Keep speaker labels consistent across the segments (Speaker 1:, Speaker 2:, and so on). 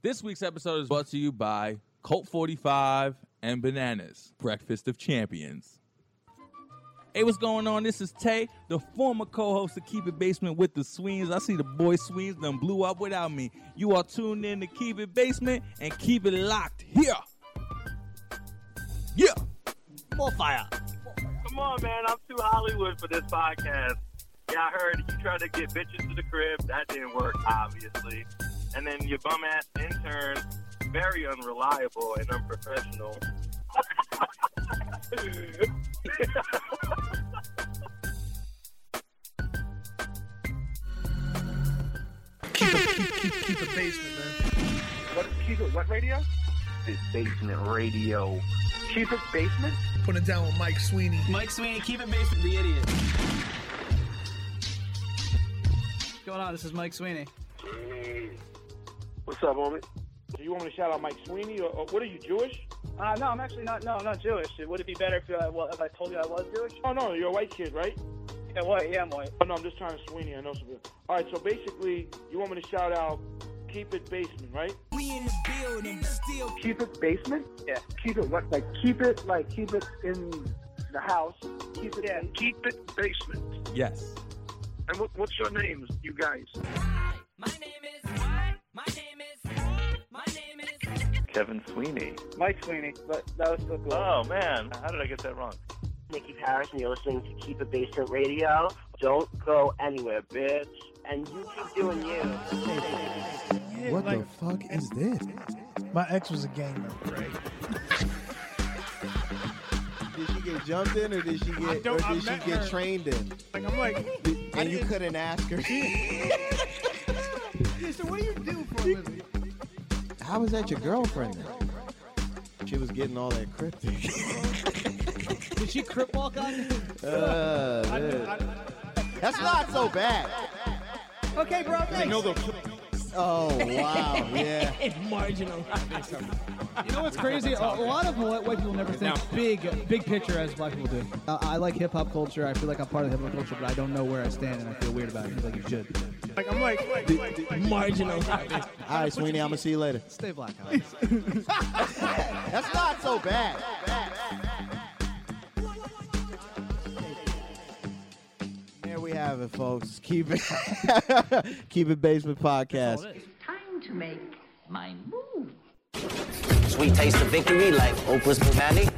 Speaker 1: This week's episode is brought to you by Colt 45 and Bananas, Breakfast of Champions. Hey, what's going on? This is Tay, the former co-host of Keep It Basement with the Sweens. I see the boy Sweens done blew up without me. You are tuned in to Keep It Basement and keep it locked here. Yeah.
Speaker 2: More fire.
Speaker 3: Come on, man. I'm too Hollywood for this podcast. Yeah, I heard you tried to get bitches to the crib. That didn't work, obviously. And then your bum ass intern, very unreliable and unprofessional.
Speaker 4: Keep the basement, man.
Speaker 5: What, keep it, what radio?
Speaker 6: It's basement radio.
Speaker 5: Keep it basement?
Speaker 4: Put it down with Mike Sweeney.
Speaker 2: Mike Sweeney, keep it based with the idiot. What's going on? This is Mike Sweeney.
Speaker 5: What's up, homie? Do you want me to shout out Mike Sweeney? Or, or- what are you, Jewish?
Speaker 7: Uh, no, I'm actually not. No, I'm not Jewish. Would it be better if, uh, well, if I told you I was Jewish?
Speaker 5: Oh, no, you're a white kid, right?
Speaker 7: Yeah, what? Yeah, I'm white.
Speaker 5: Oh, no, I'm just trying to Sweeney. I know something. All right, so basically, you want me to shout out Keep It Basement, right?
Speaker 6: Keep it basement?
Speaker 7: Yeah.
Speaker 6: Keep it what? Like, keep it, like, keep it in the house. Keep it
Speaker 7: Yeah.
Speaker 6: in.
Speaker 5: Keep It Basement.
Speaker 1: Yes.
Speaker 5: And what, what's your names, you guys?
Speaker 8: Kevin Sweeney.
Speaker 7: Mike Sweeney. But that was so cool.
Speaker 3: Oh, man. How did I get that wrong?
Speaker 9: Nikki Paris, and you're listening to Keep It Basement Radio. Don't go anywhere, bitch. And you keep doing you.
Speaker 10: What the fuck is this?
Speaker 4: My ex was a gang member.
Speaker 10: Did she get jumped in, or did she get, or did she get trained in?
Speaker 4: Like, I'm like,
Speaker 10: Did- and you couldn't ask her.
Speaker 4: yeah, so what do you do for a living?
Speaker 10: How was that your girlfriend? Then? She was getting all that cryptic.
Speaker 2: Did she crip walk on you?
Speaker 10: Uh, man. That's not so bad.
Speaker 2: Okay, bro, thanks.
Speaker 10: Oh wow, yeah.
Speaker 2: You know what's crazy? A, a lot of white white people never think big, big picture as black people do. Uh, I like hip hop culture. I feel like I'm part of the hip hop culture, but I don't know where I stand, and I feel weird about it. I feel like you should.
Speaker 4: Like, I'm like, like, like, like,
Speaker 10: All right, Sweeney, I'm gonna see you later.
Speaker 2: Stay black.
Speaker 10: That's not so bad. There we have it, folks. Keep it, keep it basement podcast.
Speaker 11: Time to make my move.
Speaker 6: Sweet taste of victory, like Oprah's Manny.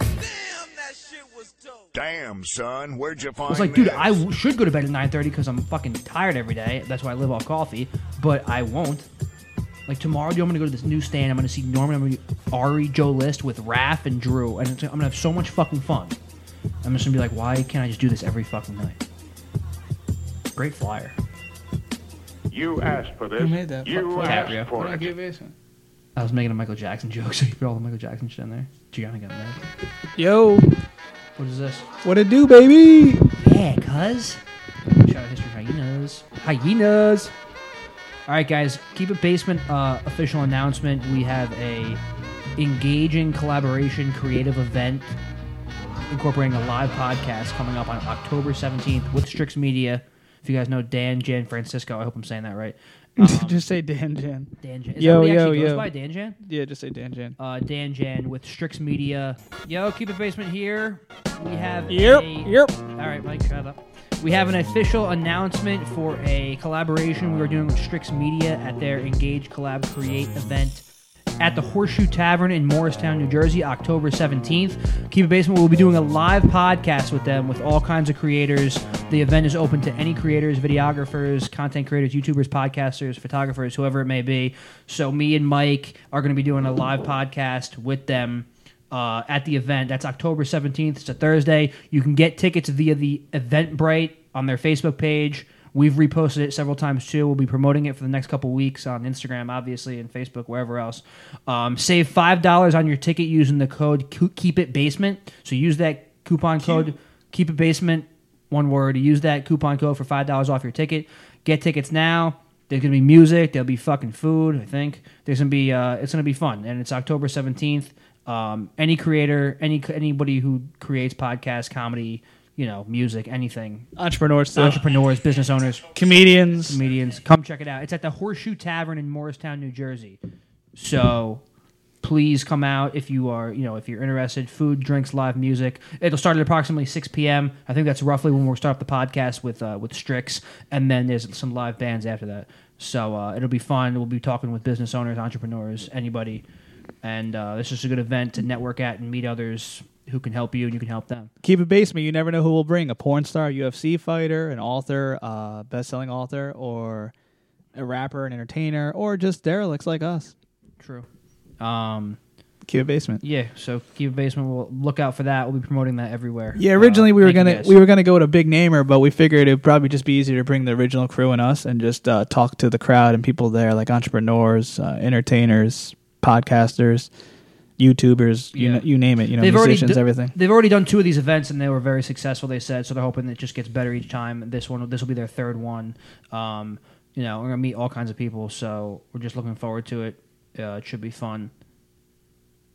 Speaker 8: Damn, son, where'd you find
Speaker 12: I was like, dude, I w- should go to bed at 9:30 because I'm fucking tired every day. That's why I live off coffee, but I won't. Like tomorrow, dude, I'm gonna go to this new stand. I'm gonna see Norman. I'm gonna see Ari, Joe List with Raph and Drew, and it's, I'm gonna have so much fucking fun. I'm just gonna be like, why can't I just do this every fucking night? Great flyer.
Speaker 5: You asked for this.
Speaker 12: Who made that? You Fuck asked Caprio. for
Speaker 5: it.
Speaker 12: I was making a Michael Jackson joke, so you put all the Michael Jackson shit in there. Gianna got mad.
Speaker 4: yo,
Speaker 12: What is this?
Speaker 4: what it do, baby?
Speaker 12: Yeah, cuz. Shout out History Hyenas. Hyenas. All right, guys. Keep it basement. Uh, official announcement. We have a engaging collaboration creative event incorporating a live podcast coming up on October 17th with Strix Media. If you guys know Dan, Jan, Francisco, I hope I'm saying that right.
Speaker 4: just say Dan Jan.
Speaker 12: Dan Jan. Is
Speaker 4: Yo,
Speaker 12: that what he
Speaker 4: yo,
Speaker 12: actually goes
Speaker 4: yo.
Speaker 12: by, Dan Jan?
Speaker 4: Yeah, just say Dan Jan.
Speaker 12: Uh, Dan Jan with Strix Media. Yo, keep it basement here. We have
Speaker 4: Yep,
Speaker 12: a-
Speaker 4: yep.
Speaker 12: all right, Mike, shut up. We have an official announcement for a collaboration we are doing with Strix Media at their Engage Collab Create event at the Horseshoe Tavern in Morristown, New Jersey, October 17th. Keep It Basement will be doing a live podcast with them with all kinds of creators. The event is open to any creators, videographers, content creators, YouTubers, podcasters, photographers, whoever it may be. So, me and Mike are going to be doing a live podcast with them uh, at the event. That's October 17th. It's a Thursday. You can get tickets via the Eventbrite on their Facebook page. We've reposted it several times too. We'll be promoting it for the next couple weeks on Instagram, obviously, and Facebook, wherever else. Um, save five dollars on your ticket using the code Ku- Keep It Basement. So use that coupon code Keep It Basement, one word. Use that coupon code for five dollars off your ticket. Get tickets now. There's gonna be music. There'll be fucking food. I think there's gonna be. Uh, it's gonna be fun, and it's October seventeenth. Um, any creator, any anybody who creates podcasts, comedy, you know, music, anything,
Speaker 4: Entrepreneurs, too.
Speaker 12: entrepreneurs, business owners,
Speaker 4: comedians.
Speaker 12: comedians, come check it out. It's at the Horseshoe Tavern in Morristown, New Jersey. So please come out if you are, you know, if you're interested. Food, drinks, live music. It'll start at approximately 6 p.m. I think that's roughly when we'll start the podcast with uh, with Strix, and then there's some live bands after that. So uh, it'll be fun. We'll be talking with business owners, entrepreneurs, anybody, and uh, this is a good event to network at and meet others who can help you and you can help them.
Speaker 4: Keep it basement. You never know who will bring a porn star, UFC fighter, an author, uh, best-selling author, or a rapper, an entertainer, or just derelicts like us.
Speaker 12: True. Um,
Speaker 4: Keep it basement.
Speaker 12: Yeah, so Keep It Basement. We'll look out for that. We'll be promoting that everywhere.
Speaker 4: Yeah,
Speaker 12: Uh,
Speaker 4: originally we were
Speaker 12: thank you
Speaker 4: gonna
Speaker 12: guys.
Speaker 4: we were gonna go to Big Namer, but we figured it'd probably just be easier to bring the original crew and us and just uh, talk to the crowd and people there, like entrepreneurs, uh, entertainers, podcasters, YouTubers, you,
Speaker 12: Yeah.
Speaker 4: kn- you name it, you know,
Speaker 12: They've already
Speaker 4: musicians,
Speaker 12: d-
Speaker 4: everything.
Speaker 12: They've already done two of these events and they were very successful. They said so. They're hoping it just gets better each time. This one, this will be their third one. Um, you know, we're gonna meet all kinds of people, so we're just looking forward to it. Uh, it should be fun.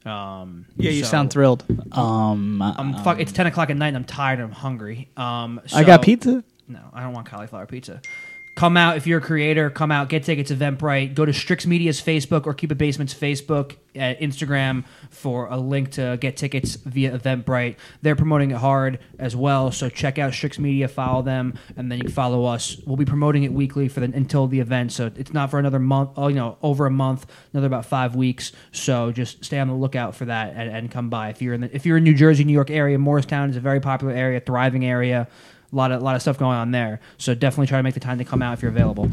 Speaker 12: Um,
Speaker 4: Yeah, you
Speaker 12: so-
Speaker 4: sound thrilled. Um,
Speaker 12: I'm fuck. It's ten o'clock at night. and I'm tired. and I'm hungry. Um,
Speaker 4: I got
Speaker 12: so-
Speaker 4: pizza?
Speaker 12: No, I don't want cauliflower pizza. Come out if you're a creator. Come out, get tickets. Eventbrite. Go to Strix Media's Facebook or Keep It Basement's Facebook, uh, Instagram for a link to get tickets via Eventbrite. They're promoting it hard as well, so check out Strix Media, follow them, and then you can follow us. We'll be promoting it weekly for the until the event, so it's not for another month. Oh, you know, over a month, another about five weeks. So just stay on the lookout for that and, and come by if you're in the, if you're in New Jersey, New York area. Morristown is a very popular area, thriving area a lot of lot of stuff going on there. So definitely try to make the time to come out if you're available.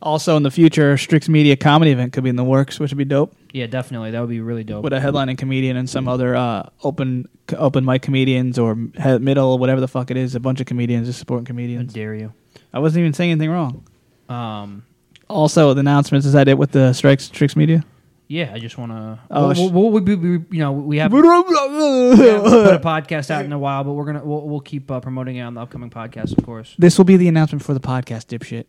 Speaker 4: Also, in the future, Strix Media comedy event could be in the works, which would be dope.
Speaker 12: Yeah, definitely. That would be really dope.
Speaker 4: With a headlining comedian and some other uh, open c- open mic comedians or he- middle, whatever the fuck it is, a bunch of comedians, just supporting comedians.
Speaker 12: dare you?
Speaker 4: I wasn't even saying anything wrong.
Speaker 12: Um,
Speaker 4: Also, the announcements is that it with the strikes Strix Media?
Speaker 12: yeah, I just want to.
Speaker 4: Oh,
Speaker 12: Oh,
Speaker 4: sh-
Speaker 12: we'll, we'll, we'll be- we you know we have we haven't put a podcast out in a while, but we're gonna we'll, we'll keep uh, promoting it on the upcoming podcast, of course.
Speaker 4: This will be the announcement for the podcast, dipshit.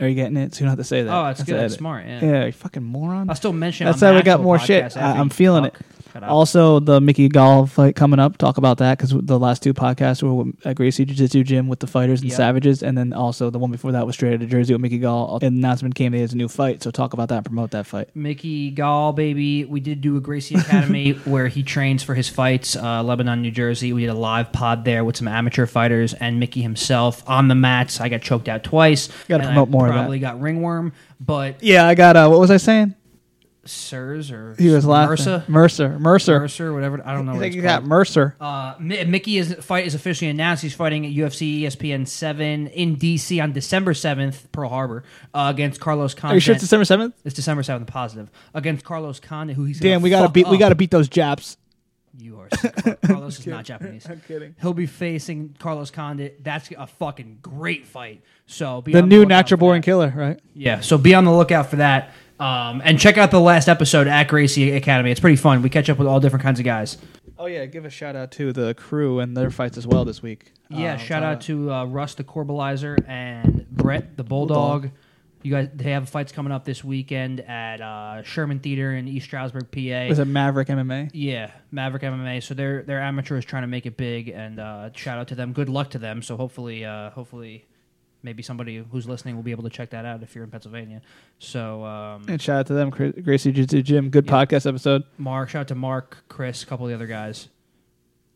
Speaker 4: Are you getting it? So you don't have to say that.
Speaker 12: Oh, that's good.
Speaker 4: the
Speaker 12: That's
Speaker 4: edit.
Speaker 12: smart, yeah.
Speaker 4: yeah, you fucking moron.
Speaker 12: I'll still mention it
Speaker 4: That's
Speaker 12: on
Speaker 4: how
Speaker 12: the
Speaker 4: we got
Speaker 12: actual
Speaker 4: more
Speaker 12: podcast
Speaker 4: shit. I,
Speaker 12: after
Speaker 4: I'm
Speaker 12: you
Speaker 4: feeling
Speaker 12: talk.
Speaker 4: it.
Speaker 12: Shut up.
Speaker 4: Also, the Mickey Gall fight coming up. Talk about that because the last two podcasts were with- at Gracie Jiu Jitsu Gym with the fighters and
Speaker 12: Yep.
Speaker 4: savages, and then also the one before that was straight out of Jersey with Mickey Gall. An announcement came that he has a new fight, so talk about that and promote that fight.
Speaker 12: Mickey Gall, baby. We did do a Gracie Academy where he trains for his fights, uh, Lebanon, New Jersey. We did a live pod there with some amateur fighters and Mickey himself on the mats. I got choked out twice.
Speaker 4: Gotta
Speaker 12: and
Speaker 4: promote
Speaker 12: I
Speaker 4: more of that.
Speaker 12: Probably got ringworm, but
Speaker 4: Yeah, I got. Uh, what was I saying?
Speaker 12: Sirs or
Speaker 4: He was laughing.
Speaker 12: Mercer,
Speaker 4: Mercer. Mercer.
Speaker 12: Mercer, whatever. I don't know.
Speaker 4: I
Speaker 12: what
Speaker 4: think
Speaker 12: it's
Speaker 4: you got
Speaker 12: called.
Speaker 4: Mercer.
Speaker 12: Uh, Mi- Mickey is fight is officially announced. He's fighting at UFC ESPN seven in DC on December seventh, Pearl Harbor, uh, against Carlos Condit.
Speaker 4: Are you sure it's December seventh?
Speaker 12: It's December seventh. Positive against Carlos Condit, who he's gonna
Speaker 4: Damn, we gotta
Speaker 12: fuck
Speaker 4: beat. We
Speaker 12: up.
Speaker 4: gotta beat those Japs.
Speaker 12: You are sick. Car- Carlos is not Japanese.
Speaker 4: I'm kidding.
Speaker 12: He'll be facing Carlos Condit. That's a fucking great fight. So be
Speaker 4: The
Speaker 12: on
Speaker 4: new
Speaker 12: lookout
Speaker 4: natural
Speaker 12: for
Speaker 4: born
Speaker 12: that.
Speaker 4: killer, right?
Speaker 12: Yeah. So be on the lookout for that. Um, and check out the last episode at Gracie Academy. It's pretty fun. We catch up with all different kinds of guys.
Speaker 4: Oh yeah, give a shout out to the crew and their fights as well this week.
Speaker 12: Yeah.
Speaker 4: Uh,
Speaker 12: shout
Speaker 4: uh,
Speaker 12: out to uh, Russ the Corbelizer and Brett the Bulldog.
Speaker 4: Bulldog.
Speaker 12: You guys, they have fights coming up this weekend at uh, Sherman Theater in East Stroudsburg, PA.
Speaker 4: Was it Maverick MMA?
Speaker 12: Yeah, Maverick MMA. So they're they're amateurs trying to make it big, and uh, shout out to them. Good luck to them. So hopefully, uh, hopefully, maybe somebody who's listening will be able to check that out if you're in Pennsylvania. So um,
Speaker 4: And shout out to them, Gra- Gracie Jiu Jitsu Gym. Good podcast episode.
Speaker 12: Mark, shout out to Mark, Chris, a couple of the other guys.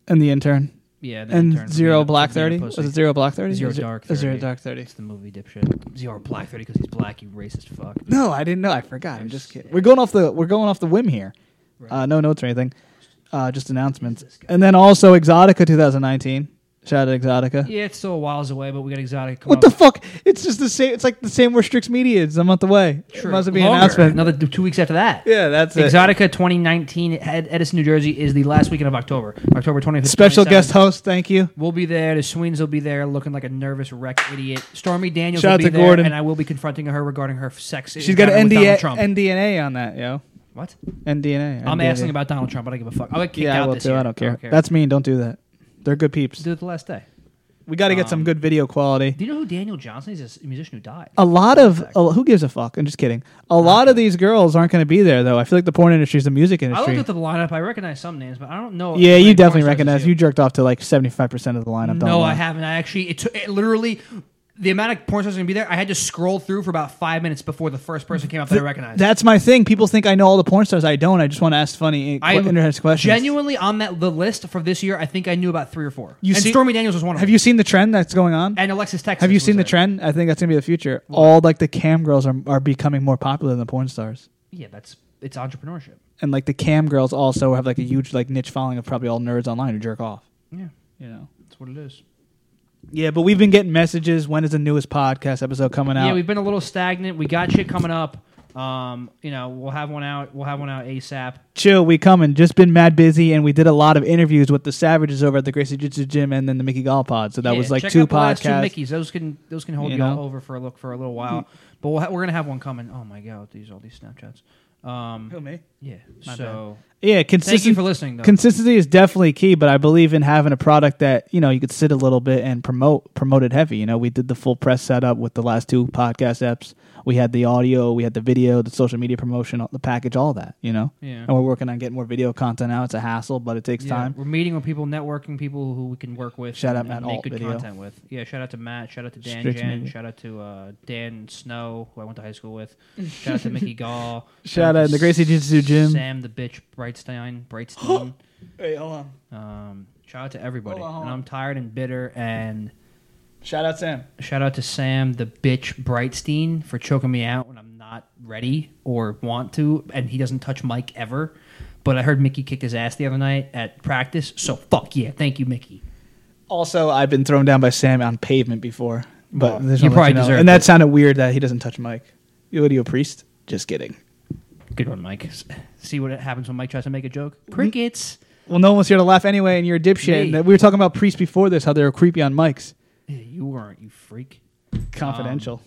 Speaker 4: And the intern.
Speaker 12: Yeah, the
Speaker 4: and
Speaker 12: intern for
Speaker 4: zero
Speaker 12: being a-
Speaker 4: black
Speaker 12: for being a
Speaker 4: thirty. Was
Speaker 12: pussy.
Speaker 4: it zero black thirty?
Speaker 12: Zero
Speaker 4: Or ze-
Speaker 12: dark
Speaker 4: or
Speaker 12: thirty.
Speaker 4: Zero dark thirty.
Speaker 12: It's the movie dipshit. Zero black thirty because he's black. You racist fuck.
Speaker 4: No, I didn't know. I forgot. I'm just kidding. We're going off the we're going off the whim here. Uh, no notes or anything. Uh, just announcements. And then also Exotica 2019. Shout out to Exotica.
Speaker 12: Yeah, it's still a whiles away, but we got exotic. Coming
Speaker 4: What the fuck? It's just the same. It's like the same where Strix Media is a month away. It must be an announcement.
Speaker 12: Another th- two weeks after that.
Speaker 4: Yeah, that's it.
Speaker 12: Exotica 2019 at Edison, New Jersey is the last weekend of October. October 25th.
Speaker 4: Special
Speaker 12: 27th.
Speaker 4: guest host. Thank you.
Speaker 12: We'll be there. The Sweens will be there looking like a nervous wreck idiot. Stormy Daniels
Speaker 4: Shout
Speaker 12: will
Speaker 4: out
Speaker 12: be
Speaker 4: to
Speaker 12: there,
Speaker 4: Gordon.
Speaker 12: and I will be confronting her regarding her sex.
Speaker 4: She's got
Speaker 12: encounter with Donald
Speaker 4: NDA,
Speaker 12: Trump.
Speaker 4: NDNA on that, yo.
Speaker 12: What?
Speaker 4: NDNA.
Speaker 12: I'm
Speaker 4: NDNA.
Speaker 12: asking about Donald Trump. I don't give a fuck. I'll get kicked
Speaker 4: yeah,
Speaker 12: out
Speaker 4: I will
Speaker 12: this
Speaker 4: too.
Speaker 12: year.
Speaker 4: I don't care. That's mean. Don't do that. They're good peeps.
Speaker 12: Do it the last day.
Speaker 4: We got to get some
Speaker 12: Um,
Speaker 4: good video quality.
Speaker 12: Do you know who Daniel Johnson is? This musician who died.
Speaker 4: A lot of a, who gives a fuck? I'm just kidding. A lot of these girls aren't going to be there though. I feel like the porn industry is the music
Speaker 12: I looked
Speaker 4: industry.
Speaker 12: at the lineup. I recognize some names, but I don't know.
Speaker 4: Yeah, you
Speaker 12: Like,
Speaker 4: definitely
Speaker 12: Mark Scorsese.
Speaker 4: recognize. You jerked off to like 75 percent of the lineup. Don't
Speaker 12: No,
Speaker 4: lie.
Speaker 12: I haven't. I actually it took it literally the amount of porn stars going to be there, I had to scroll through for about five minutes before the first person came up that I recognized.
Speaker 4: That's my thing. People think I know all the porn stars. I don't. I just want to ask funny,
Speaker 12: I am
Speaker 4: interesting questions.
Speaker 12: genuinely on that the list for this year. I think I knew about three or four.
Speaker 4: You
Speaker 12: and
Speaker 4: see-
Speaker 12: Stormy Daniels was one of
Speaker 4: Have
Speaker 12: them.
Speaker 4: you seen the trend that's going on?
Speaker 12: and Alexis Texas.
Speaker 4: Have you
Speaker 12: was
Speaker 4: seen the
Speaker 12: there.
Speaker 4: trend? I think that's gonna be the future. All like the cam girls are, are becoming more popular than the porn stars,
Speaker 12: Yeah, that's it's entrepreneurship.
Speaker 4: and like the cam girls also have like a huge like niche following of probably all nerds online who jerk off.
Speaker 12: Yeah,
Speaker 4: you know
Speaker 12: that's what it is.
Speaker 4: Yeah, but we've been getting messages. When is the newest podcast episode coming out?
Speaker 12: Yeah, we've been a little stagnant. We got shit coming up. Um, you know, we'll have one out. We'll have one out ASAP.
Speaker 4: Chill, we coming. Just been mad busy, and we did a lot of interviews with the Savages over at the Gracie Jiu Jitsu Gym, and then the Mickey Gall Pod. So that
Speaker 12: Yeah,
Speaker 4: was like
Speaker 12: check
Speaker 4: two
Speaker 12: out the last
Speaker 4: podcasts.
Speaker 12: Two Mickeys. Those can those can hold
Speaker 4: You
Speaker 12: you,
Speaker 4: know?
Speaker 12: all over for a look for a little while. But we'll ha- we're gonna have one coming. Oh my god, these all these Snapchats. Um,
Speaker 4: Who me?
Speaker 12: Yeah.
Speaker 4: My
Speaker 12: so
Speaker 4: bad. yeah, consistent,
Speaker 12: Thank you for listening. Though.
Speaker 4: Consistency is definitely key, but I believe in having a product that you know you could sit a little bit and promote promote it heavy. You know, we did the full press setup with the last two podcast apps. We had the audio, we had the video, the social media promotion, the package, all that. You know,
Speaker 12: Yeah.
Speaker 4: And we're working on getting more video content out. It's a hassle, but it takes
Speaker 12: Yeah,
Speaker 4: time.
Speaker 12: We're meeting with people, networking people who we can work with.
Speaker 4: Shout out
Speaker 12: and,
Speaker 4: Matt
Speaker 12: and
Speaker 4: Alt
Speaker 12: make good
Speaker 4: video.
Speaker 12: content with. Yeah, shout out to Matt. Shout out to Dan
Speaker 4: Strict
Speaker 12: Jan.
Speaker 4: media.
Speaker 12: Shout out to uh, Dan Snow, who I went to high school with. Shout out to Mickey Gall.
Speaker 4: Shout out
Speaker 12: to
Speaker 4: the Gracie Jiu Jitsu Gym.
Speaker 12: Sam the bitch Brightstein. Brightstein.
Speaker 4: hey, hold
Speaker 12: on. Um, shout out to everybody.
Speaker 4: Hold on, hold
Speaker 12: and
Speaker 4: on.
Speaker 12: I'm tired and bitter. And
Speaker 4: Shout out Sam.
Speaker 12: shout out to Sam the bitch Brightstein for choking me out when I'm not ready or want to, and he doesn't touch Mike ever. But I heard Mickey kicked his ass the other night at practice, so fuck yeah, thank you, Mickey.
Speaker 4: Also, I've been thrown down by Sam on pavement before, but
Speaker 12: Well,
Speaker 4: this one
Speaker 12: you
Speaker 4: lets
Speaker 12: probably
Speaker 4: know.
Speaker 12: deserved
Speaker 4: And that
Speaker 12: it.
Speaker 4: sounded weird that he doesn't touch Mike. You audio priest? Just kidding.
Speaker 12: Good one, Mike. See what happens when Mike tries to make a joke. Crickets.
Speaker 4: Well, no one was here to laugh anyway, and you're a dipshit.
Speaker 12: Me.
Speaker 4: And we were talking about priests before this, how they were creepy on mics.
Speaker 12: Yeah, you weren't, you freak.
Speaker 4: Confidential.
Speaker 12: Um,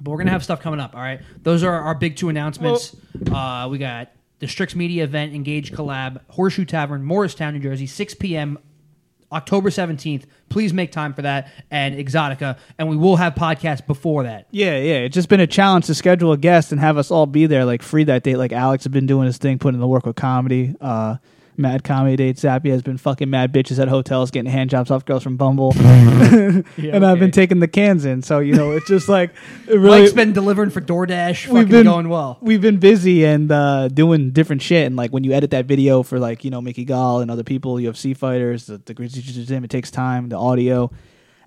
Speaker 12: but we're gonna have stuff coming up. All right, those are our big two announcements. uh, we got the Strix Media event, Engage collab, Horseshoe Tavern, Morristown, New Jersey, 6 p.m. October 17th. Please make time for that and Exotica, and we will have podcasts before that.
Speaker 4: Yeah, yeah. It's just been a challenge to schedule a guest and have us all be there, like free that date. Like Alex has been doing his thing, putting in the work with comedy. Uh, mad comedy dates. Zappy has been fucking mad bitches at hotels, getting hand jobs off girls from Bumble, and I've been taking the cans in. So you know, it's just like it really.
Speaker 12: Mike's been delivering for DoorDash. Fucking going well.
Speaker 4: We've been busy and uh, doing different shit. And like when you edit that video for like you know Mickey Gall and other people, UFC fighters, the, the Grizzly Jiu Jitsu Gym, it takes time, the audio,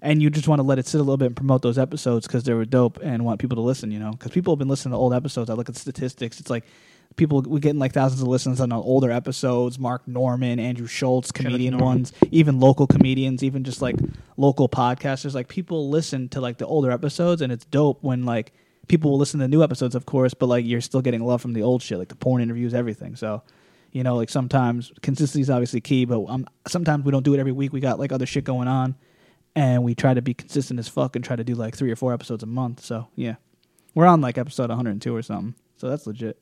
Speaker 4: and you just want to let it sit a little bit and promote those episodes because they were dope and want people to listen. You know, because people have been listening to old episodes. I look at statistics. It's like. People we're getting like thousands of listens on uh, older episodes. Mark Norman, Andrew Schultz,
Speaker 12: out to
Speaker 4: comedian
Speaker 12: Norman.
Speaker 4: ones, even local comedians, even just like local podcasters. Like people listen to like the older episodes, and it's dope when like people will listen to new episodes, of course, but like you're still getting love from the old shit, like the porn interviews, everything. So, you know, like sometimes consistency is obviously key, but um, sometimes we don't do it every week. We got like other shit going on, and we try to be consistent as fuck and try to do like three or four episodes a month. So yeah, we're on like episode 102 or something. So that's legit.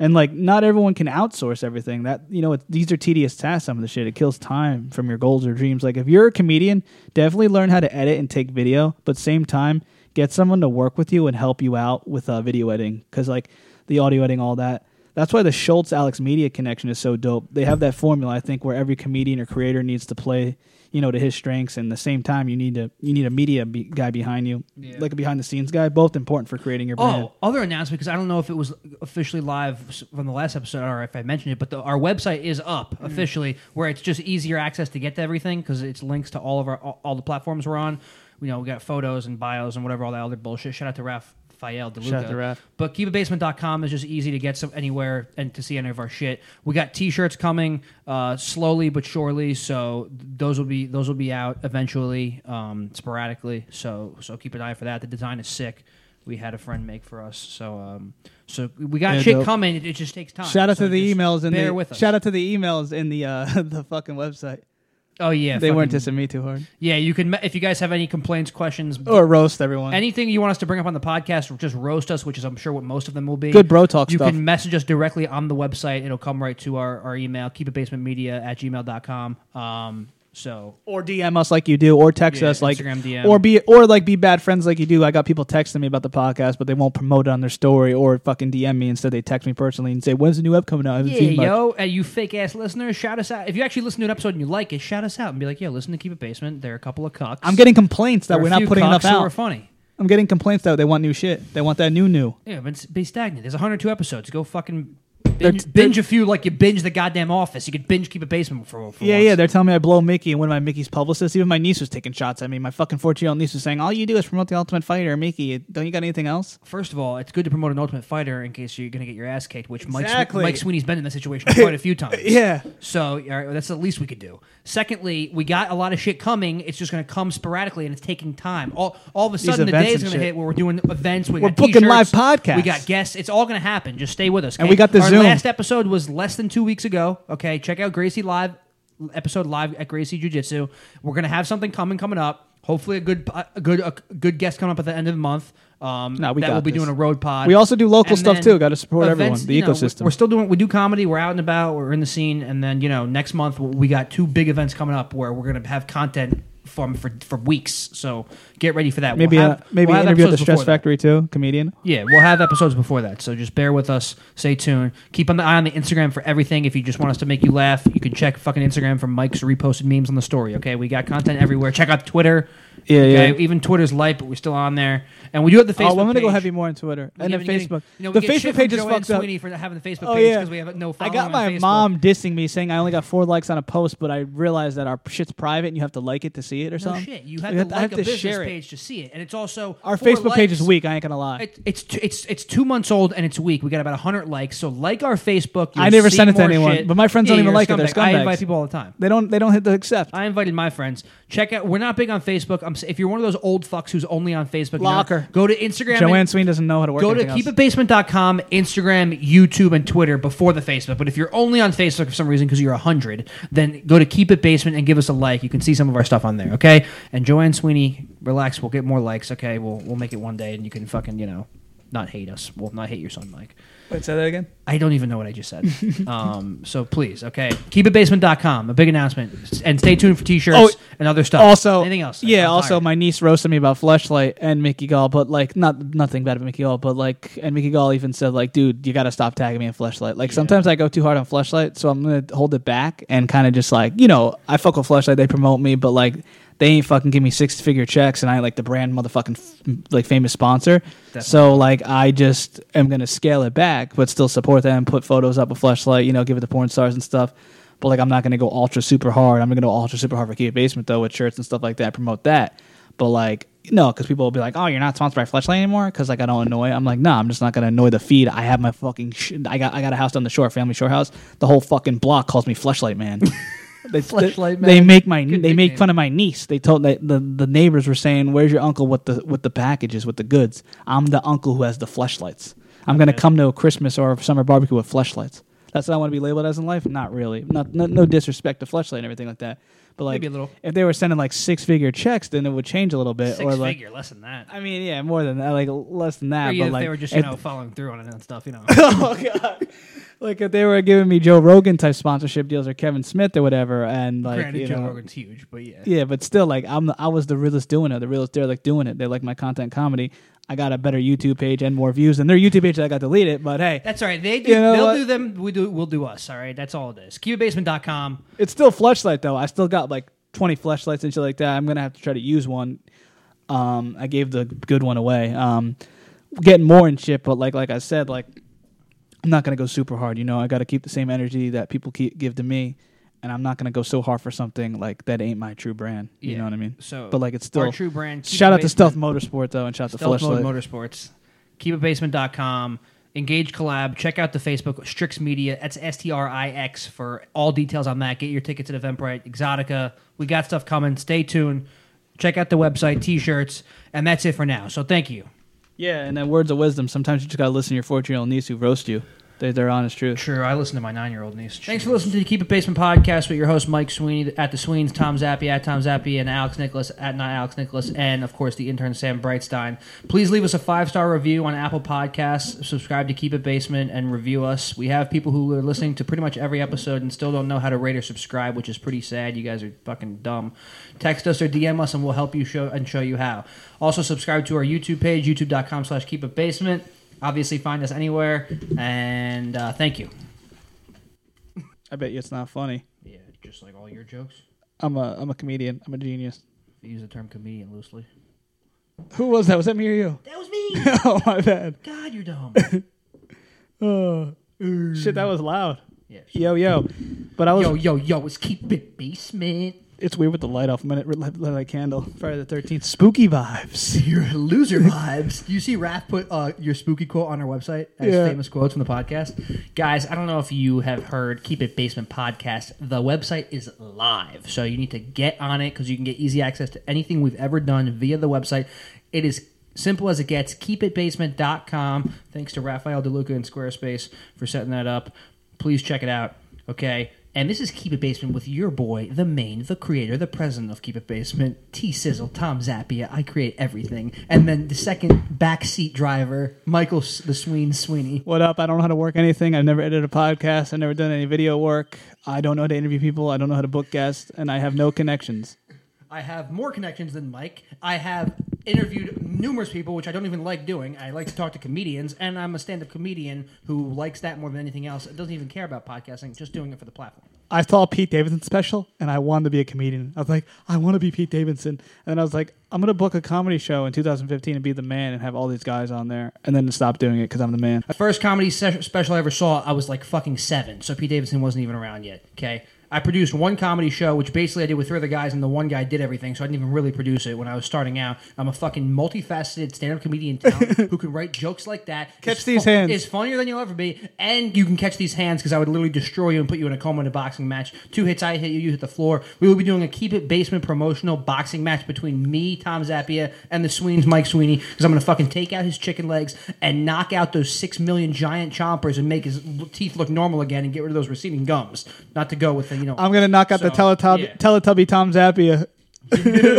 Speaker 4: And like, not everyone can outsource everything. That you know, it, these are tedious tasks. Some of the shit it kills time from your goals or dreams. Like, if you're a comedian, definitely learn how to edit and take video. But same time, get someone to work with you and help you out with uh, video editing because like the audio editing, all that. That's why the Schultz Alex Media connection is so dope. They have that formula, I think, where every comedian or creator needs to play, you know, to his strengths, and the same time you need to you need a media be- guy behind you, like a behind the scenes guy. Both important for creating your brand.
Speaker 12: Oh, other announcement because I don't know if it was officially live s- from the last episode or if I mentioned it, but the, our website is up
Speaker 4: Mm.
Speaker 12: officially, where it's just easier access to get to everything because it's links to all of our all, all the platforms we're on. You know, we got photos and bios and whatever all that other bullshit. Shout out to Raphael DeLuca.
Speaker 4: Shout out to Raph.
Speaker 12: But keepabasement.com is just easy to get some anywhere and to see any of our shit. We got t-shirts coming uh, slowly but surely, so th- those will be those will be out eventually, um, sporadically. So so keep an eye for that. The design is sick. We had a friend make for us, so um, so we got
Speaker 4: Yeah,
Speaker 12: shit
Speaker 4: dope.
Speaker 12: coming. It, it just takes time.
Speaker 4: Shout out
Speaker 12: So
Speaker 4: to the
Speaker 12: just
Speaker 4: emails and
Speaker 12: bear
Speaker 4: the,
Speaker 12: with us.
Speaker 4: shout out to the emails in the uh, the fucking website.
Speaker 12: Oh yeah,
Speaker 4: they weren't
Speaker 12: fucking-
Speaker 4: dissing me too hard
Speaker 12: Yeah, you can. If you guys have any complaints, questions,
Speaker 4: or roast everyone.
Speaker 12: Anything you want us to bring up on the podcast, or just roast us, which is I'm sure what most of them will be.
Speaker 4: Good bro talk
Speaker 12: You
Speaker 4: stuff.
Speaker 12: can message us directly on the website. It'll come right to our, our email, keepitbasementmedia at gmail.com. Um, So
Speaker 4: or DM us like you do, or text
Speaker 12: Yeah,
Speaker 4: us like,
Speaker 12: Instagram DM.
Speaker 4: or be or like be bad friends like you do. I got people texting me about the podcast, but they won't promote it on their story or fucking DM me. Instead, they text me personally and say, "When's the new app coming out?" I haven't
Speaker 12: Yeah,
Speaker 4: seen much.
Speaker 12: yo, and you fake ass listeners, shout us out. If you actually listen to an episode and you like it, shout us out and be like, "Yo, listen to Keep It Basement. They're a couple of cucks."
Speaker 4: I'm getting complaints that
Speaker 12: They're a
Speaker 4: we're not
Speaker 12: few
Speaker 4: putting
Speaker 12: cucks
Speaker 4: enough
Speaker 12: who
Speaker 4: out.
Speaker 12: are funny.
Speaker 4: I'm getting complaints that they want new shit. They want that new new.
Speaker 12: Yeah, but it's- be stagnant. There's 102 episodes. Go fucking
Speaker 4: They're-
Speaker 12: binge, binge a few like you binge the goddamn Office. You could binge Keep It Basement for. for
Speaker 4: Yeah,
Speaker 12: once.
Speaker 4: yeah, they're telling me I blow Mickey, and one of my Mickey's publicists, even my niece was taking shots at me. My fucking 14 year old niece was saying, All you do is promote the Ultimate Fighter, Mickey. Don't you got anything else?
Speaker 12: First of all, it's good to promote an Ultimate Fighter in case you're going to get your ass kicked, which Mike Swe-
Speaker 4: Exactly.
Speaker 12: Mike Sweeney's been in that situation quite a few times.
Speaker 4: Yeah.
Speaker 12: So all right, that's the least we could do. Secondly, we got a lot of shit coming. It's just going to come sporadically, and it's taking time. All, all of a
Speaker 4: These
Speaker 12: sudden, the
Speaker 4: events
Speaker 12: day
Speaker 4: and
Speaker 12: is going to
Speaker 4: shit.
Speaker 12: hit where we're doing events. We
Speaker 4: We're
Speaker 12: got
Speaker 4: booking live
Speaker 12: t-shirts, We
Speaker 4: podcasts.
Speaker 12: got guests. It's all going to happen. Just stay with us.
Speaker 4: And
Speaker 12: okay?
Speaker 4: we got the
Speaker 12: Our
Speaker 4: Zoom.
Speaker 12: last episode was less than two weeks ago. Okay, check out Gracie Live episode live at Gracie Jiu Jitsu. We're going to have something coming coming up. Hopefully, a good a good a good guest coming up at the end of the month. Um,
Speaker 4: No, we
Speaker 12: that
Speaker 4: got
Speaker 12: we'll be
Speaker 4: this.
Speaker 12: doing a road pod.
Speaker 4: We also do local
Speaker 12: And
Speaker 4: stuff,
Speaker 12: then
Speaker 4: too. Gotta support everyone, the
Speaker 12: you know, we-
Speaker 4: ecosystem.
Speaker 12: We're still doing. We do comedy. We're out and about. We're in the scene, and then you know next month we got two big events coming up where we're gonna have content from for for weeks. So get ready for that.
Speaker 4: Maybe,
Speaker 12: we'll
Speaker 4: uh,
Speaker 12: have,
Speaker 4: maybe
Speaker 12: we'll have
Speaker 4: interview at the
Speaker 12: episodes
Speaker 4: Stress
Speaker 12: before that.
Speaker 4: Factory, too, comedian.
Speaker 12: Yeah, we'll have episodes before that, so just bear with us. Stay tuned. Keep an eye on the Instagram for everything. If you just want us to make you laugh, you can check fucking Instagram for Mike's reposted memes on the story. Okay, we got content everywhere. Check out Twitter.
Speaker 4: Yeah,
Speaker 12: okay?
Speaker 4: yeah.
Speaker 12: Even Twitter's light, but we're still on there, and we do have the Facebook.
Speaker 4: Oh, I'm gonna go
Speaker 12: page.
Speaker 4: heavy more on Twitter
Speaker 12: We
Speaker 4: and then
Speaker 12: haven't getting-
Speaker 4: Facebook.
Speaker 12: you know,
Speaker 4: the
Speaker 12: we get shit
Speaker 4: Facebook
Speaker 12: from
Speaker 4: page is
Speaker 12: Joanne
Speaker 4: fucked up.
Speaker 12: Sweeney for having the Facebook
Speaker 4: Oh,
Speaker 12: page
Speaker 4: yeah.
Speaker 12: 'cause we have no
Speaker 4: I
Speaker 12: following on
Speaker 4: got my
Speaker 12: Facebook.
Speaker 4: mom dissing me saying I only got four likes on a post, but I realized that our shit's private and you have to like it to see it or
Speaker 12: No
Speaker 4: something.
Speaker 12: shit. You have
Speaker 4: I
Speaker 12: to like
Speaker 4: I
Speaker 12: a business
Speaker 4: share it.
Speaker 12: page to see it, and it's also
Speaker 4: Our
Speaker 12: four
Speaker 4: Facebook page is
Speaker 12: likes.
Speaker 4: weak. I ain't gonna lie.
Speaker 12: It, it's t- it's it's two months old and it's weak. We got about hundred likes. So like our Facebook.
Speaker 4: I
Speaker 12: you'll
Speaker 4: never
Speaker 12: see
Speaker 4: send it to
Speaker 12: more
Speaker 4: anyone,
Speaker 12: shit.
Speaker 4: but my friends
Speaker 12: Yeah,
Speaker 4: don't even
Speaker 12: you're a
Speaker 4: like it. They're
Speaker 12: scumbag. I invite
Speaker 4: scumbags.
Speaker 12: people all the time.
Speaker 4: They don't. They don't hit the accept.
Speaker 12: I invited my friends. Check out. We're not big on Facebook. I'm, s- if you're one of those old fucks who's only on Facebook, now,
Speaker 4: Locker.
Speaker 12: Go to Instagram.
Speaker 4: Joanne
Speaker 12: and-
Speaker 4: Sweeney doesn't know how to work.
Speaker 12: Go to
Speaker 4: anything else.
Speaker 12: keepitbasement.com, Instagram, YouTube, and Twitter before the Facebook. But if you're only on Facebook for some reason because you're 100, then go to Keep It Basement and give us a like. You can see some of our stuff on there, okay? And Joanne Sweeney, relax. We'll get more likes, okay? We'll, we'll make it one day and you can fucking, you know, not hate us. We'll not hate your son, Mike.
Speaker 4: Wait, say that again.
Speaker 12: I don't even know what I just said. um, so please, okay? Keepitbasement.com, a big announcement. S- And stay tuned for t shirts
Speaker 4: Oh,
Speaker 12: and other stuff.
Speaker 4: Also,
Speaker 12: anything else?
Speaker 4: Yeah. Also, my niece roasted me about Fleshlight and Mickey Gall, but like not nothing bad about Mickey Gall, but like and Mickey Gall even said like, dude, you got to stop tagging me in Fleshlight. Like sometimes I go too hard on Fleshlight, so I'm gonna hold it back and kind of just like you know I fuck with Fleshlight, they promote me, but like they ain't fucking give me six figure checks, and I ain't like the brand motherfucking f- like famous sponsor. So like I just am gonna scale it back, but still support them, put photos up with Fleshlight, you know, give it to porn stars and stuff. But like, I'm not gonna go ultra super hard. I'm gonna go ultra super hard for Keep It Basement though, with shirts and stuff like that. Promote that. But like, no, because people will be like, "Oh, you're not sponsored by Fleshlight anymore," because like I don't annoy. I'm like, nah, I'm just not gonna annoy the feed. I have my fucking. Sh- I got I got a house down the shore, family shore house. The whole fucking block calls me Fleshlight Man. They,
Speaker 12: Fleshlight
Speaker 4: they
Speaker 12: Man.
Speaker 4: make my
Speaker 12: Good
Speaker 4: they
Speaker 12: nickname.
Speaker 4: make fun of my niece. They told they, the the neighbors were saying, "Where's your uncle with the with the packages with the goods?" I'm the uncle who has the fleshlights. I'm gonna come to a Christmas or a summer barbecue with fleshlights. That's what I want to be labeled as in life. Not really. Not no, no disrespect to fleshlight and everything like that. But like,
Speaker 12: Maybe a little.
Speaker 4: if they were sending like six figure checks, then it would change a little bit.
Speaker 12: Six
Speaker 4: or like,
Speaker 12: figure, less than that.
Speaker 4: I mean, yeah, more than that, like less than
Speaker 12: Or
Speaker 4: that. But
Speaker 12: even if
Speaker 4: like,
Speaker 12: they were just, you
Speaker 4: if-
Speaker 12: know, following through on it and stuff, you know.
Speaker 4: oh god. Like if they were giving me Joe Rogan type sponsorship deals or Kevin Smith or whatever, and like
Speaker 12: Granted,
Speaker 4: you
Speaker 12: Joe
Speaker 4: know,
Speaker 12: Rogan's huge, but yeah.
Speaker 4: yeah, but still, like I'm, the, I was the realest doing it, the realest derelict doing it. They like my content comedy. I got a better YouTube page and more views than their YouTube page that I got deleted. But hey,
Speaker 12: That's all right. They do,
Speaker 4: You know
Speaker 12: they'll
Speaker 4: what?
Speaker 12: do them. We do. We'll do us. All right. That's all it is. Cubebasement.com.
Speaker 4: it's still fleshlight though. I still got like 20 fleshlights and shit like that. I'm gonna have to try to use one. Um, I gave the good one away. Um, getting more and shit, but like like I said, like I'm not gonna go super hard. You know, I got to keep the same energy that people keep, give to me, and I'm not gonna go so hard for something like that ain't my true brand. You
Speaker 12: Yeah.
Speaker 4: know what I mean?
Speaker 12: So,
Speaker 4: but like it's still
Speaker 12: our true brand, keep
Speaker 4: Shout
Speaker 12: the
Speaker 4: out to Stealth Motorsport though, and shout out to
Speaker 12: Stealth Mode
Speaker 4: Fleshlight.
Speaker 12: Motorsports. Cubebasement.com. Engage Collab. Check out the Facebook Strix Media. That's S T R I X for all details on that. Get your tickets at Eventbrite, Exotica. We got stuff coming. Stay tuned. Check out the website, T-shirts, and that's it for now. So thank you.
Speaker 4: yeah, and then words of wisdom. Sometimes you just gotta listen to your 14 year old niece who roast you. They, they're honest truth.
Speaker 12: Sure, I listen to my nine-year-old niece. Thanks for listening to the Keep It Basement podcast with your host Mike Sweeney at the Sweens, Tom Zappi at Tom Zappi, and Alex Nicholas at not Alex Nicholas, and of course the intern Sam Brightstein. Please leave us a five-star review on Apple Podcasts. Subscribe to Keep It Basement and review us. We have people who are listening to pretty much every episode and still don't know how to rate or subscribe, which is pretty sad. You guys are fucking dumb. Text us or DM us, and we'll help you show and show you how. Also, subscribe to our YouTube page, YouTube.com/slash Keep It Basement. Obviously, find us anywhere, and uh, thank you.
Speaker 4: I bet you it's not funny.
Speaker 12: Yeah, just like all your jokes.
Speaker 4: I'm a I'm a comedian. I'm a genius.
Speaker 12: You use the term comedian loosely.
Speaker 4: Who was that? Was that me or you?
Speaker 12: That was me.
Speaker 4: oh my bad.
Speaker 12: God, you're dumb.
Speaker 4: oh. Shit, that was loud.
Speaker 12: Yeah,
Speaker 4: Yo yo, but I was
Speaker 12: Yo, yo, yo, it's Keep It Basement.
Speaker 4: It's weird with the light off. A minute, light, light a candle. Friday the Thirteenth. Spooky vibes.
Speaker 12: You're a loser vibes. you see Raph put uh, your spooky quote on our website as
Speaker 4: Yeah.
Speaker 12: famous quotes from the podcast? Guys, I don't know if you have heard Keep It Basement podcast. The website is live, so you need to get on it because you can get easy access to anything we've ever done via the website. It is simple as it gets. KeepItBasement.com. Thanks to Raphael DeLuca and Squarespace for setting that up. Please check it out. Okay. And this is Keep It Basement with your boy, the main, the creator, the president of Keep It Basement, T Sizzle, Tom Zappia. I create everything. And then the second backseat driver, Michael S- the Sween Sweeney.
Speaker 4: What up? I don't know how to work anything. I've never edited a podcast. I've never done any video work. I don't know how to interview people. I don't know how to book guests, and I have no connections.
Speaker 12: I have more connections than Mike. I have interviewed numerous people, which I don't even like doing. I like to talk to comedians, and I'm a stand up comedian who likes that more than anything else. It doesn't even care about podcasting, just doing it for the platform.
Speaker 4: I saw Pete Davidson special, and I wanted to be a comedian. I was like, I want to be Pete Davidson, and then I was like, I'm gonna book a comedy show in 2015 and be the man and have all these guys on there, and then stop doing it because I'm the man.
Speaker 12: The first comedy se- special I ever saw, I was like fucking seven, so Pete Davidson wasn't even around yet. Okay. I produced one comedy show, which basically I did with three other guys, and the one guy did everything, so I didn't even really produce it when I was starting out. I'm a fucking multifaceted stand up comedian talent who can write jokes like that.
Speaker 4: Catch
Speaker 12: is
Speaker 4: these
Speaker 12: fu-
Speaker 4: hands.
Speaker 12: Is funnier than you'll ever be, and you can catch these hands because I would literally destroy you and put you in a coma in a boxing match. Two hits, I hit you, you hit the floor. We will be doing a Keep It Basement promotional boxing match between me, Tom Zappia, and the Sweeney's Mike Sweeney because I'm going to fucking take out his chicken legs and knock out those six million giant chompers and make his l- teeth look normal again and get rid of those receding gums. Not to go with the, you know.
Speaker 4: I'm gonna knock out the
Speaker 12: So,
Speaker 4: Teletubby,
Speaker 12: yeah.
Speaker 4: Teletubby Tom Zappia.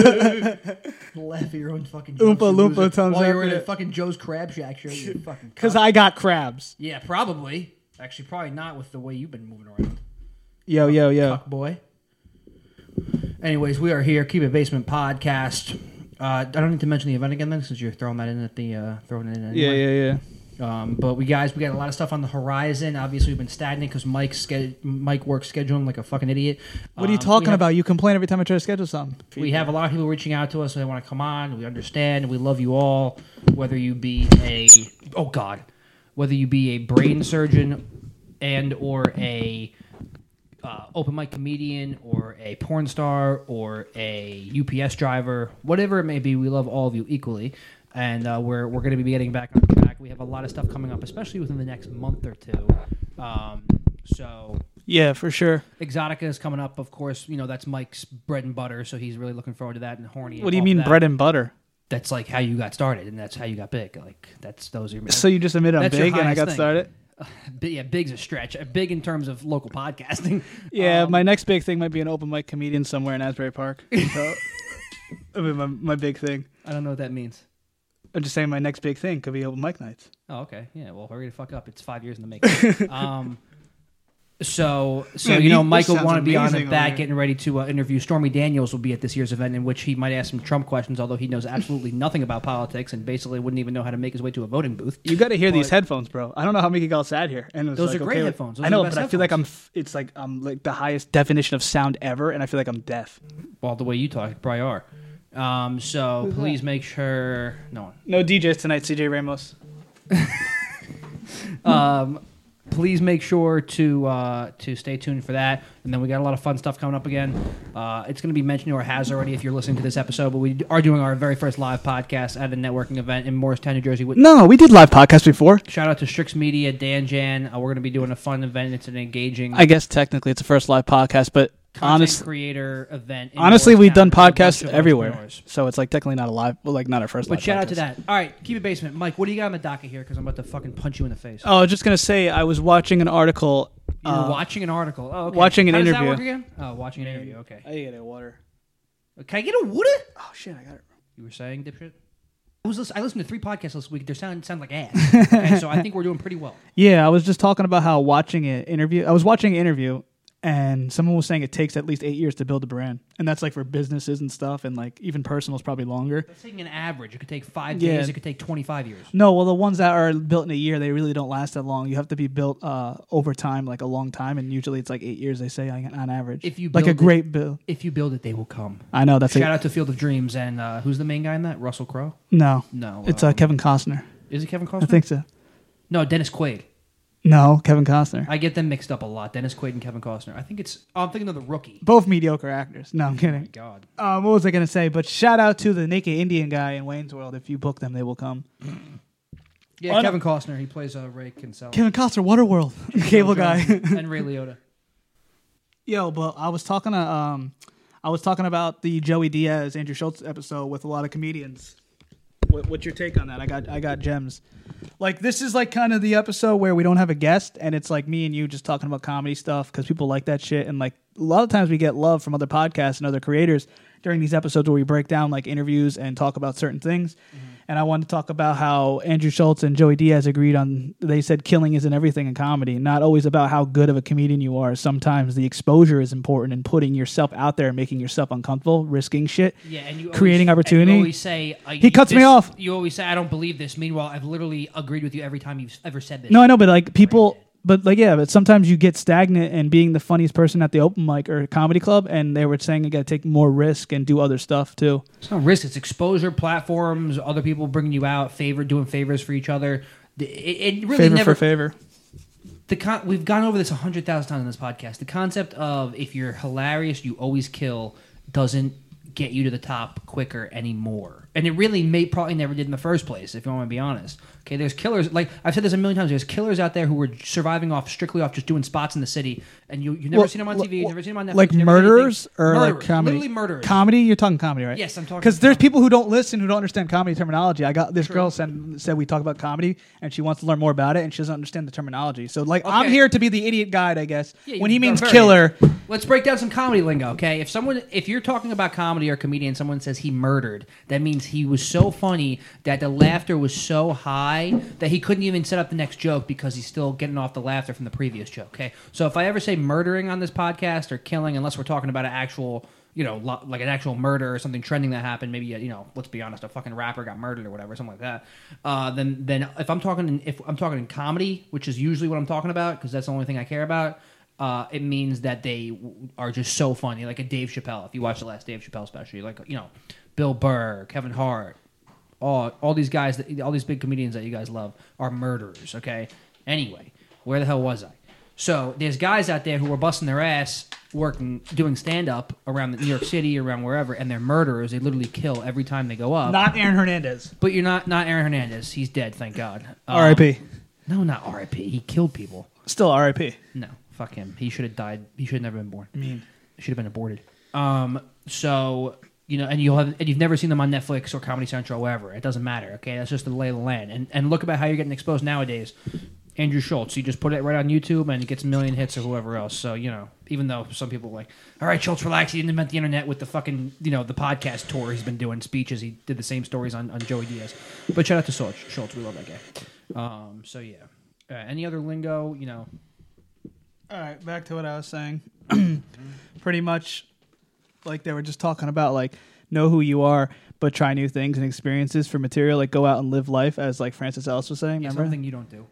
Speaker 12: Laugh at your own fucking jokes,
Speaker 4: Oompa
Speaker 12: you
Speaker 4: Loompa
Speaker 12: loser.
Speaker 4: Tom
Speaker 12: While you were in a
Speaker 4: Zappia.
Speaker 12: fucking Joe's Crab Shack shirt, you fucking
Speaker 4: Because I got crabs.
Speaker 12: Yeah, probably. Actually, probably not with the way you've been moving around.
Speaker 4: Yo, yo, yo.
Speaker 12: boy. Anyways, we are here. Keep it basement podcast. Uh, I don't need to mention the event again then, since you're throwing that in at the uh, throwing it in.
Speaker 4: Yeah,
Speaker 12: anyway.
Speaker 4: yeah,
Speaker 12: yeah. Um, but we guys, we got a lot of stuff on the horizon. Obviously, we've been stagnant because Mike's sched- Mike works scheduling like a fucking idiot.
Speaker 4: What are you
Speaker 12: Um, we
Speaker 4: talking
Speaker 12: have-
Speaker 4: about? You complain every time I try to schedule something.
Speaker 12: we have a lot of people reaching out to us. They want to come on. We understand. We love you all. Whether you be a oh god, whether you be a brain surgeon and or a uh, open mic comedian or a porn star or a UPS driver, whatever it may be, we love all of you equally. And uh, we're, we're going to be getting back on track. We have a lot of stuff coming up, especially within the next month or two. Um, so
Speaker 4: Yeah, for sure.
Speaker 12: Exotica is coming up, of course. You know that's Mike's bread and butter, so he's really looking forward to that and horny.
Speaker 4: What do you
Speaker 12: about
Speaker 4: mean
Speaker 12: that.
Speaker 4: bread and butter?
Speaker 12: That's like how you got started, and that's how you got big. Like that's those are. Your,
Speaker 4: So you just admit I'm
Speaker 12: that's your
Speaker 4: big and I
Speaker 12: highest
Speaker 4: got started?
Speaker 12: Bi- yeah, big's a stretch. Uh, Big in terms of local podcasting.
Speaker 4: Yeah,
Speaker 12: Um,
Speaker 4: my next big thing might be an open mic comedian somewhere in Asbury Park. So, I mean, my, my big thing.
Speaker 12: I don't know what that means.
Speaker 4: I'm just saying my next big thing could be open mic nights.
Speaker 12: Oh, okay. Yeah. Well, hurry the fuck up. It's five years in the making. um, so, so
Speaker 4: Man,
Speaker 12: you know,
Speaker 4: these-
Speaker 12: Michael
Speaker 4: this sounds
Speaker 12: want to be on the
Speaker 4: amazing over
Speaker 12: back,
Speaker 4: here.
Speaker 12: getting ready to uh, interview Stormy Daniels. Will be at this year's event, in which he might ask some Trump questions, although he knows absolutely nothing about politics and basically wouldn't even know how to make his way to a voting booth.
Speaker 4: You got to hear these
Speaker 12: But-
Speaker 4: headphones, bro. I don't know how Mickey Gall sat here. And it was
Speaker 12: Those
Speaker 4: like,
Speaker 12: are great
Speaker 4: okay, like-
Speaker 12: headphones. Those
Speaker 4: I
Speaker 12: are
Speaker 4: know,
Speaker 12: the best
Speaker 4: but I feel like I'm. f- It's like I'm like the highest definition of sound ever, and I feel like I'm deaf.
Speaker 12: Well, the way you talk, probably are. Um, so please make sure no one.
Speaker 4: No DJs tonight, CJ Ramos.
Speaker 12: um, please make sure to uh, to stay tuned for that. And then we got a lot of fun stuff coming up again. Uh, it's going to be mentioned or has already if you're listening to this episode. But we are doing our very first live podcast at a networking event in Morristown, New Jersey. With
Speaker 4: No, we did live podcast before.
Speaker 12: shout out to Strix Media, Dan Jan. Uh, we're going to be doing a fun event. It's an engaging.
Speaker 4: I guess technically it's the first live podcast, but
Speaker 12: content
Speaker 4: Honest-
Speaker 12: creator event. in
Speaker 4: Honestly, we've done
Speaker 12: Morristown with a bunch
Speaker 4: podcasts
Speaker 12: of
Speaker 4: everywhere,
Speaker 12: entrepreneurs.
Speaker 4: so it's like technically not a live, well, like not our first.
Speaker 12: But
Speaker 4: live
Speaker 12: shout out
Speaker 4: podcast.
Speaker 12: to that. All right, keep it basement, Mike. What do you got on the docket here? Because I'm about to fucking punch you in the face.
Speaker 4: Oh, I was just gonna say I was watching an article.
Speaker 12: You're
Speaker 4: uh,
Speaker 12: watching an article. Oh, okay.
Speaker 4: Watching an
Speaker 12: How
Speaker 4: interview.
Speaker 12: Does that work again? Oh, watching an interview. Okay. Uh,
Speaker 4: I get a water.
Speaker 12: Can I get a water?
Speaker 4: Oh shit, I got it.
Speaker 12: You were saying dipshit. I was. Listen- I listened to three podcasts this week. They sound sound like ass. okay, so I think we're doing pretty well.
Speaker 4: Yeah, I was just talking about how watching an interview. I was watching an interview, and someone was saying it takes at least eight years to build a brand, and that's like for businesses and stuff, and like even personal is probably longer.
Speaker 12: It's taking an average. It could take five
Speaker 4: Yeah.
Speaker 12: days. It could take twenty five years.
Speaker 4: No, well, the ones that are built in a year, they really don't last that long. You have to be built uh, over time, like a long time, and usually it's like eight years. They say on, on average.
Speaker 12: If you
Speaker 4: like a
Speaker 12: build it-
Speaker 4: great bill.
Speaker 12: If you build it, they will come.
Speaker 4: I know, that's
Speaker 12: shout
Speaker 4: it.
Speaker 12: out to Field of Dreams and uh, who's the main guy in that? Russell Crowe.
Speaker 4: No,
Speaker 12: no,
Speaker 4: it's
Speaker 12: um,
Speaker 4: uh, Kevin Costner.
Speaker 12: Is it Kevin Costner?
Speaker 4: I think so.
Speaker 12: No, Dennis Quaid.
Speaker 4: No, Kevin Costner.
Speaker 12: I get them mixed up a lot. Dennis Quaid and Kevin Costner. I think it's. Oh, I'm thinking of the rookie.
Speaker 4: Both mediocre actors. No, I'm kidding.
Speaker 12: my God.
Speaker 4: Um, what was I gonna say? But shout out to the naked Indian guy in Wayne's World. If you book them, they will come.
Speaker 12: Yeah,
Speaker 4: Why
Speaker 12: Kevin Costner. He plays uh, Ray Kinsella.
Speaker 4: Kevin Costner, Waterworld, cable guy.
Speaker 12: and Ray Liotta.
Speaker 4: Yo, but I was talking to um, I was talking about the Joey Diaz Andrew Schultz episode with a lot of comedians. What, what's your take on that? I got I got gems. Like this is like kind of the episode where we don't have a guest, and it's like me and you just talking about comedy stuff because people like that shit. And like a lot of times we get love from other podcasts and other creators during these episodes where we break down like interviews and talk about certain things.
Speaker 12: Mm-hmm.
Speaker 4: And I wanted to talk about how Andrew Schultz and Joey Diaz agreed on. They said killing isn't everything in comedy. Not always about how good of a comedian you are. Sometimes the exposure is important and putting yourself out there and making yourself uncomfortable, risking shit,
Speaker 12: Yeah, and you
Speaker 4: creating
Speaker 12: always,
Speaker 4: opportunity.
Speaker 12: And you always say I-
Speaker 4: he cuts me
Speaker 12: this-
Speaker 4: off.
Speaker 12: You always say I don't believe this. Meanwhile, I've literally agreed with you every time you've ever said this.
Speaker 4: No, I know, but like people, but like yeah, but sometimes you get stagnant and being the funniest person at the open mic or comedy club, and they were saying you got to take more risk and do other stuff too.
Speaker 12: It's not risk. It's exposure, platforms, other people bringing you out, favor, doing favors for each other. The- It, it really
Speaker 4: favor
Speaker 12: never
Speaker 4: for favor.
Speaker 12: the con- we've gone over this a hundred thousand times in this podcast. The concept of if you're hilarious, you always kill doesn't get you to the top quicker anymore, and it really may probably never did in the first place. If you want to be honest, okay, there's killers like I've said this a million times. There's killers out there who were surviving off strictly off just doing spots in the city, and you you never
Speaker 4: Well,
Speaker 12: seen them on
Speaker 4: well,
Speaker 12: TV, you never seen them on Netflix,
Speaker 4: like
Speaker 12: you never seen anything.
Speaker 4: murderers or like
Speaker 12: Murderers,
Speaker 4: comedy?
Speaker 12: literally murderers.
Speaker 4: Comedy? You're talking comedy, right?
Speaker 12: Yes, I'm talking
Speaker 4: Because there's people who don't listen, who don't understand comedy terminology. I got this girl send, said we talk about comedy, and she wants to learn more about it, and she doesn't understand the terminology. So like, I'm
Speaker 12: Okay.
Speaker 4: here to be the idiot guide, I guess.
Speaker 12: Yeah,
Speaker 4: when
Speaker 12: you-
Speaker 4: he means
Speaker 12: very-
Speaker 4: killer,
Speaker 12: Let's break down some comedy lingo, okay? If someone, if you're talking about comedy or comedian, someone says he murdered, that means he was so funny that the laughter was so high that he couldn't even set up the next joke because he's still getting off the laughter from the previous joke, okay? So if I ever say murdering on this podcast or killing, unless we're talking about an actual, you know, lo- like an actual murder or something trending that happened, maybe you know, let's be honest, a fucking rapper got murdered or whatever, something like that. Uh, then, then if I'm talking, in, if I'm talking in comedy, which is usually what I'm talking about because that's the only thing I care about uh, it means that they w- are just so funny. Like a Dave Chappelle, if you watch the last Dave Chappelle special, you're like you know, Bill Burr, Kevin Hart, all all these guys, that, all these big comedians that you guys love are murderers. Okay. Anyway, where the hell was I? So there's guys out there who are busting their ass working, doing stand up around New York City, around wherever, and they're murderers. They literally kill every time they go up.
Speaker 4: not Aaron Hernandez.
Speaker 12: But you're not not Aaron Hernandez. He's dead, thank God. Um,
Speaker 4: R.I.P.
Speaker 12: No, not R.I.P. He killed people.
Speaker 4: Still R.I.P.
Speaker 12: No, fuck him. He should have died. He should have never been born.
Speaker 4: Mean.
Speaker 12: Should have been aborted. Um. So you know, and you'll have, and you've never seen them on Netflix or Comedy Central, or wherever. It doesn't matter. Okay, that's just the lay of the land. And and look about how you're getting exposed nowadays. Andrew Schultz, you just put it right on YouTube and it gets a million hits or whoever else. So you know, even though some people are like, all right, Schultz, relax. He didn't invent the internet with the fucking you know the podcast tour he's been doing speeches. He did the same stories on, on Joey Diaz. But shout out to Schultz. Schultz, we love that guy. Um. So yeah. Uh, any other lingo? You know,
Speaker 4: All right, back to what I was saying. Pretty much, like they were just talking about, like know who you are, but try new things and experiences for material. Like go out and live life, as like Francis Ellis was saying.
Speaker 12: Yeah,
Speaker 4: Remember?
Speaker 12: something you don't do.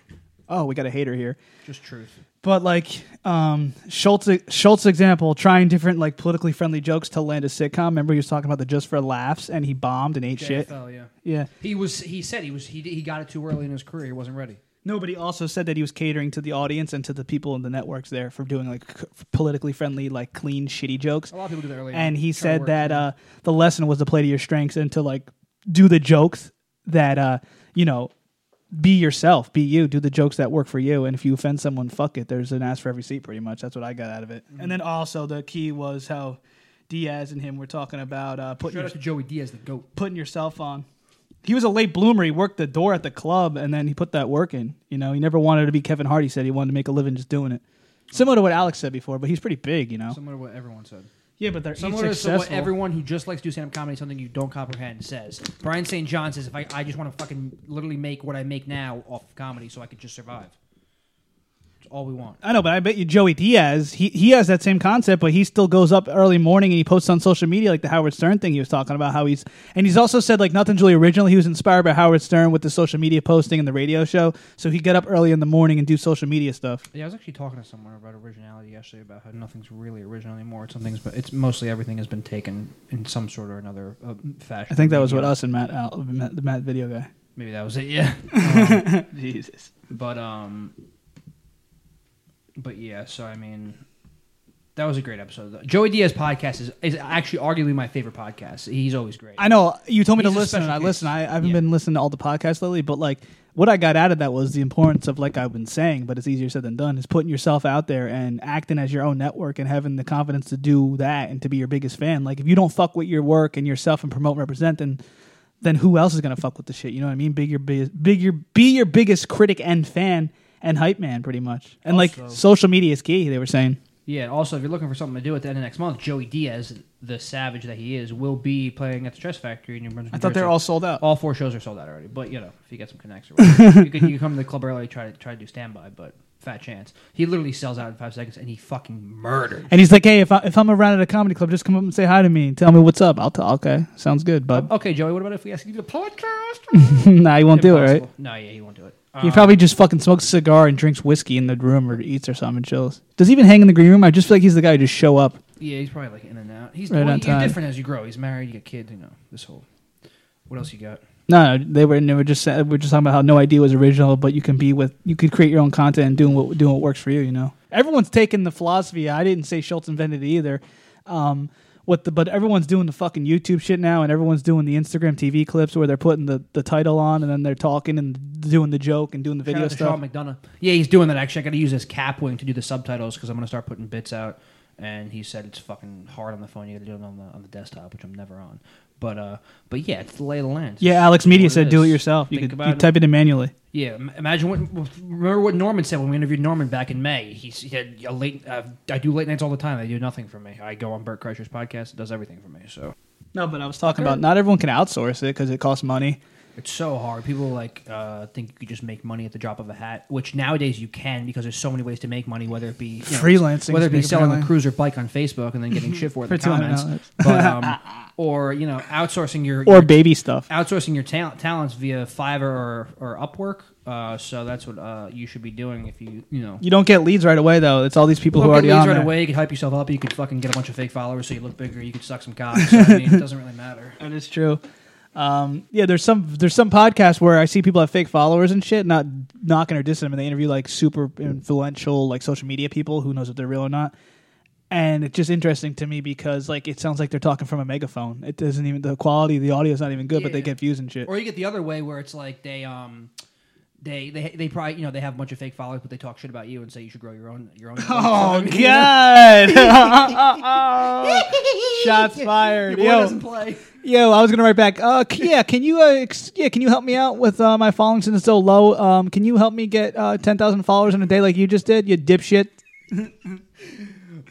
Speaker 4: Oh, we got a hater here.
Speaker 12: Just truth.
Speaker 4: But like um, Schultz, Schultz example, trying different like politically friendly jokes to land a sitcom. Remember he was talking about the just for laughs, and he bombed and ate shit.
Speaker 12: JFL, yeah.
Speaker 4: yeah.
Speaker 12: He was. He said he was. He he got it too early in his career. He wasn't ready.
Speaker 4: Nobody also said that he was catering to the audience and to the people in the networks there for doing like c- politically friendly, like clean, shitty jokes.
Speaker 12: A lot of people do that early
Speaker 4: And
Speaker 12: on.
Speaker 4: he
Speaker 12: Try to
Speaker 4: said
Speaker 12: work,
Speaker 4: that uh, the lesson was to play to your strengths and to like do the jokes that uh, you know be yourself, be you, do the jokes that work for you. And if you offend someone, fuck it. There's an ass for every seat, pretty much. That's what I got out of it.
Speaker 12: Mm-hmm.
Speaker 4: And then also the key was how Diaz and him were talking about uh, putting
Speaker 12: Shout out to Joey Diaz, the goat,
Speaker 4: putting yourself on. He was a late bloomer. He worked the door at the club, and then he put that work in. You know, he never wanted to be Kevin Hart. He said he wanted to make a living just doing it. Similar to what Alex said before, but he's pretty big. You know,
Speaker 12: Similar to what everyone said.
Speaker 4: Yeah, but they're each
Speaker 12: similar to what
Speaker 4: successful.
Speaker 12: everyone who just likes to do stand-up comedy, something you don't comprehend, says. Brian St. John says, "If I, I just want to fucking literally make what I make now off of comedy, so I could just survive. It's all we want."
Speaker 4: I know, but I bet you Joey Diaz, he, he has that same concept, but he still goes up early morning and he posts on social media like the Howard Stern thing he was talking about, how he's and he's also said like nothing's really original. He was inspired by Howard Stern with the social media posting and the radio show. So he'd get up early in the morning and do social media stuff.
Speaker 12: Yeah, I was actually talking to someone about originality yesterday about how nothing's really original anymore. It's something's, but it's mostly everything has been taken in some sort or another uh, fashion.
Speaker 4: I think that was what us and Matt Al, Matt, the Matt video guy.
Speaker 12: Maybe that was it. Yeah.
Speaker 4: Jesus.
Speaker 12: But um. But yeah, so I mean, that was a great episode. though. Joey Diaz podcast is is actually arguably my favorite podcast. He's always great.
Speaker 4: I know you told me
Speaker 12: He's
Speaker 4: to
Speaker 12: a
Speaker 4: listen, and I
Speaker 12: special
Speaker 4: listen. I, I haven't been listening to all the podcasts lately, but like what I got out of that was the importance of like I've been saying, but it's easier said than done. Is putting yourself out there and acting as your own network and having the confidence to do that and to be your biggest fan. Like if you don't fuck with your work and yourself and promote and represent, then then who else is gonna fuck with the shit? You know what I mean? Big your biggest, big your be your biggest critic and fan and hype man, pretty much. And like
Speaker 12: Also-
Speaker 4: social media is key. They were saying.
Speaker 12: Yeah. and Also, if you're looking for something to do at the end of next month, Joey Diaz, the savage that he is, will be playing at the Stress Factory in New Brunswick.
Speaker 4: I thought they were all sold out.
Speaker 12: All four shows are sold out already. But you know, if you get some connects, or whatever. you could you could come to the club early, try to try to do standby, but fat chance. He literally sells out in five seconds, and he fucking murdered.
Speaker 4: And he's like, "Hey, if, I, if I'm around at a comedy club, just come up and say hi to me and tell me what's up. I'll tell. Okay, sounds good, bud.
Speaker 12: Okay, Joey. What about if we ask you to do the podcast?
Speaker 4: nah, he won't do it, right?
Speaker 12: Impossible. No, yeah, he won't do it.
Speaker 4: He
Speaker 12: Um,
Speaker 4: probably just fucking smokes a cigar and drinks whiskey in the room or eats or something and chills. Does he even hang in the green room? I just feel like he's the guy who just show up.
Speaker 12: Yeah, he's probably like in and out. He's
Speaker 4: Right
Speaker 12: well,
Speaker 4: on
Speaker 12: you're
Speaker 4: time.
Speaker 12: different as you grow. He's married, you got kids, you know, this whole what else you got?
Speaker 4: No, no they were and they were just sa- we were just talking about how no idea was original, but you can be with you could create your own content and doing what doing what works for you. You know, everyone's taking the philosophy. I didn't say Schultz invented it either. Um, what the but everyone's doing the fucking YouTube shit now, and everyone's doing the Instagram TV clips where they're putting the, the title on and then they're talking and doing the joke and doing the
Speaker 12: Shout
Speaker 4: video
Speaker 12: out to
Speaker 4: stuff.
Speaker 12: Sean McDonough. Yeah, he's doing that actually. I got to use this cap wing to do the subtitles because I'm gonna start putting bits out. And he said it's fucking hard on the phone. You got to do it on the on the desktop, which I'm never on. But uh, but yeah, it's the lay of the land. It's
Speaker 4: Yeah, Alex
Speaker 12: what
Speaker 4: Media said do it
Speaker 12: is.
Speaker 4: yourself. You
Speaker 12: Think
Speaker 4: could
Speaker 12: about
Speaker 4: you type it in manually.
Speaker 12: Yeah, im- imagine what. Remember what Norman said when we interviewed Norman back in May. He said, "A late, uh, I do late nights all the time. They do nothing for me. I go on Bert Kreischer's podcast. It does everything for me." So
Speaker 4: No, but I was talking about not everyone can outsource it because it costs money.
Speaker 12: It's so hard. People like uh, think you could just make money at the drop of a hat, which nowadays you can because there's so many ways to make money. Whether it be you know,
Speaker 4: Freelancing,
Speaker 12: whether it be
Speaker 4: speaking
Speaker 12: selling
Speaker 4: apparently.
Speaker 12: a cruiser bike on Facebook and then getting shit for it in the
Speaker 4: For $200.
Speaker 12: comments, but, um, or you know outsourcing your
Speaker 4: Or
Speaker 12: your-
Speaker 4: baby stuff.
Speaker 12: outsourcing your talent talents via Fiverr or, or Upwork. Uh, so that's what uh, you should be doing if you you know
Speaker 4: You don't get leads right away though. It's all these people
Speaker 12: Look
Speaker 4: who are
Speaker 12: at
Speaker 4: already
Speaker 12: leads
Speaker 4: on
Speaker 12: right
Speaker 4: there.
Speaker 12: away. You could hype yourself up. You could fucking get a bunch of fake followers so you look bigger. You could suck some cock. So, I mean, it doesn't really matter.
Speaker 4: That is true. Um, yeah, there's some there's some podcasts where I see people have fake followers and shit, not knocking or dissing them, and they interview like super influential like social media people who knows if they're real or not. And it's just interesting to me because like it sounds like they're talking from a megaphone. It doesn't even the quality of the audio is not even good, but they
Speaker 12: Yeah.
Speaker 4: get views and shit.
Speaker 12: Or you get the other way where it's like they um they they they probably you know they have a bunch of fake followers but they talk shit about you and say you should grow your own your own.
Speaker 4: Oh,
Speaker 12: You know?
Speaker 4: God. Shots fired.
Speaker 12: Your boy
Speaker 4: Yo.
Speaker 12: doesn't play.
Speaker 4: Yo, I was gonna write back. Uh, c- yeah, can you uh, ex- yeah, can you help me out with uh, my following since it's so low? Um, can you help me get uh, ten thousand followers in a day like you just did? You dipshit.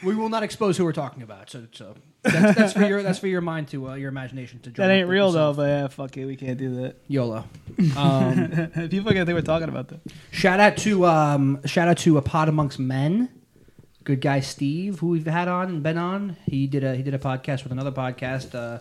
Speaker 12: We will not expose who we're talking about. So so that's, that's for your that's for your mind to uh, your imagination to.
Speaker 4: That ain't real though. But yeah, fuck it, we can't do that.
Speaker 12: YOLO.
Speaker 4: Um, People forget they were talking about that.
Speaker 12: Shout out to um shout out to a pod amongst men. Good guy Steve, who we've had on and been on. He did a he did a podcast with another podcast. Uh,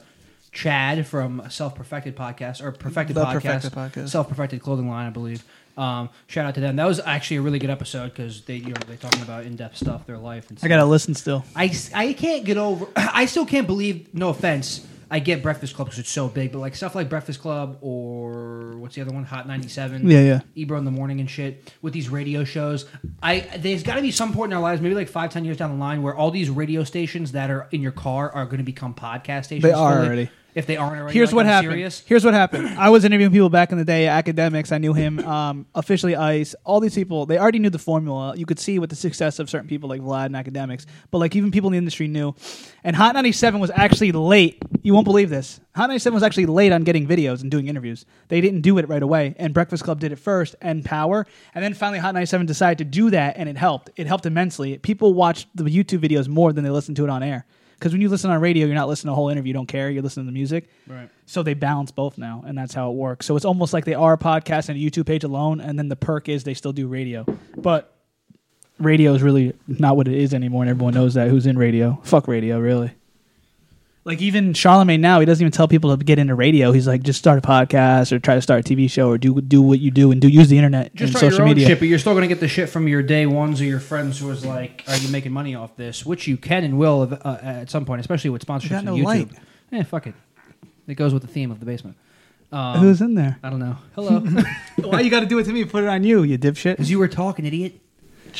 Speaker 12: Chad from Self Perfected Podcast or Perfected
Speaker 4: The Perfected
Speaker 12: Podcast,
Speaker 4: Podcast.
Speaker 12: Self Perfected Clothing Line, I believe. Um, shout out to them. That was actually a really good episode because they you know they're talking about in depth stuff, their life. And
Speaker 4: I gotta listen still.
Speaker 12: I, s- I can't get over. I still can't believe. No offense, I get Breakfast Club because it's so big, but like stuff like Breakfast Club or what's the other one? Hot ninety seven.
Speaker 4: Yeah, yeah.
Speaker 12: Ebro in the morning and shit with these radio shows. I there's got to be some point in our lives, maybe like five ten years down the line, where all these radio stations that are in your car are going to become podcast stations.
Speaker 4: They are
Speaker 12: fully.
Speaker 4: already.
Speaker 12: if they aren't already.
Speaker 4: Here's
Speaker 12: like,
Speaker 4: what
Speaker 12: I'm
Speaker 4: happened.
Speaker 12: Serious.
Speaker 4: Here's what happened. I was interviewing people back in the day, academics. I knew him, um, officially ICE. All these people, they already knew the formula. You could see with the success of certain people like Vlad and academics, but like even people in the industry knew. And Hot 97 was actually late. You won't believe this. Hot 97 was actually late on getting videos and doing interviews. They didn't do it right away, and Breakfast Club did it first, and Power, and then finally Hot 97 decided to do that, and it helped. It helped immensely. People watched the YouTube videos more than they listened to it on air. Because when you listen on radio, you're not listening to a whole interview. You don't care. You're listening to the music.
Speaker 2: Right.
Speaker 4: So they balance both now, and that's how it works. So it's almost like they are a podcast and a YouTube page alone, and then the perk is they still do radio. But radio is really not what it is anymore, and everyone knows that who's in radio. Fuck radio, really. Like even Charlemagne now, he doesn't even tell people to get into radio. He's like, just start a podcast or try to start a TV show or do do what you do and do use the internet and
Speaker 12: Just start
Speaker 4: social
Speaker 12: your own
Speaker 4: media.
Speaker 12: shit, but you're still going to get the shit from your day ones or your friends who is like, "Are you making money off this?" Which you can and will uh, at some point, especially with sponsorships
Speaker 4: got
Speaker 12: and
Speaker 4: no
Speaker 12: YouTube.
Speaker 4: light.
Speaker 12: Eh, fuck it. It goes with the theme of the basement. Um,
Speaker 4: Who's in there?
Speaker 12: I don't know. Hello.
Speaker 4: Why you got to do it to me? Put it on you, you dipshit. Because
Speaker 12: you were talking, idiot.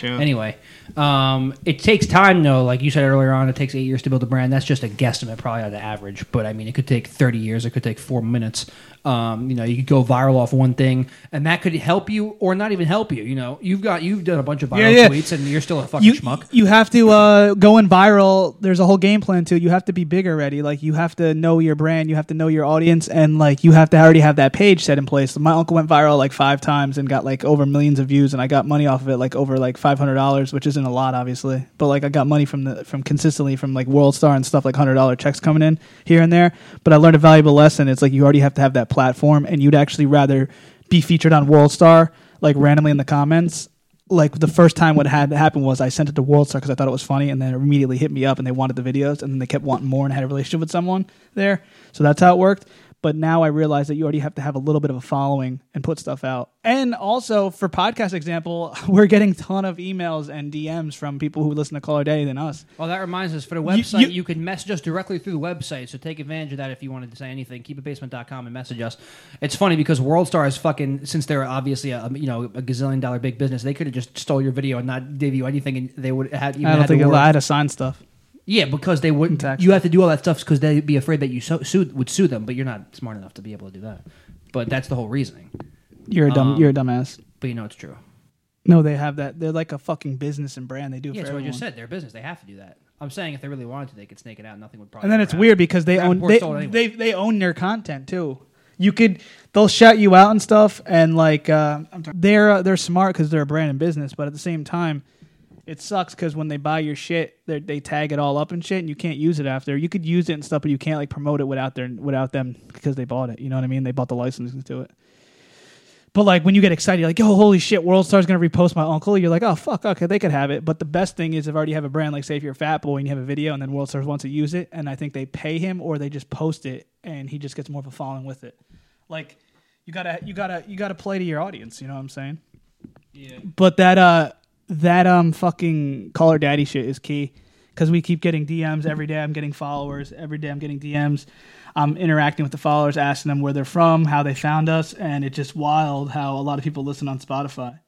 Speaker 12: Anyway, um, it takes time though. Like you said earlier on, it takes eight years to build a brand. That's just a guesstimate, probably on the average. But I mean, it could take thirty years. It could take four minutes. Um, you know, you could go viral off one thing, and that could help you or not even help you. You know, you've got you've done a bunch of viral
Speaker 4: Yeah, yeah.
Speaker 12: tweets, and you're still a fucking
Speaker 4: you,
Speaker 12: schmuck.
Speaker 4: You have to uh, go in viral. There's a whole game plan too. You have to be big already. Like you have to know your brand. You have to know your audience, and like you have to already have that page set in place. My uncle went viral like five times and got like over millions of views, and I got money off of it, like over like five hundred dollars, which isn't a lot, obviously, but like I got money from the from consistently from like World Star and stuff, like hundred dollar checks coming in here and there. But I learned a valuable lesson. It's like you already have to have that platform, and you'd actually rather be featured on World Star like randomly in the comments like the first time what had happened was I sent it to WorldStar because I thought it was funny, and then it immediately hit me up, and they wanted the videos, and then they kept wanting more, and I had a relationship with someone there, so that's how it worked. But now I realize that you already have to have a little bit of a following and put stuff out. And also for podcast example, we're getting ton of emails and DMs from people who listen to Caller Day than us.
Speaker 12: Oh, that reminds us. For the
Speaker 4: You-
Speaker 12: website, you,
Speaker 4: you-
Speaker 12: can message us directly through the website. So take advantage of that if you wanted to say anything. Keepitbasement.com and message us. It's funny because WorldStar is fucking since they're obviously a you know a gazillion dollar big business. They could have just stole your video and not give you anything, and they would have. Even
Speaker 4: I
Speaker 12: had
Speaker 4: don't think
Speaker 12: the
Speaker 4: it-
Speaker 12: word-
Speaker 4: I had to sign stuff.
Speaker 12: Yeah, because they wouldn't. You have to do all that stuff because they'd be afraid that you so, sue, would sue them. But you're not smart enough to be able to do that. But that's the whole reasoning.
Speaker 4: You're a dumb.
Speaker 12: Um,
Speaker 4: you're a dumbass.
Speaker 12: But you know it's true.
Speaker 4: No, they have that. They're like a fucking business and brand. They do. it
Speaker 12: Yeah,
Speaker 4: for
Speaker 12: that's what I
Speaker 4: everyone.
Speaker 12: just said. They're a business. They have to do that. I'm saying if they really wanted to, they could snake it out. Nothing would probably.
Speaker 4: and then it's weird because they own
Speaker 12: Rappaport
Speaker 4: they,
Speaker 12: sold anyway.
Speaker 4: they they own their content too. You could they'll shout you out and stuff, and like uh, they're uh, they're smart because they're a brand and business, but at the same time, it sucks because when they buy your shit, they they tag it all up and shit, and you can't use it after. You could use it and stuff, but you can't like promote it without their without them because they bought it. You know what I mean? They bought the licenses to it. But like when you get excited, you're like, oh, holy shit, WorldStar's gonna repost my uncle. You're like, oh fuck, okay, they could have it. But the best thing is if I already have a brand, like say if you're a Fat Boy and you have a video, and then WorldStar wants to use it, and I think they pay him or they just post it, and he just gets more of a following with it. Like you gotta you gotta you gotta play to your audience. You know what I'm saying? Yeah. But that uh that um fucking caller daddy shit is key because we keep getting DMs every day. I'm getting followers every day. I'm getting DMs. I'm interacting with the followers, asking them where they're from, how they found us, and it's just wild how a lot of people listen on Spotify.